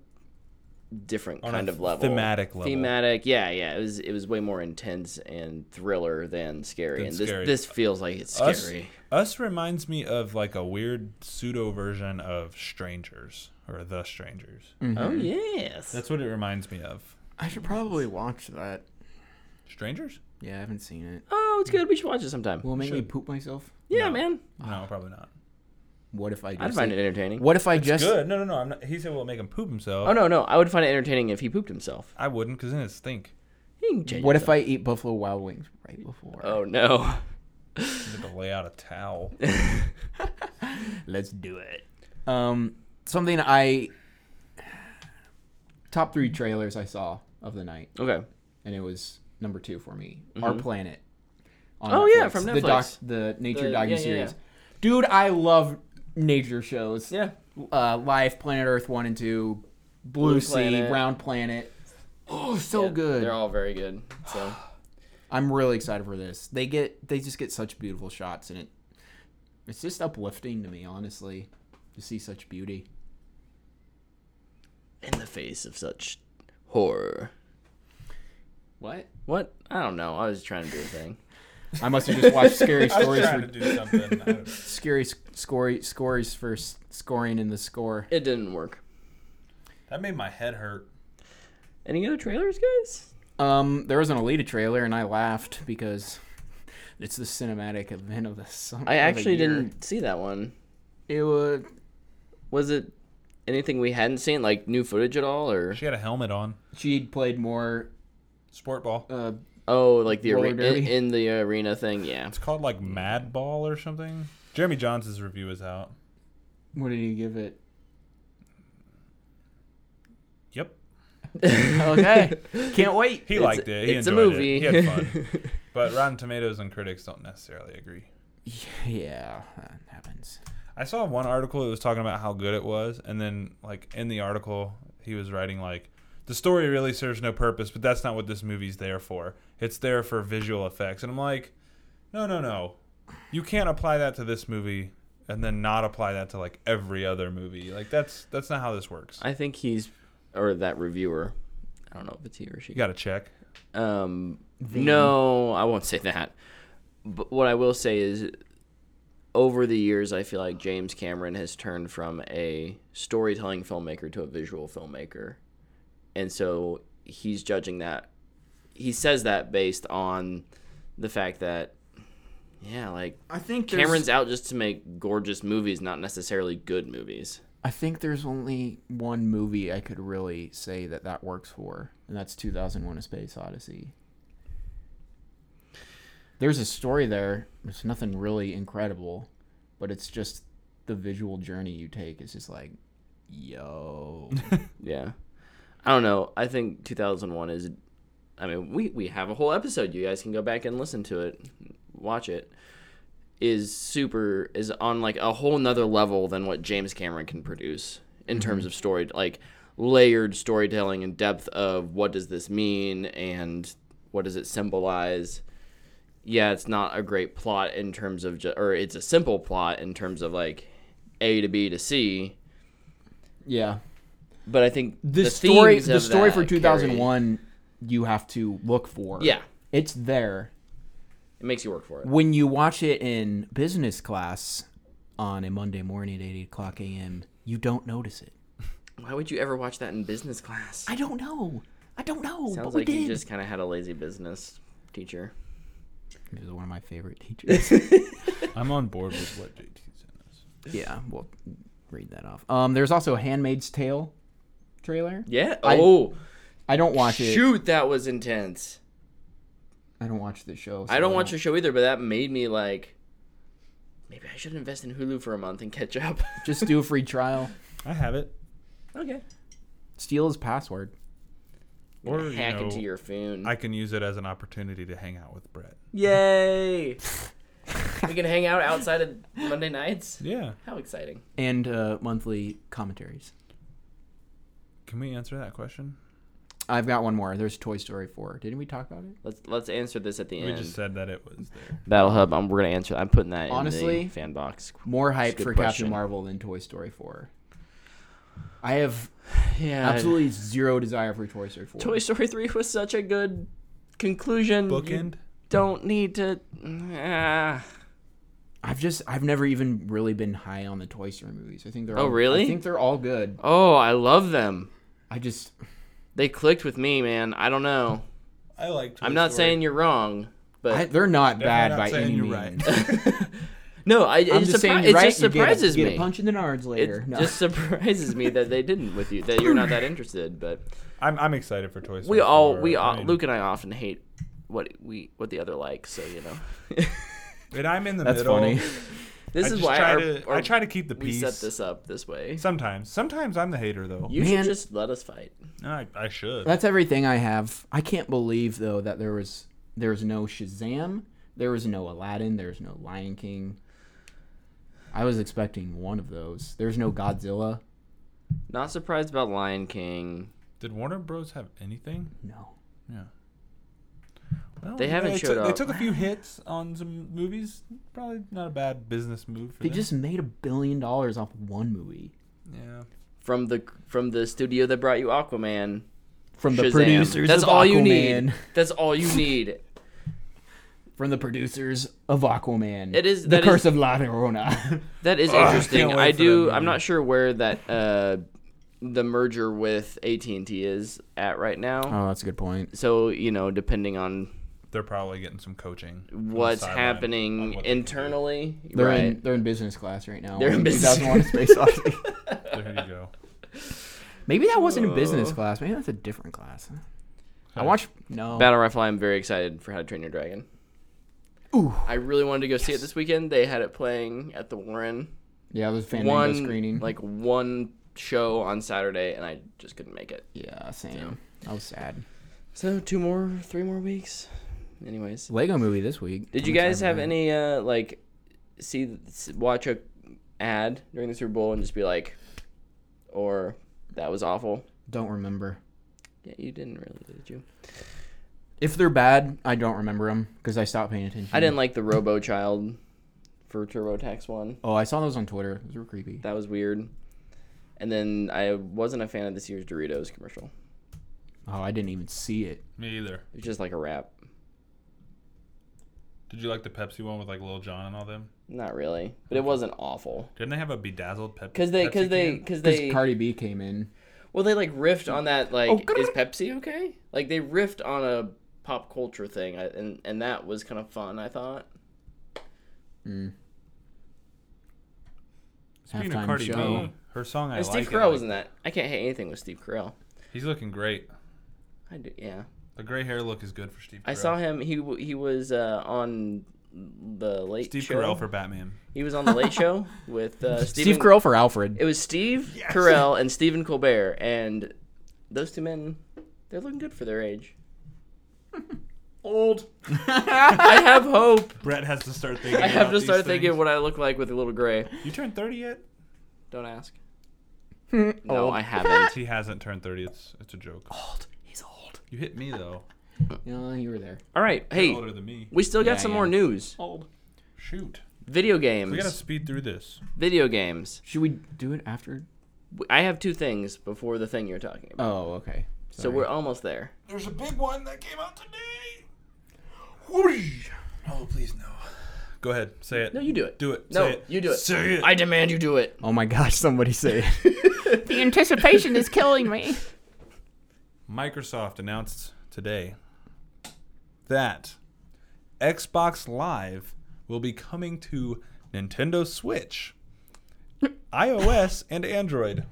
[SPEAKER 3] different
[SPEAKER 2] On a
[SPEAKER 3] kind of level.
[SPEAKER 2] thematic level.
[SPEAKER 3] Thematic. Yeah. Yeah. It was. It was way more intense and thriller than scary.
[SPEAKER 2] Than
[SPEAKER 3] and
[SPEAKER 2] scary.
[SPEAKER 3] this this feels like it's
[SPEAKER 2] Us-
[SPEAKER 3] scary.
[SPEAKER 2] Us, reminds me of like a weird pseudo version of Strangers or The Strangers.
[SPEAKER 3] Oh yes.
[SPEAKER 2] Mm-hmm. That's what it reminds me of.
[SPEAKER 1] I should probably watch that.
[SPEAKER 2] Strangers?
[SPEAKER 1] Yeah, I haven't seen it.
[SPEAKER 3] oh, it's good. We should watch it sometime.
[SPEAKER 1] Will it make me
[SPEAKER 2] Should.
[SPEAKER 1] poop myself?
[SPEAKER 3] yeah,
[SPEAKER 2] no.
[SPEAKER 3] man.
[SPEAKER 2] No, probably not.
[SPEAKER 1] What if I? Just
[SPEAKER 3] I'd find it entertaining.
[SPEAKER 1] What if I just?
[SPEAKER 2] Good. No, no, no. I'm not, he said, "Well, make him poop himself."
[SPEAKER 3] Oh no, no. I would find it entertaining if he pooped himself.
[SPEAKER 2] I wouldn't, because then it stink.
[SPEAKER 3] He can change
[SPEAKER 1] What if
[SPEAKER 3] himself.
[SPEAKER 1] I eat Buffalo Wild Wings right before?
[SPEAKER 3] Oh no.
[SPEAKER 2] You have to lay out a towel.
[SPEAKER 1] Let's do it. Um, something I top three trailers I saw of the night,
[SPEAKER 3] Okay.
[SPEAKER 1] and it was number two for me. Our Planet. on
[SPEAKER 3] Oh, yeah, from
[SPEAKER 1] The, doc,
[SPEAKER 3] Netflix.
[SPEAKER 1] the nature
[SPEAKER 3] The-
[SPEAKER 1] docu
[SPEAKER 3] yeah, yeah,
[SPEAKER 1] series.
[SPEAKER 3] yeah.
[SPEAKER 1] Dude, I love nature shows.
[SPEAKER 3] Yeah.
[SPEAKER 1] Uh, Life, Planet Earth one and two, Blue,
[SPEAKER 3] Blue
[SPEAKER 1] Sea,
[SPEAKER 3] Planet.
[SPEAKER 1] Round Planet. Oh, so
[SPEAKER 3] Yeah,
[SPEAKER 1] good.
[SPEAKER 3] They're all very good. So
[SPEAKER 1] I'm really excited for this. They get they just get such beautiful shots and it it's just uplifting to me, honestly, to see such beauty.
[SPEAKER 3] in the face of such horror.
[SPEAKER 1] What?
[SPEAKER 3] What? I don't know. I was trying to do a thing.
[SPEAKER 1] I must have just watched scary
[SPEAKER 2] I was
[SPEAKER 1] stories
[SPEAKER 2] trying to
[SPEAKER 1] for
[SPEAKER 2] do something. I don't know.
[SPEAKER 1] scary sc- scory, scores for s- scoring in the score.
[SPEAKER 3] It didn't work.
[SPEAKER 2] That made my head hurt.
[SPEAKER 3] Any other trailers, guys?
[SPEAKER 1] Um, there was an Alita trailer and I laughed because it's the cinematic event of the summer.
[SPEAKER 3] I actually
[SPEAKER 1] of the year.
[SPEAKER 3] didn't see that one.
[SPEAKER 1] It would.
[SPEAKER 3] Was it anything we hadn't seen, like new footage at all, or
[SPEAKER 2] She had a helmet on.
[SPEAKER 1] She'd played more.
[SPEAKER 2] Sport ball.
[SPEAKER 1] Uh,
[SPEAKER 3] oh, like the
[SPEAKER 1] Roller
[SPEAKER 3] arena in,
[SPEAKER 1] derby?
[SPEAKER 3] in the arena thing? Yeah.
[SPEAKER 2] It's called like Mad Ball or something. Jeremy Johns' review is out.
[SPEAKER 1] what did you give it?
[SPEAKER 2] Yep.
[SPEAKER 1] Okay, can't wait.
[SPEAKER 2] He
[SPEAKER 3] It's-
[SPEAKER 2] liked it. He
[SPEAKER 3] it's a
[SPEAKER 2] enjoyed
[SPEAKER 3] movie.
[SPEAKER 2] It. He had fun. but Rotten Tomatoes and critics don't necessarily agree.
[SPEAKER 1] Yeah, that happens.
[SPEAKER 2] I saw one article that was talking about how good it was, and then like in the article he was writing like the story really serves no purpose, but that's not what this movie's there for. It's there for visual effects, and I'm like, no, no, no, you can't apply that to this movie, and then not apply that to like every other movie. Like that's that's not how this works.
[SPEAKER 3] I think he's or that reviewer. I don't know if it's he or she.
[SPEAKER 2] You got to check.
[SPEAKER 3] Um, no, I won't say that. But what I will say is, over the years, I feel like James Cameron has turned from a storytelling filmmaker to a visual filmmaker, and so he's judging that. He says that based on the fact that, yeah, like
[SPEAKER 1] I think there's-
[SPEAKER 3] Cameron's out just to make gorgeous movies, not necessarily good movies.
[SPEAKER 1] I think there's only one movie I could really say that that works for, and that's 2001: A Space Odyssey. There's a story there. It's nothing really incredible, but it's just the visual journey you take. It's just like, yo,
[SPEAKER 3] Yeah. I don't know. I think 2001 is. I mean, we we have a whole episode. You guys can go back and listen to it, watch it. Is super is on like a whole nother level than what James Cameron can produce in terms of story, like layered storytelling and depth of what does this mean and what does it symbolize yeah, it's not a great plot in terms of, ju- or it's a simple plot in terms of like A to B to C.
[SPEAKER 1] Yeah.
[SPEAKER 3] But I think
[SPEAKER 1] The, story, the story for 2001, you have to look for.
[SPEAKER 3] Yeah.
[SPEAKER 1] It's there.
[SPEAKER 3] it makes you work for it.
[SPEAKER 1] When you watch it in business class on a Monday morning at 8 o'clock a.m., you don't notice it.
[SPEAKER 3] Why would you ever watch that in business class?
[SPEAKER 1] I don't know. I don't know.
[SPEAKER 3] Sounds
[SPEAKER 1] but we
[SPEAKER 3] like
[SPEAKER 1] did.
[SPEAKER 3] you just kind of had a lazy business teacher.
[SPEAKER 1] He was one of my favorite teachers.
[SPEAKER 2] I'm on board with what JT sent us.
[SPEAKER 1] yeah, we'll read that off. Um, there's also a Handmaid's Tale trailer.
[SPEAKER 3] Yeah.
[SPEAKER 1] I-
[SPEAKER 3] Oh,
[SPEAKER 1] I don't watch it.
[SPEAKER 3] shoot, that was intense.
[SPEAKER 1] I don't watch the show. so
[SPEAKER 3] I don't watch the show either, but that made me like, maybe I should invest in Hulu for a month and catch up.
[SPEAKER 1] Just do a free trial.
[SPEAKER 2] I have it.
[SPEAKER 3] okay.
[SPEAKER 1] Steal his password.
[SPEAKER 2] Or you
[SPEAKER 3] Hack
[SPEAKER 2] know,
[SPEAKER 3] into your phone.
[SPEAKER 2] I can use it as an opportunity to hang out with Brett.
[SPEAKER 3] Yay! we can hang out outside of Monday nights.
[SPEAKER 2] Yeah.
[SPEAKER 3] How exciting!
[SPEAKER 1] And uh, monthly commentaries.
[SPEAKER 2] Can we answer that question?
[SPEAKER 1] I've got one more. There's Toy Story 4. Didn't we talk about it?
[SPEAKER 3] Let's let's answer this at the
[SPEAKER 2] We
[SPEAKER 3] end.
[SPEAKER 2] just said that it was there.
[SPEAKER 3] Battle Hub. I'm, we're gonna answer. I'm putting that in
[SPEAKER 1] Honestly,
[SPEAKER 3] the fan box.
[SPEAKER 1] More hype
[SPEAKER 3] good
[SPEAKER 1] for
[SPEAKER 3] question.
[SPEAKER 1] Captain Marvel than Toy Story 4. I have
[SPEAKER 3] Yeah,
[SPEAKER 1] absolutely zero desire for Toy Story 4.
[SPEAKER 3] Toy Story three was such a good conclusion. You
[SPEAKER 2] Bookend?
[SPEAKER 3] don't need to. Ah.
[SPEAKER 1] I've just I've never even really been high on the Toy Story movies. I think they're
[SPEAKER 3] Oh,
[SPEAKER 1] all,
[SPEAKER 3] really?
[SPEAKER 1] I think they're all good.
[SPEAKER 3] oh, I love them.
[SPEAKER 1] I just
[SPEAKER 3] They clicked with me, man. I don't know.
[SPEAKER 2] I like.
[SPEAKER 3] I'm not saying you're wrong, but
[SPEAKER 1] I, they're not bad
[SPEAKER 2] not
[SPEAKER 1] by
[SPEAKER 2] saying
[SPEAKER 1] any
[SPEAKER 2] you're
[SPEAKER 1] means.
[SPEAKER 2] right.
[SPEAKER 3] no, I.
[SPEAKER 1] I'm
[SPEAKER 3] It,
[SPEAKER 1] just saying
[SPEAKER 3] surpri-
[SPEAKER 1] you're right. you
[SPEAKER 3] it just
[SPEAKER 1] get a-
[SPEAKER 3] surprises
[SPEAKER 1] you
[SPEAKER 3] me.
[SPEAKER 1] Get a punch in the nards later.
[SPEAKER 3] It
[SPEAKER 1] No.
[SPEAKER 3] just surprises me that they didn't with you, that you're not that interested. But
[SPEAKER 2] I'm, I'm excited for Toy Story.
[SPEAKER 3] we all,
[SPEAKER 2] 4.
[SPEAKER 3] we all,
[SPEAKER 2] I mean,
[SPEAKER 3] Luke and I often hate what we, what the other likes. So you know,
[SPEAKER 2] And I'm in the
[SPEAKER 1] That's
[SPEAKER 2] middle.
[SPEAKER 1] funny.
[SPEAKER 3] this
[SPEAKER 2] I
[SPEAKER 3] is
[SPEAKER 2] just
[SPEAKER 3] why
[SPEAKER 2] try
[SPEAKER 3] our,
[SPEAKER 2] to,
[SPEAKER 3] our-
[SPEAKER 2] I try to keep the
[SPEAKER 3] we
[SPEAKER 2] peace.
[SPEAKER 3] set this up this way.
[SPEAKER 2] Sometimes, sometimes I'm the hater though.
[SPEAKER 3] You
[SPEAKER 1] Man.
[SPEAKER 3] should just let us fight.
[SPEAKER 2] I, I should.
[SPEAKER 1] That's everything I have. I can't believe though that there was there was no Shazam, there was no Aladdin, there was no Lion King. I was expecting one of those. There's no Godzilla.
[SPEAKER 3] Not surprised about Lion King.
[SPEAKER 2] Did Warner Bros have anything?
[SPEAKER 1] No.
[SPEAKER 2] Yeah. Well,
[SPEAKER 3] They haven't showed
[SPEAKER 2] took, They
[SPEAKER 3] up.
[SPEAKER 2] took a few hits on some movies. Probably not a bad business move for
[SPEAKER 1] They
[SPEAKER 2] them.
[SPEAKER 1] just made a billion dollars off one movie
[SPEAKER 2] yeah.
[SPEAKER 3] From the from the studio that brought you Aquaman.
[SPEAKER 1] from the
[SPEAKER 3] Shazam.
[SPEAKER 1] producers.
[SPEAKER 3] That's
[SPEAKER 1] of
[SPEAKER 3] all you
[SPEAKER 1] Aquaman.
[SPEAKER 3] need. That's all you need.
[SPEAKER 1] From the producers of Aquaman.
[SPEAKER 3] It is-
[SPEAKER 1] the
[SPEAKER 3] that is-
[SPEAKER 1] Curse of La Verona.
[SPEAKER 3] That is
[SPEAKER 2] I
[SPEAKER 3] interesting.
[SPEAKER 2] can't
[SPEAKER 3] I,
[SPEAKER 2] wait for that
[SPEAKER 3] do.
[SPEAKER 2] movie.
[SPEAKER 3] I'm not sure where that uh, the merger with AT and T is at right now.
[SPEAKER 1] oh, that's a good point.
[SPEAKER 3] So you know, depending on
[SPEAKER 2] They're probably getting some coaching. on the
[SPEAKER 3] what's
[SPEAKER 2] sideline on
[SPEAKER 3] happening
[SPEAKER 2] what they can do.
[SPEAKER 3] internally,
[SPEAKER 1] They're
[SPEAKER 3] right?
[SPEAKER 1] in they're in business class right now.
[SPEAKER 3] They're in
[SPEAKER 1] watching
[SPEAKER 3] business
[SPEAKER 1] 2001: Space Odyssey.
[SPEAKER 2] There you go.
[SPEAKER 1] Maybe that wasn't in business
[SPEAKER 3] Uh.
[SPEAKER 1] class. Maybe that's a different class. I
[SPEAKER 2] Huh.
[SPEAKER 1] watched no.
[SPEAKER 3] Battle Rifle. I'm very excited for How to Train Your Dragon.
[SPEAKER 1] Ooh.
[SPEAKER 3] I really wanted to go see it this weekend. They had it playing at the Warren.
[SPEAKER 1] Yeah, it was Fandango
[SPEAKER 3] One
[SPEAKER 1] screening.
[SPEAKER 3] like one show on Saturday, and I just couldn't make it.
[SPEAKER 1] yeah, same. I was sad.
[SPEAKER 3] So two more, three more weeks. Anyways,
[SPEAKER 1] Lego movie this week.
[SPEAKER 3] Did you guys have any uh like see s- watch a ad during the Super Bowl and just be like, or that was awful?
[SPEAKER 1] Don't remember.
[SPEAKER 3] Yeah, you didn't really, did you?
[SPEAKER 1] If they're bad, I don't remember them because I stopped paying attention.
[SPEAKER 3] I didn't like the Robo Child for TurboTax one.
[SPEAKER 1] Oh, I saw those on Twitter. Those were creepy.
[SPEAKER 3] That was weird. And then I wasn't a fan of this year's Doritos commercial.
[SPEAKER 1] Oh, I didn't even see it.
[SPEAKER 2] Me either.
[SPEAKER 3] It was just like a wrap.
[SPEAKER 2] Did you like the Pepsi one with like Lil Jon and all them?
[SPEAKER 3] Not really, but it wasn't awful.
[SPEAKER 2] Didn't they have a bedazzled Pep- Pepsi?
[SPEAKER 3] Cause they, cause they,
[SPEAKER 2] can?
[SPEAKER 3] cause they,
[SPEAKER 1] Because Cardi B came in.
[SPEAKER 3] well, they like riffed on that. Like,
[SPEAKER 1] Oh, God.
[SPEAKER 3] is Pepsi okay? Like they riffed on a pop culture thing, I- and and that was kind of fun. I thought.
[SPEAKER 1] Mm.
[SPEAKER 2] Speaking
[SPEAKER 1] halftime
[SPEAKER 2] of Cardi
[SPEAKER 1] show.
[SPEAKER 2] B, her song I
[SPEAKER 3] And Steve
[SPEAKER 2] like. It,
[SPEAKER 3] Carell
[SPEAKER 2] like,
[SPEAKER 3] was in that. I can't hate anything with Steve Carell.
[SPEAKER 2] He's looking great.
[SPEAKER 3] I do, yeah.
[SPEAKER 2] The gray hair look is good for Steve. Carell.
[SPEAKER 3] I saw him. He w- he was uh, on the late
[SPEAKER 2] Steve
[SPEAKER 3] show.
[SPEAKER 2] Carell for Batman.
[SPEAKER 3] He was on the late show with uh, Stephen,
[SPEAKER 1] Steve Carell for Alfred.
[SPEAKER 3] It was Steve Carell and Stephen Colbert, and those two men, they're looking good for their age.
[SPEAKER 2] Old.
[SPEAKER 3] I have hope.
[SPEAKER 2] Brett has to start thinking.
[SPEAKER 3] I have
[SPEAKER 2] about
[SPEAKER 3] to
[SPEAKER 2] these
[SPEAKER 3] start
[SPEAKER 2] things.
[SPEAKER 3] thinking what I look like with a little gray.
[SPEAKER 2] You turned 30 yet?
[SPEAKER 3] Don't ask.
[SPEAKER 1] Hmm.
[SPEAKER 3] No, I haven't.
[SPEAKER 2] He hasn't turned 30. It's it's a joke.
[SPEAKER 1] old. He's old.
[SPEAKER 2] You hit me though.
[SPEAKER 1] No, you were there.
[SPEAKER 3] All right.
[SPEAKER 2] You're
[SPEAKER 3] Hey,
[SPEAKER 2] older than me.
[SPEAKER 3] we still got
[SPEAKER 1] Yeah,
[SPEAKER 3] some
[SPEAKER 1] yeah.
[SPEAKER 3] more news.
[SPEAKER 1] Old.
[SPEAKER 2] Shoot.
[SPEAKER 3] Video
[SPEAKER 2] We gotta
[SPEAKER 3] games.
[SPEAKER 2] speed through this.
[SPEAKER 3] Video games.
[SPEAKER 1] Should we do it after?
[SPEAKER 3] W- I have two things before the thing you're talking about.
[SPEAKER 1] Oh, okay.
[SPEAKER 3] so we're almost there.
[SPEAKER 2] There's a big one that came out today. Oh please no. Go ahead. Say it.
[SPEAKER 3] No, you do it.
[SPEAKER 2] do it.
[SPEAKER 3] No,
[SPEAKER 2] Say it.
[SPEAKER 3] you do it.
[SPEAKER 2] Say it.
[SPEAKER 3] I demand you do it.
[SPEAKER 1] Oh my gosh! Somebody say it.
[SPEAKER 6] The anticipation is killing me.
[SPEAKER 2] Microsoft announced today that Xbox Live will be coming to Nintendo Switch, iOS, and Android.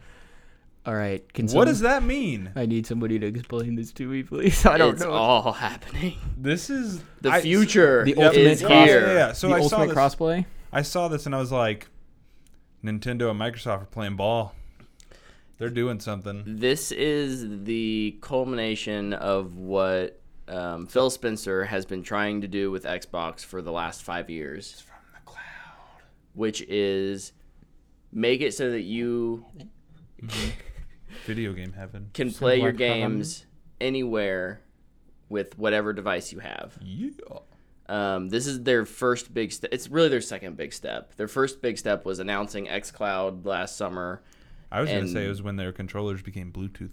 [SPEAKER 1] All right. Can
[SPEAKER 2] What
[SPEAKER 1] some-
[SPEAKER 2] does that mean?
[SPEAKER 1] I need somebody to explain this to me, please. I don't
[SPEAKER 3] it's
[SPEAKER 1] know.
[SPEAKER 3] all happening.
[SPEAKER 2] This is
[SPEAKER 3] The
[SPEAKER 2] I-
[SPEAKER 3] future
[SPEAKER 1] The
[SPEAKER 2] Yep.
[SPEAKER 1] ultimate
[SPEAKER 3] is
[SPEAKER 1] cross-
[SPEAKER 3] here.
[SPEAKER 2] Yeah, yeah. So
[SPEAKER 1] the
[SPEAKER 2] I saw
[SPEAKER 1] ultimate
[SPEAKER 2] this.
[SPEAKER 1] crossplay.
[SPEAKER 2] I saw this and I was like, Nintendo and Microsoft are playing ball. They're doing something.
[SPEAKER 3] This is the culmination of what um, Phil Spencer has been trying to do with Xbox for the last five years. From the cloud. Which is make it so that you
[SPEAKER 2] Video game heaven.
[SPEAKER 3] can play your
[SPEAKER 1] Simulacrum.
[SPEAKER 3] games anywhere with whatever device you have.
[SPEAKER 2] Yeah.
[SPEAKER 3] Um, this is their first big step. It's really their second big step. Their first big step was announcing xCloud last summer.
[SPEAKER 2] I was gonna say
[SPEAKER 3] And-
[SPEAKER 2] it was when their controllers became Bluetooth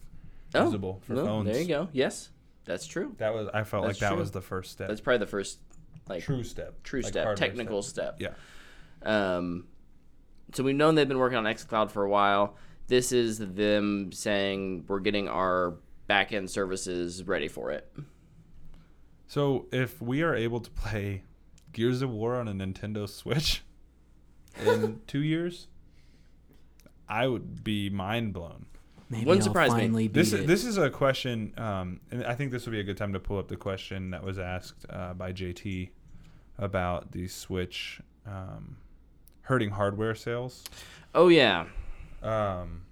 [SPEAKER 3] Oh,
[SPEAKER 2] usable for
[SPEAKER 3] well,
[SPEAKER 2] phones.
[SPEAKER 3] There you go. Yes, that's true.
[SPEAKER 2] That was I felt
[SPEAKER 3] That's
[SPEAKER 2] like that
[SPEAKER 3] true.
[SPEAKER 2] was the first step.
[SPEAKER 3] That's probably the first like
[SPEAKER 2] true step.
[SPEAKER 3] true
[SPEAKER 2] Like
[SPEAKER 3] step,
[SPEAKER 2] hardware
[SPEAKER 3] technical step.
[SPEAKER 2] Yeah.
[SPEAKER 3] Um, so we've known they've been working on xCloud for a while. This is them saying we're getting our backend services ready for it.
[SPEAKER 2] So if we are able to play Gears of War on a Nintendo Switch in two years, I would be mind blown.
[SPEAKER 1] Maybe
[SPEAKER 3] Wouldn't
[SPEAKER 1] I'll
[SPEAKER 3] surprise me.
[SPEAKER 1] finally
[SPEAKER 2] This
[SPEAKER 1] beat it.
[SPEAKER 2] this is a question, um, and I think this would be a good time to pull up the question that was asked uh, by JT about the Switch um, hurting hardware sales.
[SPEAKER 3] Oh yeah,
[SPEAKER 2] Um,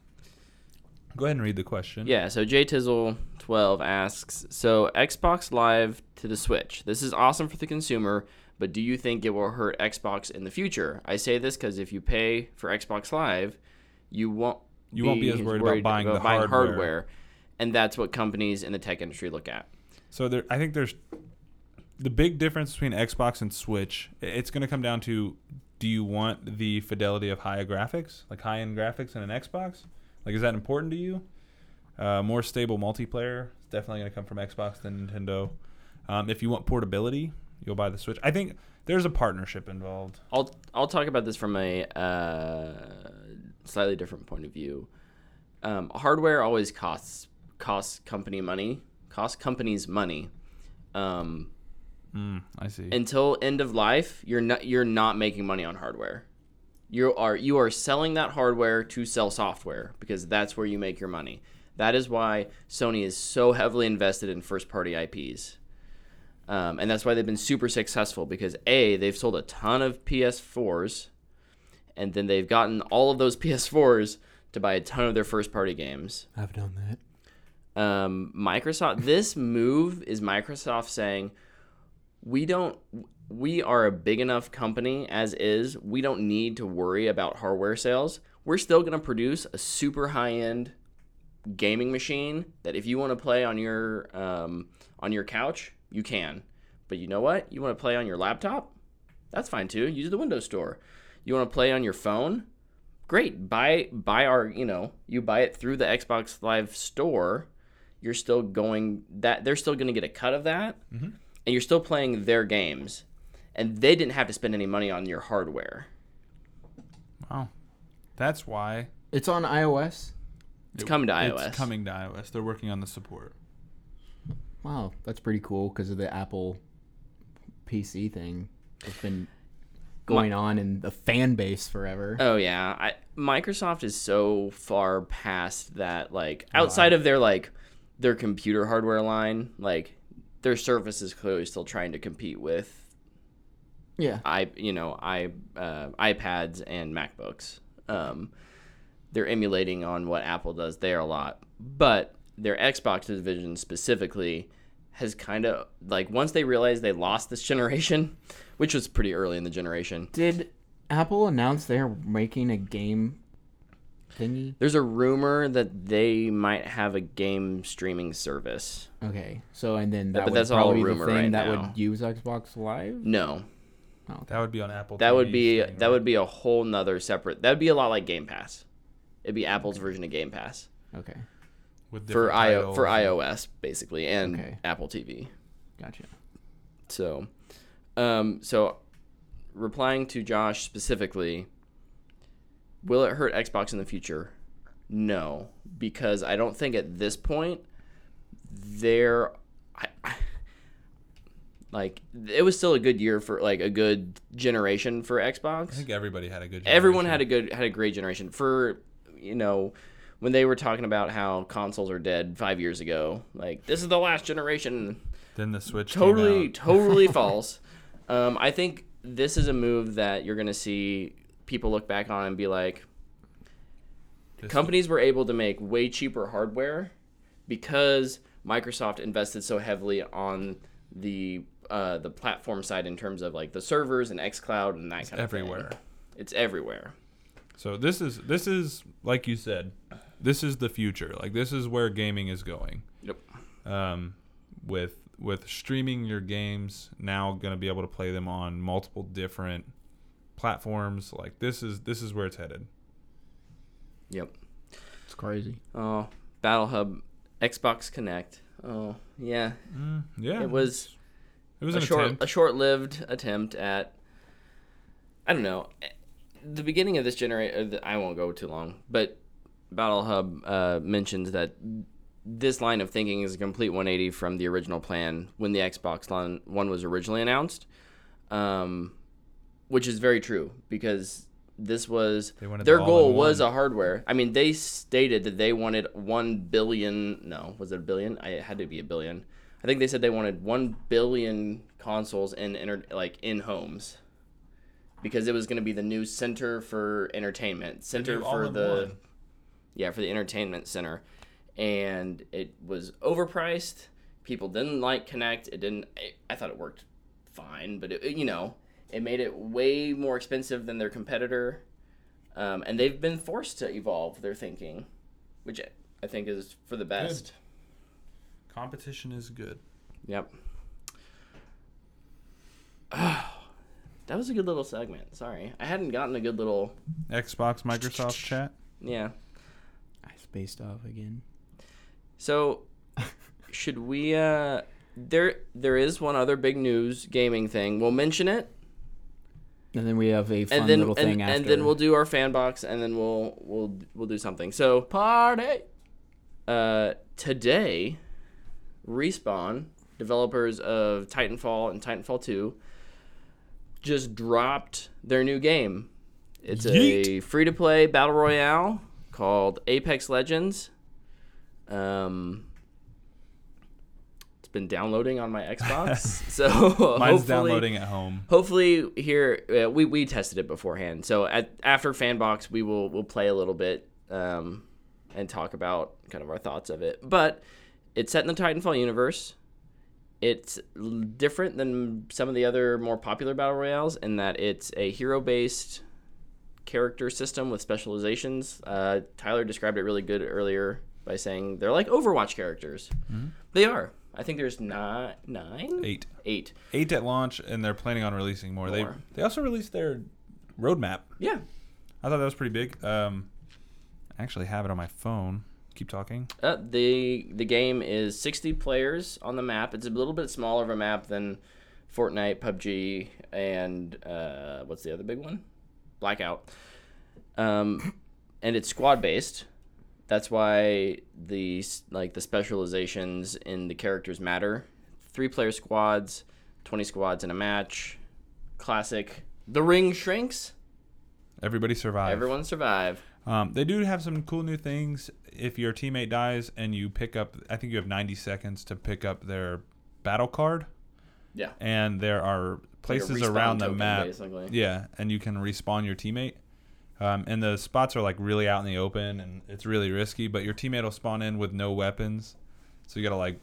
[SPEAKER 2] go ahead and read the question.
[SPEAKER 3] yeah. So Jay Tizzle twelve asks, so Xbox Live to the Switch. This is awesome for the consumer, but do you think it will hurt Xbox in the future? I say this because if you pay for Xbox Live, you won't
[SPEAKER 2] You won't be as worried about buying the hardware.
[SPEAKER 3] hardware, and that's what companies in the tech industry look at.
[SPEAKER 2] So there, I think there's the big difference between Xbox and Switch. i- It's going to come down to do you want the fidelity of higher graphics, like high end graphics in an Xbox? Like, is that important to you? Uh, more stable multiplayer is definitely going to come from Xbox than Nintendo. Um, if you want portability, you'll buy the Switch. I think there's a partnership involved.
[SPEAKER 3] I'll I'll talk about this from a uh, slightly different point of view. Um, hardware always costs costs company money, costs companies money. Um,
[SPEAKER 2] Hmm, I see.
[SPEAKER 3] until end of life, you're not you're not making money on hardware. You are you are selling that hardware to sell software because that's where you make your money. That is why Sony is so heavily invested in first party IPs. Um, and that's why they've been super successful because A, they've sold a ton of PS4s, and then they've gotten all of those PS4s to buy a ton of their first party games
[SPEAKER 1] I've done that.
[SPEAKER 3] um, Microsoft. This move is Microsoft saying, we don't, we are a big enough company as is. We don't need to worry about hardware sales. We're still going to produce a super high end gaming machine that if you want to play on your um, on your couch, you can. But you know what? You want to play on your laptop? That's fine too. Use the Windows Store. You want to play on your phone? Great. Buy buy our, you know, you buy it through the Xbox Live store. You're still going that they're still going to get a cut of that.
[SPEAKER 2] Mm-hmm.
[SPEAKER 3] And you're still playing their games. And they didn't have to spend any money on your hardware.
[SPEAKER 2] wow. That's why
[SPEAKER 1] It's on iOS.
[SPEAKER 3] It's coming to iOS.
[SPEAKER 2] It's coming to iOS. They're working on the support.
[SPEAKER 1] Wow, that's pretty cool because of the Apple PC thing that's been going on in the fan base forever.
[SPEAKER 3] Oh yeah, I, Microsoft is so far past that. Like outside of their like their computer hardware line, like their Surface is clearly still trying to compete with
[SPEAKER 1] yeah.
[SPEAKER 3] i you know i uh, iPads and MacBooks. Um, they're emulating on what Apple does there a lot, but their Xbox division specifically has kind of like once they realized they lost this generation, which was pretty early in the generation.
[SPEAKER 1] Did Apple announce they're making a game thingy?
[SPEAKER 3] There's a rumor that they might have a game streaming service.
[SPEAKER 1] Okay, so and then that
[SPEAKER 3] But
[SPEAKER 1] would
[SPEAKER 3] that's all
[SPEAKER 1] probably be
[SPEAKER 3] rumor
[SPEAKER 1] the thing
[SPEAKER 3] right
[SPEAKER 1] that
[SPEAKER 3] now.
[SPEAKER 1] would use Xbox Live.
[SPEAKER 3] No,
[SPEAKER 2] That would be on Apple.
[SPEAKER 3] that would
[SPEAKER 2] TV
[SPEAKER 3] be
[SPEAKER 2] thing,
[SPEAKER 3] that
[SPEAKER 2] right?
[SPEAKER 3] would be a whole nother separate. That would be a lot like Game Pass. It'd be Apple's version of Game Pass
[SPEAKER 1] Okay,
[SPEAKER 2] With
[SPEAKER 3] for
[SPEAKER 2] different
[SPEAKER 3] I for
[SPEAKER 2] titles.
[SPEAKER 3] iOS basically and
[SPEAKER 1] Okay.
[SPEAKER 3] Apple TV.
[SPEAKER 1] gotcha.
[SPEAKER 3] So, um, so replying to Josh specifically, will it hurt Xbox in the future? No, because I don't think at this point there, I, I- like it was still a good year for like a good generation for Xbox
[SPEAKER 2] I think everybody had a good.
[SPEAKER 3] everyone had a good had a great generation for you know when they were talking about how consoles are dead five years ago like this is the last generation
[SPEAKER 2] Then the Switch. came
[SPEAKER 3] totally
[SPEAKER 2] out.
[SPEAKER 3] totally false um, i think this is a move that you're going to see people look back on and be like
[SPEAKER 2] This-
[SPEAKER 3] companies were able to make way cheaper hardware because microsoft invested so heavily on the uh, the platform side in terms of like the servers and xcloud and that kind of thing.
[SPEAKER 2] everywhere.
[SPEAKER 3] it's everywhere
[SPEAKER 2] So this is this is like you said, this is the future. Like this is where gaming is going.
[SPEAKER 3] Yep.
[SPEAKER 2] Um, with with streaming your games now, gonna be able to play them on multiple different platforms. Like this is this is where it's headed.
[SPEAKER 3] Yep.
[SPEAKER 1] It's crazy.
[SPEAKER 3] Oh, Battle Hub, Xbox Connect. Oh, yeah.
[SPEAKER 2] Yeah,
[SPEAKER 3] It was
[SPEAKER 2] Hmm. it was
[SPEAKER 3] a
[SPEAKER 2] an
[SPEAKER 3] short
[SPEAKER 2] attempt.
[SPEAKER 3] a short-lived attempt at I don't know. eh, The beginning of this generation I won't go too long, but Battle Hub uh, mentions that this line of thinking is a complete 180 from the original plan when the Xbox lon- One was originally announced. Um, which is very true because this was
[SPEAKER 2] They wanted
[SPEAKER 3] their
[SPEAKER 2] the
[SPEAKER 3] goal
[SPEAKER 2] all-in-one.
[SPEAKER 3] was a hardware. I mean, they stated that they wanted 1 billion, no, was it a billion? I it had to be a billion. I think they said they wanted 1 billion consoles in inter- like in homes because it was going to be the new center for entertainment, center
[SPEAKER 2] new
[SPEAKER 3] for the
[SPEAKER 2] all-in-one.
[SPEAKER 3] yeah, for the entertainment center. And it was overpriced. People didn't like Connect. It didn't I I thought it worked fine, but it, you know, it made it way more expensive than their competitor. Um, and they've been forced to evolve their thinking, which I think is for the best.
[SPEAKER 2] Competition is good.
[SPEAKER 3] Yep. that was a good little segment. Sorry. I hadn't gotten a good little
[SPEAKER 2] Xbox, Microsoft chat.
[SPEAKER 3] yeah.
[SPEAKER 1] I spaced off again.
[SPEAKER 3] So, should we? Uh, there, there is one other big news gaming thing. We'll mention it,
[SPEAKER 1] And then we have a fun
[SPEAKER 3] and then
[SPEAKER 1] little
[SPEAKER 3] and,
[SPEAKER 1] thing after.
[SPEAKER 3] and then we'll do our fan box, and then we'll we'll we'll do something. So
[SPEAKER 1] party.
[SPEAKER 3] uh, today, Respawn, developers of Titanfall and Titanfall Two, just dropped their new game. It's a free to play battle royale called Apex Legends. Um, it's been downloading on my Xbox, so
[SPEAKER 2] Mine's
[SPEAKER 3] hopefully-
[SPEAKER 2] downloading at home.
[SPEAKER 3] hopefully here uh, we, we tested it beforehand so at, after fanbox we will we'll play a little bit um, and talk about kind of our thoughts of it but it's set in the titanfall universe it's l- different than some of the other more popular battle royales in that it's a hero based character system with specializations uh, tyler described it really good earlier by saying they're like overwatch characters they are i think there's ni- nine
[SPEAKER 2] Eight,
[SPEAKER 3] eight
[SPEAKER 2] eight at launch, and they're planning on releasing more. They
[SPEAKER 3] More.
[SPEAKER 2] they also released their roadmap.
[SPEAKER 3] yeah
[SPEAKER 2] I thought that was pretty big. Um, I actually have it on my phone. Keep talking.
[SPEAKER 3] Uh, the the game is 60 players on the map. It's a little bit smaller of a map than Fortnite, PUBG, and uh, what's the other big one? Blackout. Um, and it's squad based. That's why the s- like the specializations in the characters matter. Three player squads, 20 squads in a match. Classic. The ring shrinks.
[SPEAKER 2] Everybody survives.
[SPEAKER 3] Everyone survive.
[SPEAKER 2] Um, they do have some cool new things. If your teammate dies and you pick up, I think you have 90 seconds to pick up their battle card,
[SPEAKER 3] Yeah.
[SPEAKER 2] and there are
[SPEAKER 3] Like a
[SPEAKER 2] places
[SPEAKER 3] respawn
[SPEAKER 2] around the
[SPEAKER 3] token,
[SPEAKER 2] map.
[SPEAKER 3] Basically.
[SPEAKER 2] Yeah, and you can respawn your teammate. Um, and the spots are like really out in the open and it's really risky, but your teammate will spawn in with no weapons. So you got to like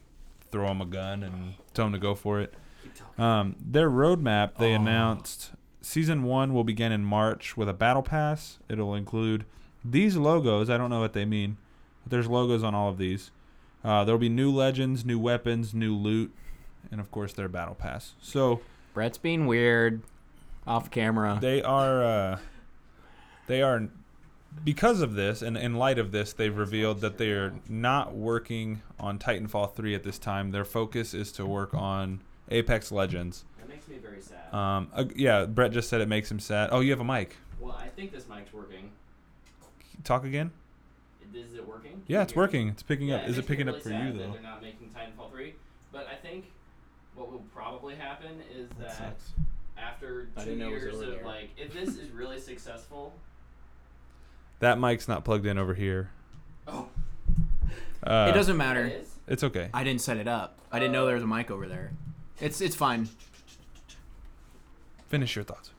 [SPEAKER 2] throw them a gun and tell them to go for it. Um, their roadmap, they announced season one will begin in March with a battle pass. It'll include these logos. I don't know what they mean, but there's logos on all of these. Uh, there'll be new legends, new weapons, new loot, and of course their battle pass. So
[SPEAKER 1] Brett's being weird off camera.
[SPEAKER 2] they are uh, they are because of this and in light of this they've revealed that they are not working on titanfall 3 at this time their focus is to work on apex legends
[SPEAKER 3] That makes me very sad.
[SPEAKER 2] um, uh, yeah brett just said it makes him sad oh you have a mic
[SPEAKER 3] well, I think this mic's working.
[SPEAKER 2] talk again
[SPEAKER 3] Is it working? Can
[SPEAKER 2] yeah
[SPEAKER 3] you
[SPEAKER 2] it's
[SPEAKER 3] hear me?
[SPEAKER 2] working it's picking up
[SPEAKER 3] Yeah,
[SPEAKER 2] is it
[SPEAKER 3] makes me
[SPEAKER 2] picking
[SPEAKER 3] really
[SPEAKER 2] up for
[SPEAKER 3] sad
[SPEAKER 2] you
[SPEAKER 3] that
[SPEAKER 2] though
[SPEAKER 3] They're not making Titanfall 3, but I think what will probably happen is that,
[SPEAKER 2] That sucks.
[SPEAKER 3] after
[SPEAKER 1] I
[SPEAKER 3] two
[SPEAKER 1] didn't know it was
[SPEAKER 3] years
[SPEAKER 1] over
[SPEAKER 3] of
[SPEAKER 1] there.
[SPEAKER 3] like, if this is really successful,
[SPEAKER 2] that mic's not plugged in over here
[SPEAKER 3] oh,
[SPEAKER 2] uh,
[SPEAKER 1] it doesn't
[SPEAKER 3] it
[SPEAKER 1] matter.
[SPEAKER 3] is.
[SPEAKER 2] it's okay
[SPEAKER 1] I didn't set it up. I didn't know there was a mic over there. It's it's fine.
[SPEAKER 2] finish your thoughts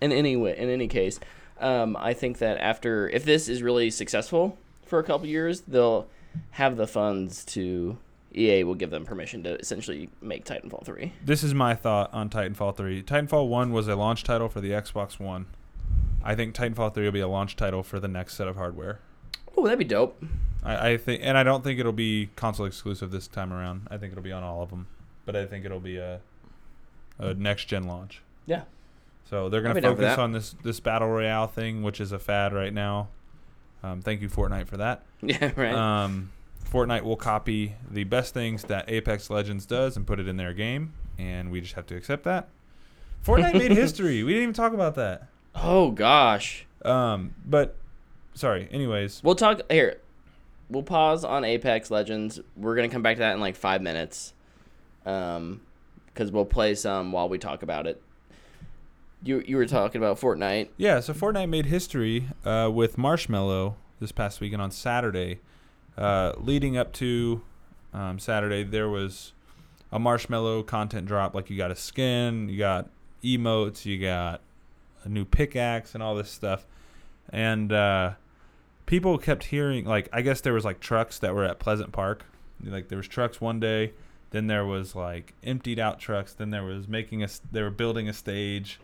[SPEAKER 3] In any way, in any case, um, I think that after, if this is really successful for a couple years, they'll have the funds to. EA will give them permission to essentially make Titanfall 3.
[SPEAKER 2] this is my thought on Titanfall 3. Titanfall 1 was a launch title for the Xbox One. I think Titanfall 3 will be a launch title for the next set of hardware.
[SPEAKER 3] Oh, that'd be dope.
[SPEAKER 2] I, I think, and I don't think it'll be console exclusive this time around. I think it'll be on all of them, but I think it'll be a, a next gen launch.
[SPEAKER 3] Yeah.
[SPEAKER 2] So they're gonna
[SPEAKER 3] I'd be down for
[SPEAKER 2] focus
[SPEAKER 3] that.
[SPEAKER 2] on this this battle royale thing, which is a fad right now. Um, thank you Fortnite for that.
[SPEAKER 3] Yeah, right.
[SPEAKER 2] Um, Fortnite will copy the best things that Apex Legends does and put it in their game, and we just have to accept that. Fortnite made history. We didn't even talk about that.
[SPEAKER 3] oh gosh.
[SPEAKER 2] Um, but sorry. Anyways,
[SPEAKER 3] We'll talk here. We'll pause on Apex Legends. We're gonna come back to that in like five minutes, um, because we'll play some while we talk about it. You you were talking about Fortnite.
[SPEAKER 2] yeah. So Fortnite made history uh, with Marshmallow this past weekend on Saturday. Uh, leading up to um, Saturday, there was a Marshmallow content drop. Like you got a skin, you got emotes, you got a new pickaxe, and all this stuff. and uh, people kept hearing like I guess there was like trucks that were at Pleasant Park. Like there was trucks one day, then there was like emptied out trucks, then there was making us they were building a stage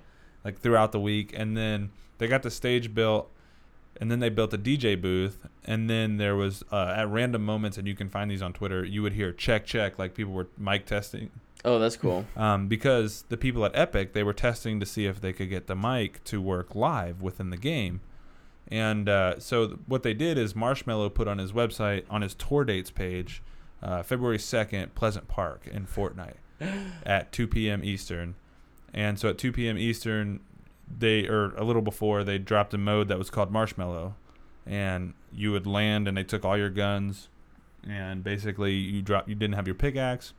[SPEAKER 2] like throughout the week, and then they got the stage built, and then they built a DJ booth, and then there was uh, at random moments, and you can find these on Twitter. You would hear check check like people were mic testing
[SPEAKER 3] Oh, that's cool.
[SPEAKER 2] um, because the people at Epic they were testing to see if they could get the mic to work live within the game, and uh, so th- what they did is Marshmallow put on his website on his tour dates page, uh, February second, Pleasant Park in Fortnite, at 2 p.m. Eastern, and so at 2 p.m. Eastern, they or a little before they dropped a mode that was called Marshmallow, and you would land and they took all your guns, and basically you drop you didn't have your pickaxe,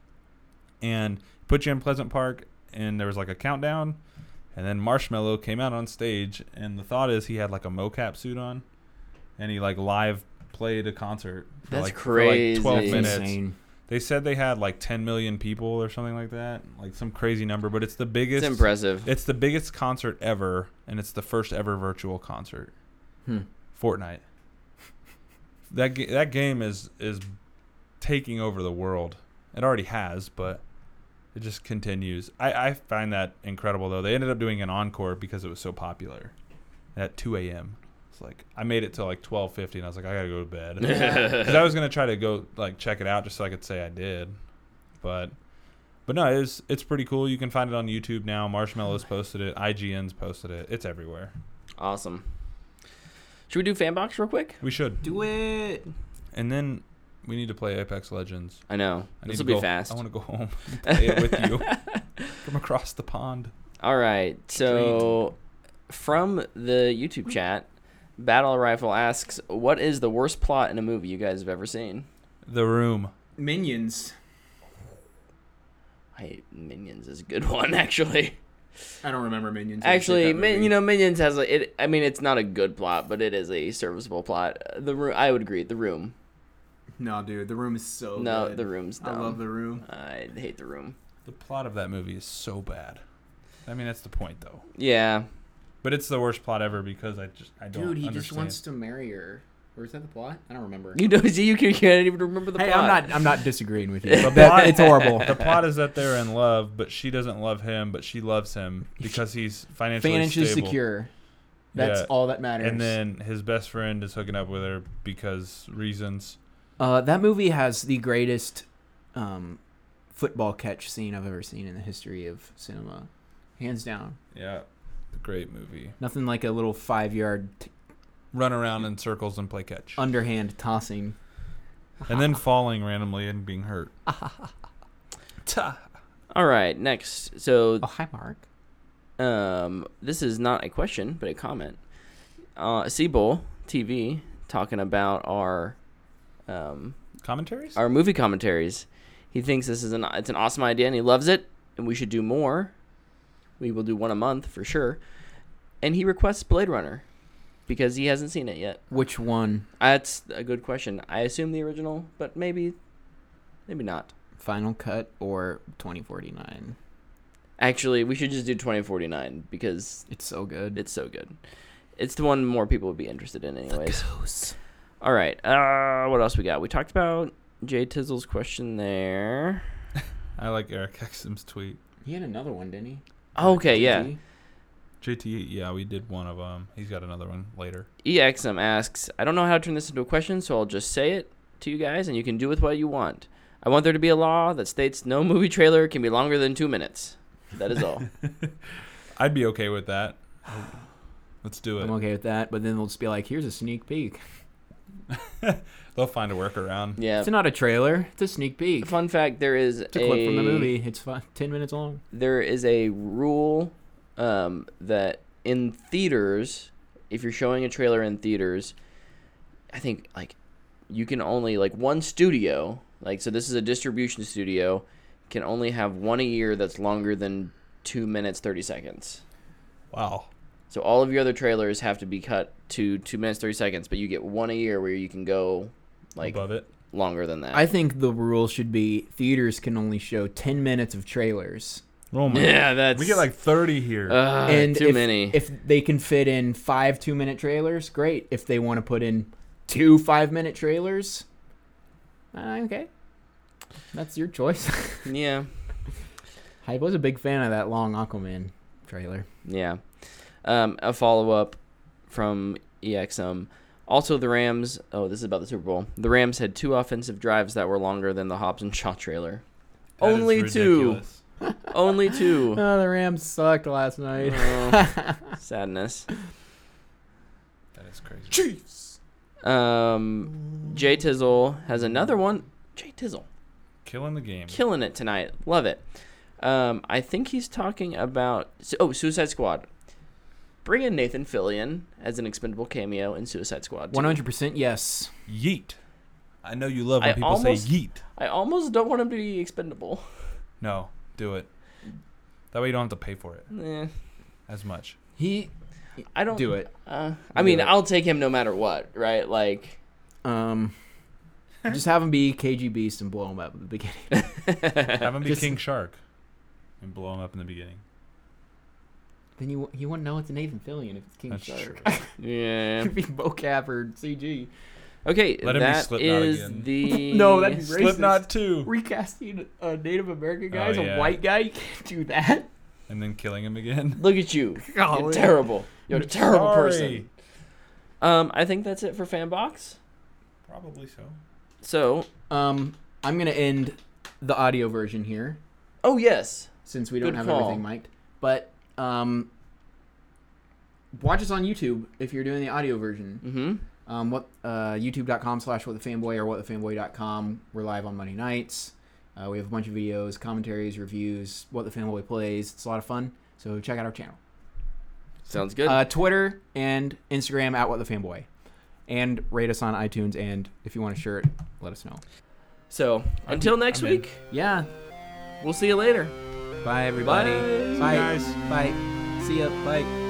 [SPEAKER 2] and put you in Pleasant Park, and there was like a countdown, and then Marshmallow came out on stage, and the thought is he had like a mocap suit on, and he like live played a concert. for,
[SPEAKER 3] That's
[SPEAKER 2] like, for, like, Twelve
[SPEAKER 3] crazy.
[SPEAKER 2] minutes. They said they had like 10 million people or something like that, like some crazy number, but it's the
[SPEAKER 3] It's
[SPEAKER 2] biggest.
[SPEAKER 3] impressive.
[SPEAKER 2] It's the biggest concert ever, and it's the first ever virtual concert.
[SPEAKER 1] Hmm.
[SPEAKER 2] Fortnite. That ga- that game is is taking over the world. It already has, but it just continues. I, I find that incredible though. They ended up doing an encore because it was so popular at 2 a.m. It's like I made it till like 12:50, and I was like, I gotta go to bed. Because I was gonna try to go like check it out just so I could say I did, but but no, it's it's pretty cool. You can find it on YouTube now. Marshmallows posted it. IGN's posted it. It's everywhere.
[SPEAKER 3] awesome. Should we do fan box real quick?
[SPEAKER 2] We should.
[SPEAKER 1] Do it.
[SPEAKER 2] And then we need to play Apex Legends.
[SPEAKER 3] I know
[SPEAKER 2] I need
[SPEAKER 3] this
[SPEAKER 2] to
[SPEAKER 3] will be
[SPEAKER 2] go-
[SPEAKER 3] fast.
[SPEAKER 2] I want to go home and play it with you from across the pond.
[SPEAKER 3] All right. So, from the YouTube chat, Battle Rifle asks, "What is the worst plot in a movie you guys have ever seen?"
[SPEAKER 2] The room.
[SPEAKER 1] Minions.
[SPEAKER 3] I Minions is a good one actually.
[SPEAKER 1] I don't remember Minions. I
[SPEAKER 3] Actually,
[SPEAKER 1] shit that
[SPEAKER 3] Min-
[SPEAKER 1] movie.
[SPEAKER 3] you know, Minions has a, it. I mean, it's not a good plot, but it is a serviceable plot. Uh, The room, I would agree. The room,
[SPEAKER 1] No, dude, the room is so.
[SPEAKER 3] no,
[SPEAKER 1] good.
[SPEAKER 3] the room's
[SPEAKER 1] I
[SPEAKER 3] dumb.
[SPEAKER 1] love the room.
[SPEAKER 3] I hate the room.
[SPEAKER 2] The plot of that movie is so bad. I mean, that's the point though.
[SPEAKER 3] Yeah,
[SPEAKER 2] But it's the worst plot ever because I just I don't
[SPEAKER 1] Dude, he
[SPEAKER 2] understand.
[SPEAKER 1] just wants to marry her. Or is that the plot? I don't remember.
[SPEAKER 3] You don't see, you can't even remember the
[SPEAKER 1] Hey,
[SPEAKER 3] plot.
[SPEAKER 1] I'm not. I'm not disagreeing with you. But
[SPEAKER 2] plot-
[SPEAKER 1] that, it's horrible.
[SPEAKER 2] the plot is that they're in love, but she doesn't love him, but she loves him because he's financially
[SPEAKER 1] Financially
[SPEAKER 2] stable.
[SPEAKER 1] secure. That's
[SPEAKER 2] Yeah.
[SPEAKER 1] all that matters.
[SPEAKER 2] And then his best friend is hooking up with her because reasons.
[SPEAKER 1] uh, that movie has the greatest um, football catch scene I've ever seen in the history of cinema, hands down.
[SPEAKER 2] Yeah, great movie.
[SPEAKER 1] Nothing like a little five-yard t-
[SPEAKER 2] Run around in circles and play catch,
[SPEAKER 3] Uh,
[SPEAKER 1] underhand tossing.
[SPEAKER 2] and then falling randomly and being hurt.
[SPEAKER 3] All right, next. So
[SPEAKER 1] Oh, hi, Mark.
[SPEAKER 3] um, this is not a question, but a comment. Uh, Siebel TV talking about our um,
[SPEAKER 2] Commentaries?
[SPEAKER 3] our movie commentaries. He thinks this is an it's an awesome idea and he loves it and we should do more. We will do one a month for sure. And he requests Blade Runner because he hasn't seen it yet.
[SPEAKER 1] Which one?
[SPEAKER 3] That's a good question. I assume the original, but maybe maybe not.
[SPEAKER 1] Final Cut or 2049?
[SPEAKER 3] Actually, we should just do 2049 because
[SPEAKER 1] It's so good.
[SPEAKER 3] it's so good. It's the one more people would be interested in anyways. All right. Uh what else we got? We talked about Jay Tizzle's question there.
[SPEAKER 2] I like Eric Exum's tweet.
[SPEAKER 1] He had another one, didn't he?
[SPEAKER 3] Okay, yeah.
[SPEAKER 2] JT, E, yeah, we did one of them. He's got another one later.
[SPEAKER 3] EXM E asks, I don't know how to turn this into a question, so I'll just say it to you guys and you can do with what you want. I want there to be a law that states no movie trailer can be longer than two minutes. That is all.
[SPEAKER 2] I'd be okay with that. Let's do it.
[SPEAKER 1] I'm okay with that, but then they'll just be like, "Here's a sneak peek."
[SPEAKER 2] They'll find a workaround.
[SPEAKER 3] yeah.
[SPEAKER 1] It's not a trailer; it's a sneak peek.
[SPEAKER 3] Fun fact there is
[SPEAKER 1] It's a clip from the movie. It's fi- ten minutes long.
[SPEAKER 3] there is a rule um, that in theaters, if you're showing a trailer in theaters, I think like you can only like one studio, like so this is a distribution studio, can only have one a year that's longer than two minutes thirty seconds.
[SPEAKER 2] Wow.
[SPEAKER 3] So all of your other trailers have to be cut to two minutes thirty seconds, but you get one a year where you can go like
[SPEAKER 2] Above it.
[SPEAKER 3] longer than that.
[SPEAKER 1] I think the rule should be theaters can only show ten minutes of trailers,
[SPEAKER 2] Oh
[SPEAKER 3] yeah, that's
[SPEAKER 2] We get like 30 here.
[SPEAKER 3] uh,
[SPEAKER 1] and
[SPEAKER 3] too
[SPEAKER 1] if,
[SPEAKER 3] many.
[SPEAKER 1] If they can fit in five two-minute trailers, great. If they want to put in two five-minute trailers, uh, okay, that's your choice.
[SPEAKER 3] yeah.
[SPEAKER 1] I was a big fan of that long Aquaman trailer.
[SPEAKER 3] Yeah. Um, a follow up from EXM. Also, the Rams. Oh, this is about the Super Bowl. The Rams had two offensive drives that were longer than the Hobbs and Shaw trailer.
[SPEAKER 2] That is
[SPEAKER 3] only two.
[SPEAKER 2] ridiculous.
[SPEAKER 3] Only two.
[SPEAKER 1] Oh, the Rams sucked last night.
[SPEAKER 3] Oh, sadness.
[SPEAKER 2] That is crazy.
[SPEAKER 3] Um, Jay Tizzle has another one. Jay Tizzle.
[SPEAKER 2] Killing the game.
[SPEAKER 3] killing it tonight. Love it. Um, I think he's talking about so- oh Suicide Squad. Bring in Nathan Fillion as an expendable cameo in Suicide Squad. too.
[SPEAKER 1] One hundred percent yes.
[SPEAKER 2] yeet. I know you love when
[SPEAKER 3] I
[SPEAKER 2] people
[SPEAKER 3] almost-
[SPEAKER 2] say yeet.
[SPEAKER 3] I almost don't want him to be expendable.
[SPEAKER 2] No, do it. That way you don't have to pay for it
[SPEAKER 3] Eh,
[SPEAKER 2] as much.
[SPEAKER 1] He
[SPEAKER 3] I don't
[SPEAKER 1] do it.
[SPEAKER 3] Uh, I mean,
[SPEAKER 1] Yeah.
[SPEAKER 3] I'll take him no matter what, right? Like,
[SPEAKER 1] Um, just have him be KG Beast and blow him up at the beginning.
[SPEAKER 2] Have him be
[SPEAKER 1] Just-
[SPEAKER 2] King Shark and blow him up in the beginning.
[SPEAKER 1] Then you you wouldn't know it's a Nathan Fillion if it's King
[SPEAKER 2] That's
[SPEAKER 1] Shark.
[SPEAKER 2] true.
[SPEAKER 3] yeah.
[SPEAKER 1] It'd be mocap or CG.
[SPEAKER 3] Okay,
[SPEAKER 2] Let him be
[SPEAKER 3] that
[SPEAKER 2] Slipknot
[SPEAKER 3] is
[SPEAKER 2] again.
[SPEAKER 3] the
[SPEAKER 1] No, that'd be racist.
[SPEAKER 2] Slipknot 2.
[SPEAKER 1] Recasting a Native American guy
[SPEAKER 2] Oh,
[SPEAKER 1] as
[SPEAKER 2] yeah.
[SPEAKER 1] a white guy, you can't do that.
[SPEAKER 2] And then killing him again.
[SPEAKER 3] Look at you. You're
[SPEAKER 1] Golly.
[SPEAKER 3] terrible. You're a terrible
[SPEAKER 2] Sorry.
[SPEAKER 3] person. Um, I think that's it for Fanbox.
[SPEAKER 2] Probably so.
[SPEAKER 3] So,
[SPEAKER 1] Um, I'm gonna end the audio version here
[SPEAKER 3] oh yes,
[SPEAKER 1] since we don't
[SPEAKER 3] Good
[SPEAKER 1] have
[SPEAKER 3] call.
[SPEAKER 1] everything mic'd. But um, watch us on YouTube if you're doing the audio version.
[SPEAKER 3] mm-hmm.
[SPEAKER 1] um, what uh, youtube.com slash what the fanboy or what the fanboy.com we're live on monday nights uh, we have a bunch of videos commentaries reviews what the fanboy plays it's a lot of fun so check out our channel
[SPEAKER 3] sounds good.
[SPEAKER 1] uh, twitter and instagram at what the fanboy and rate us on itunes and if you want a shirt let us know
[SPEAKER 3] So until next
[SPEAKER 2] I'm in.
[SPEAKER 3] week,
[SPEAKER 1] yeah
[SPEAKER 3] we'll see you later.
[SPEAKER 1] bye everybody
[SPEAKER 3] Bye.
[SPEAKER 1] bye,
[SPEAKER 2] Guys.
[SPEAKER 1] bye. see ya bye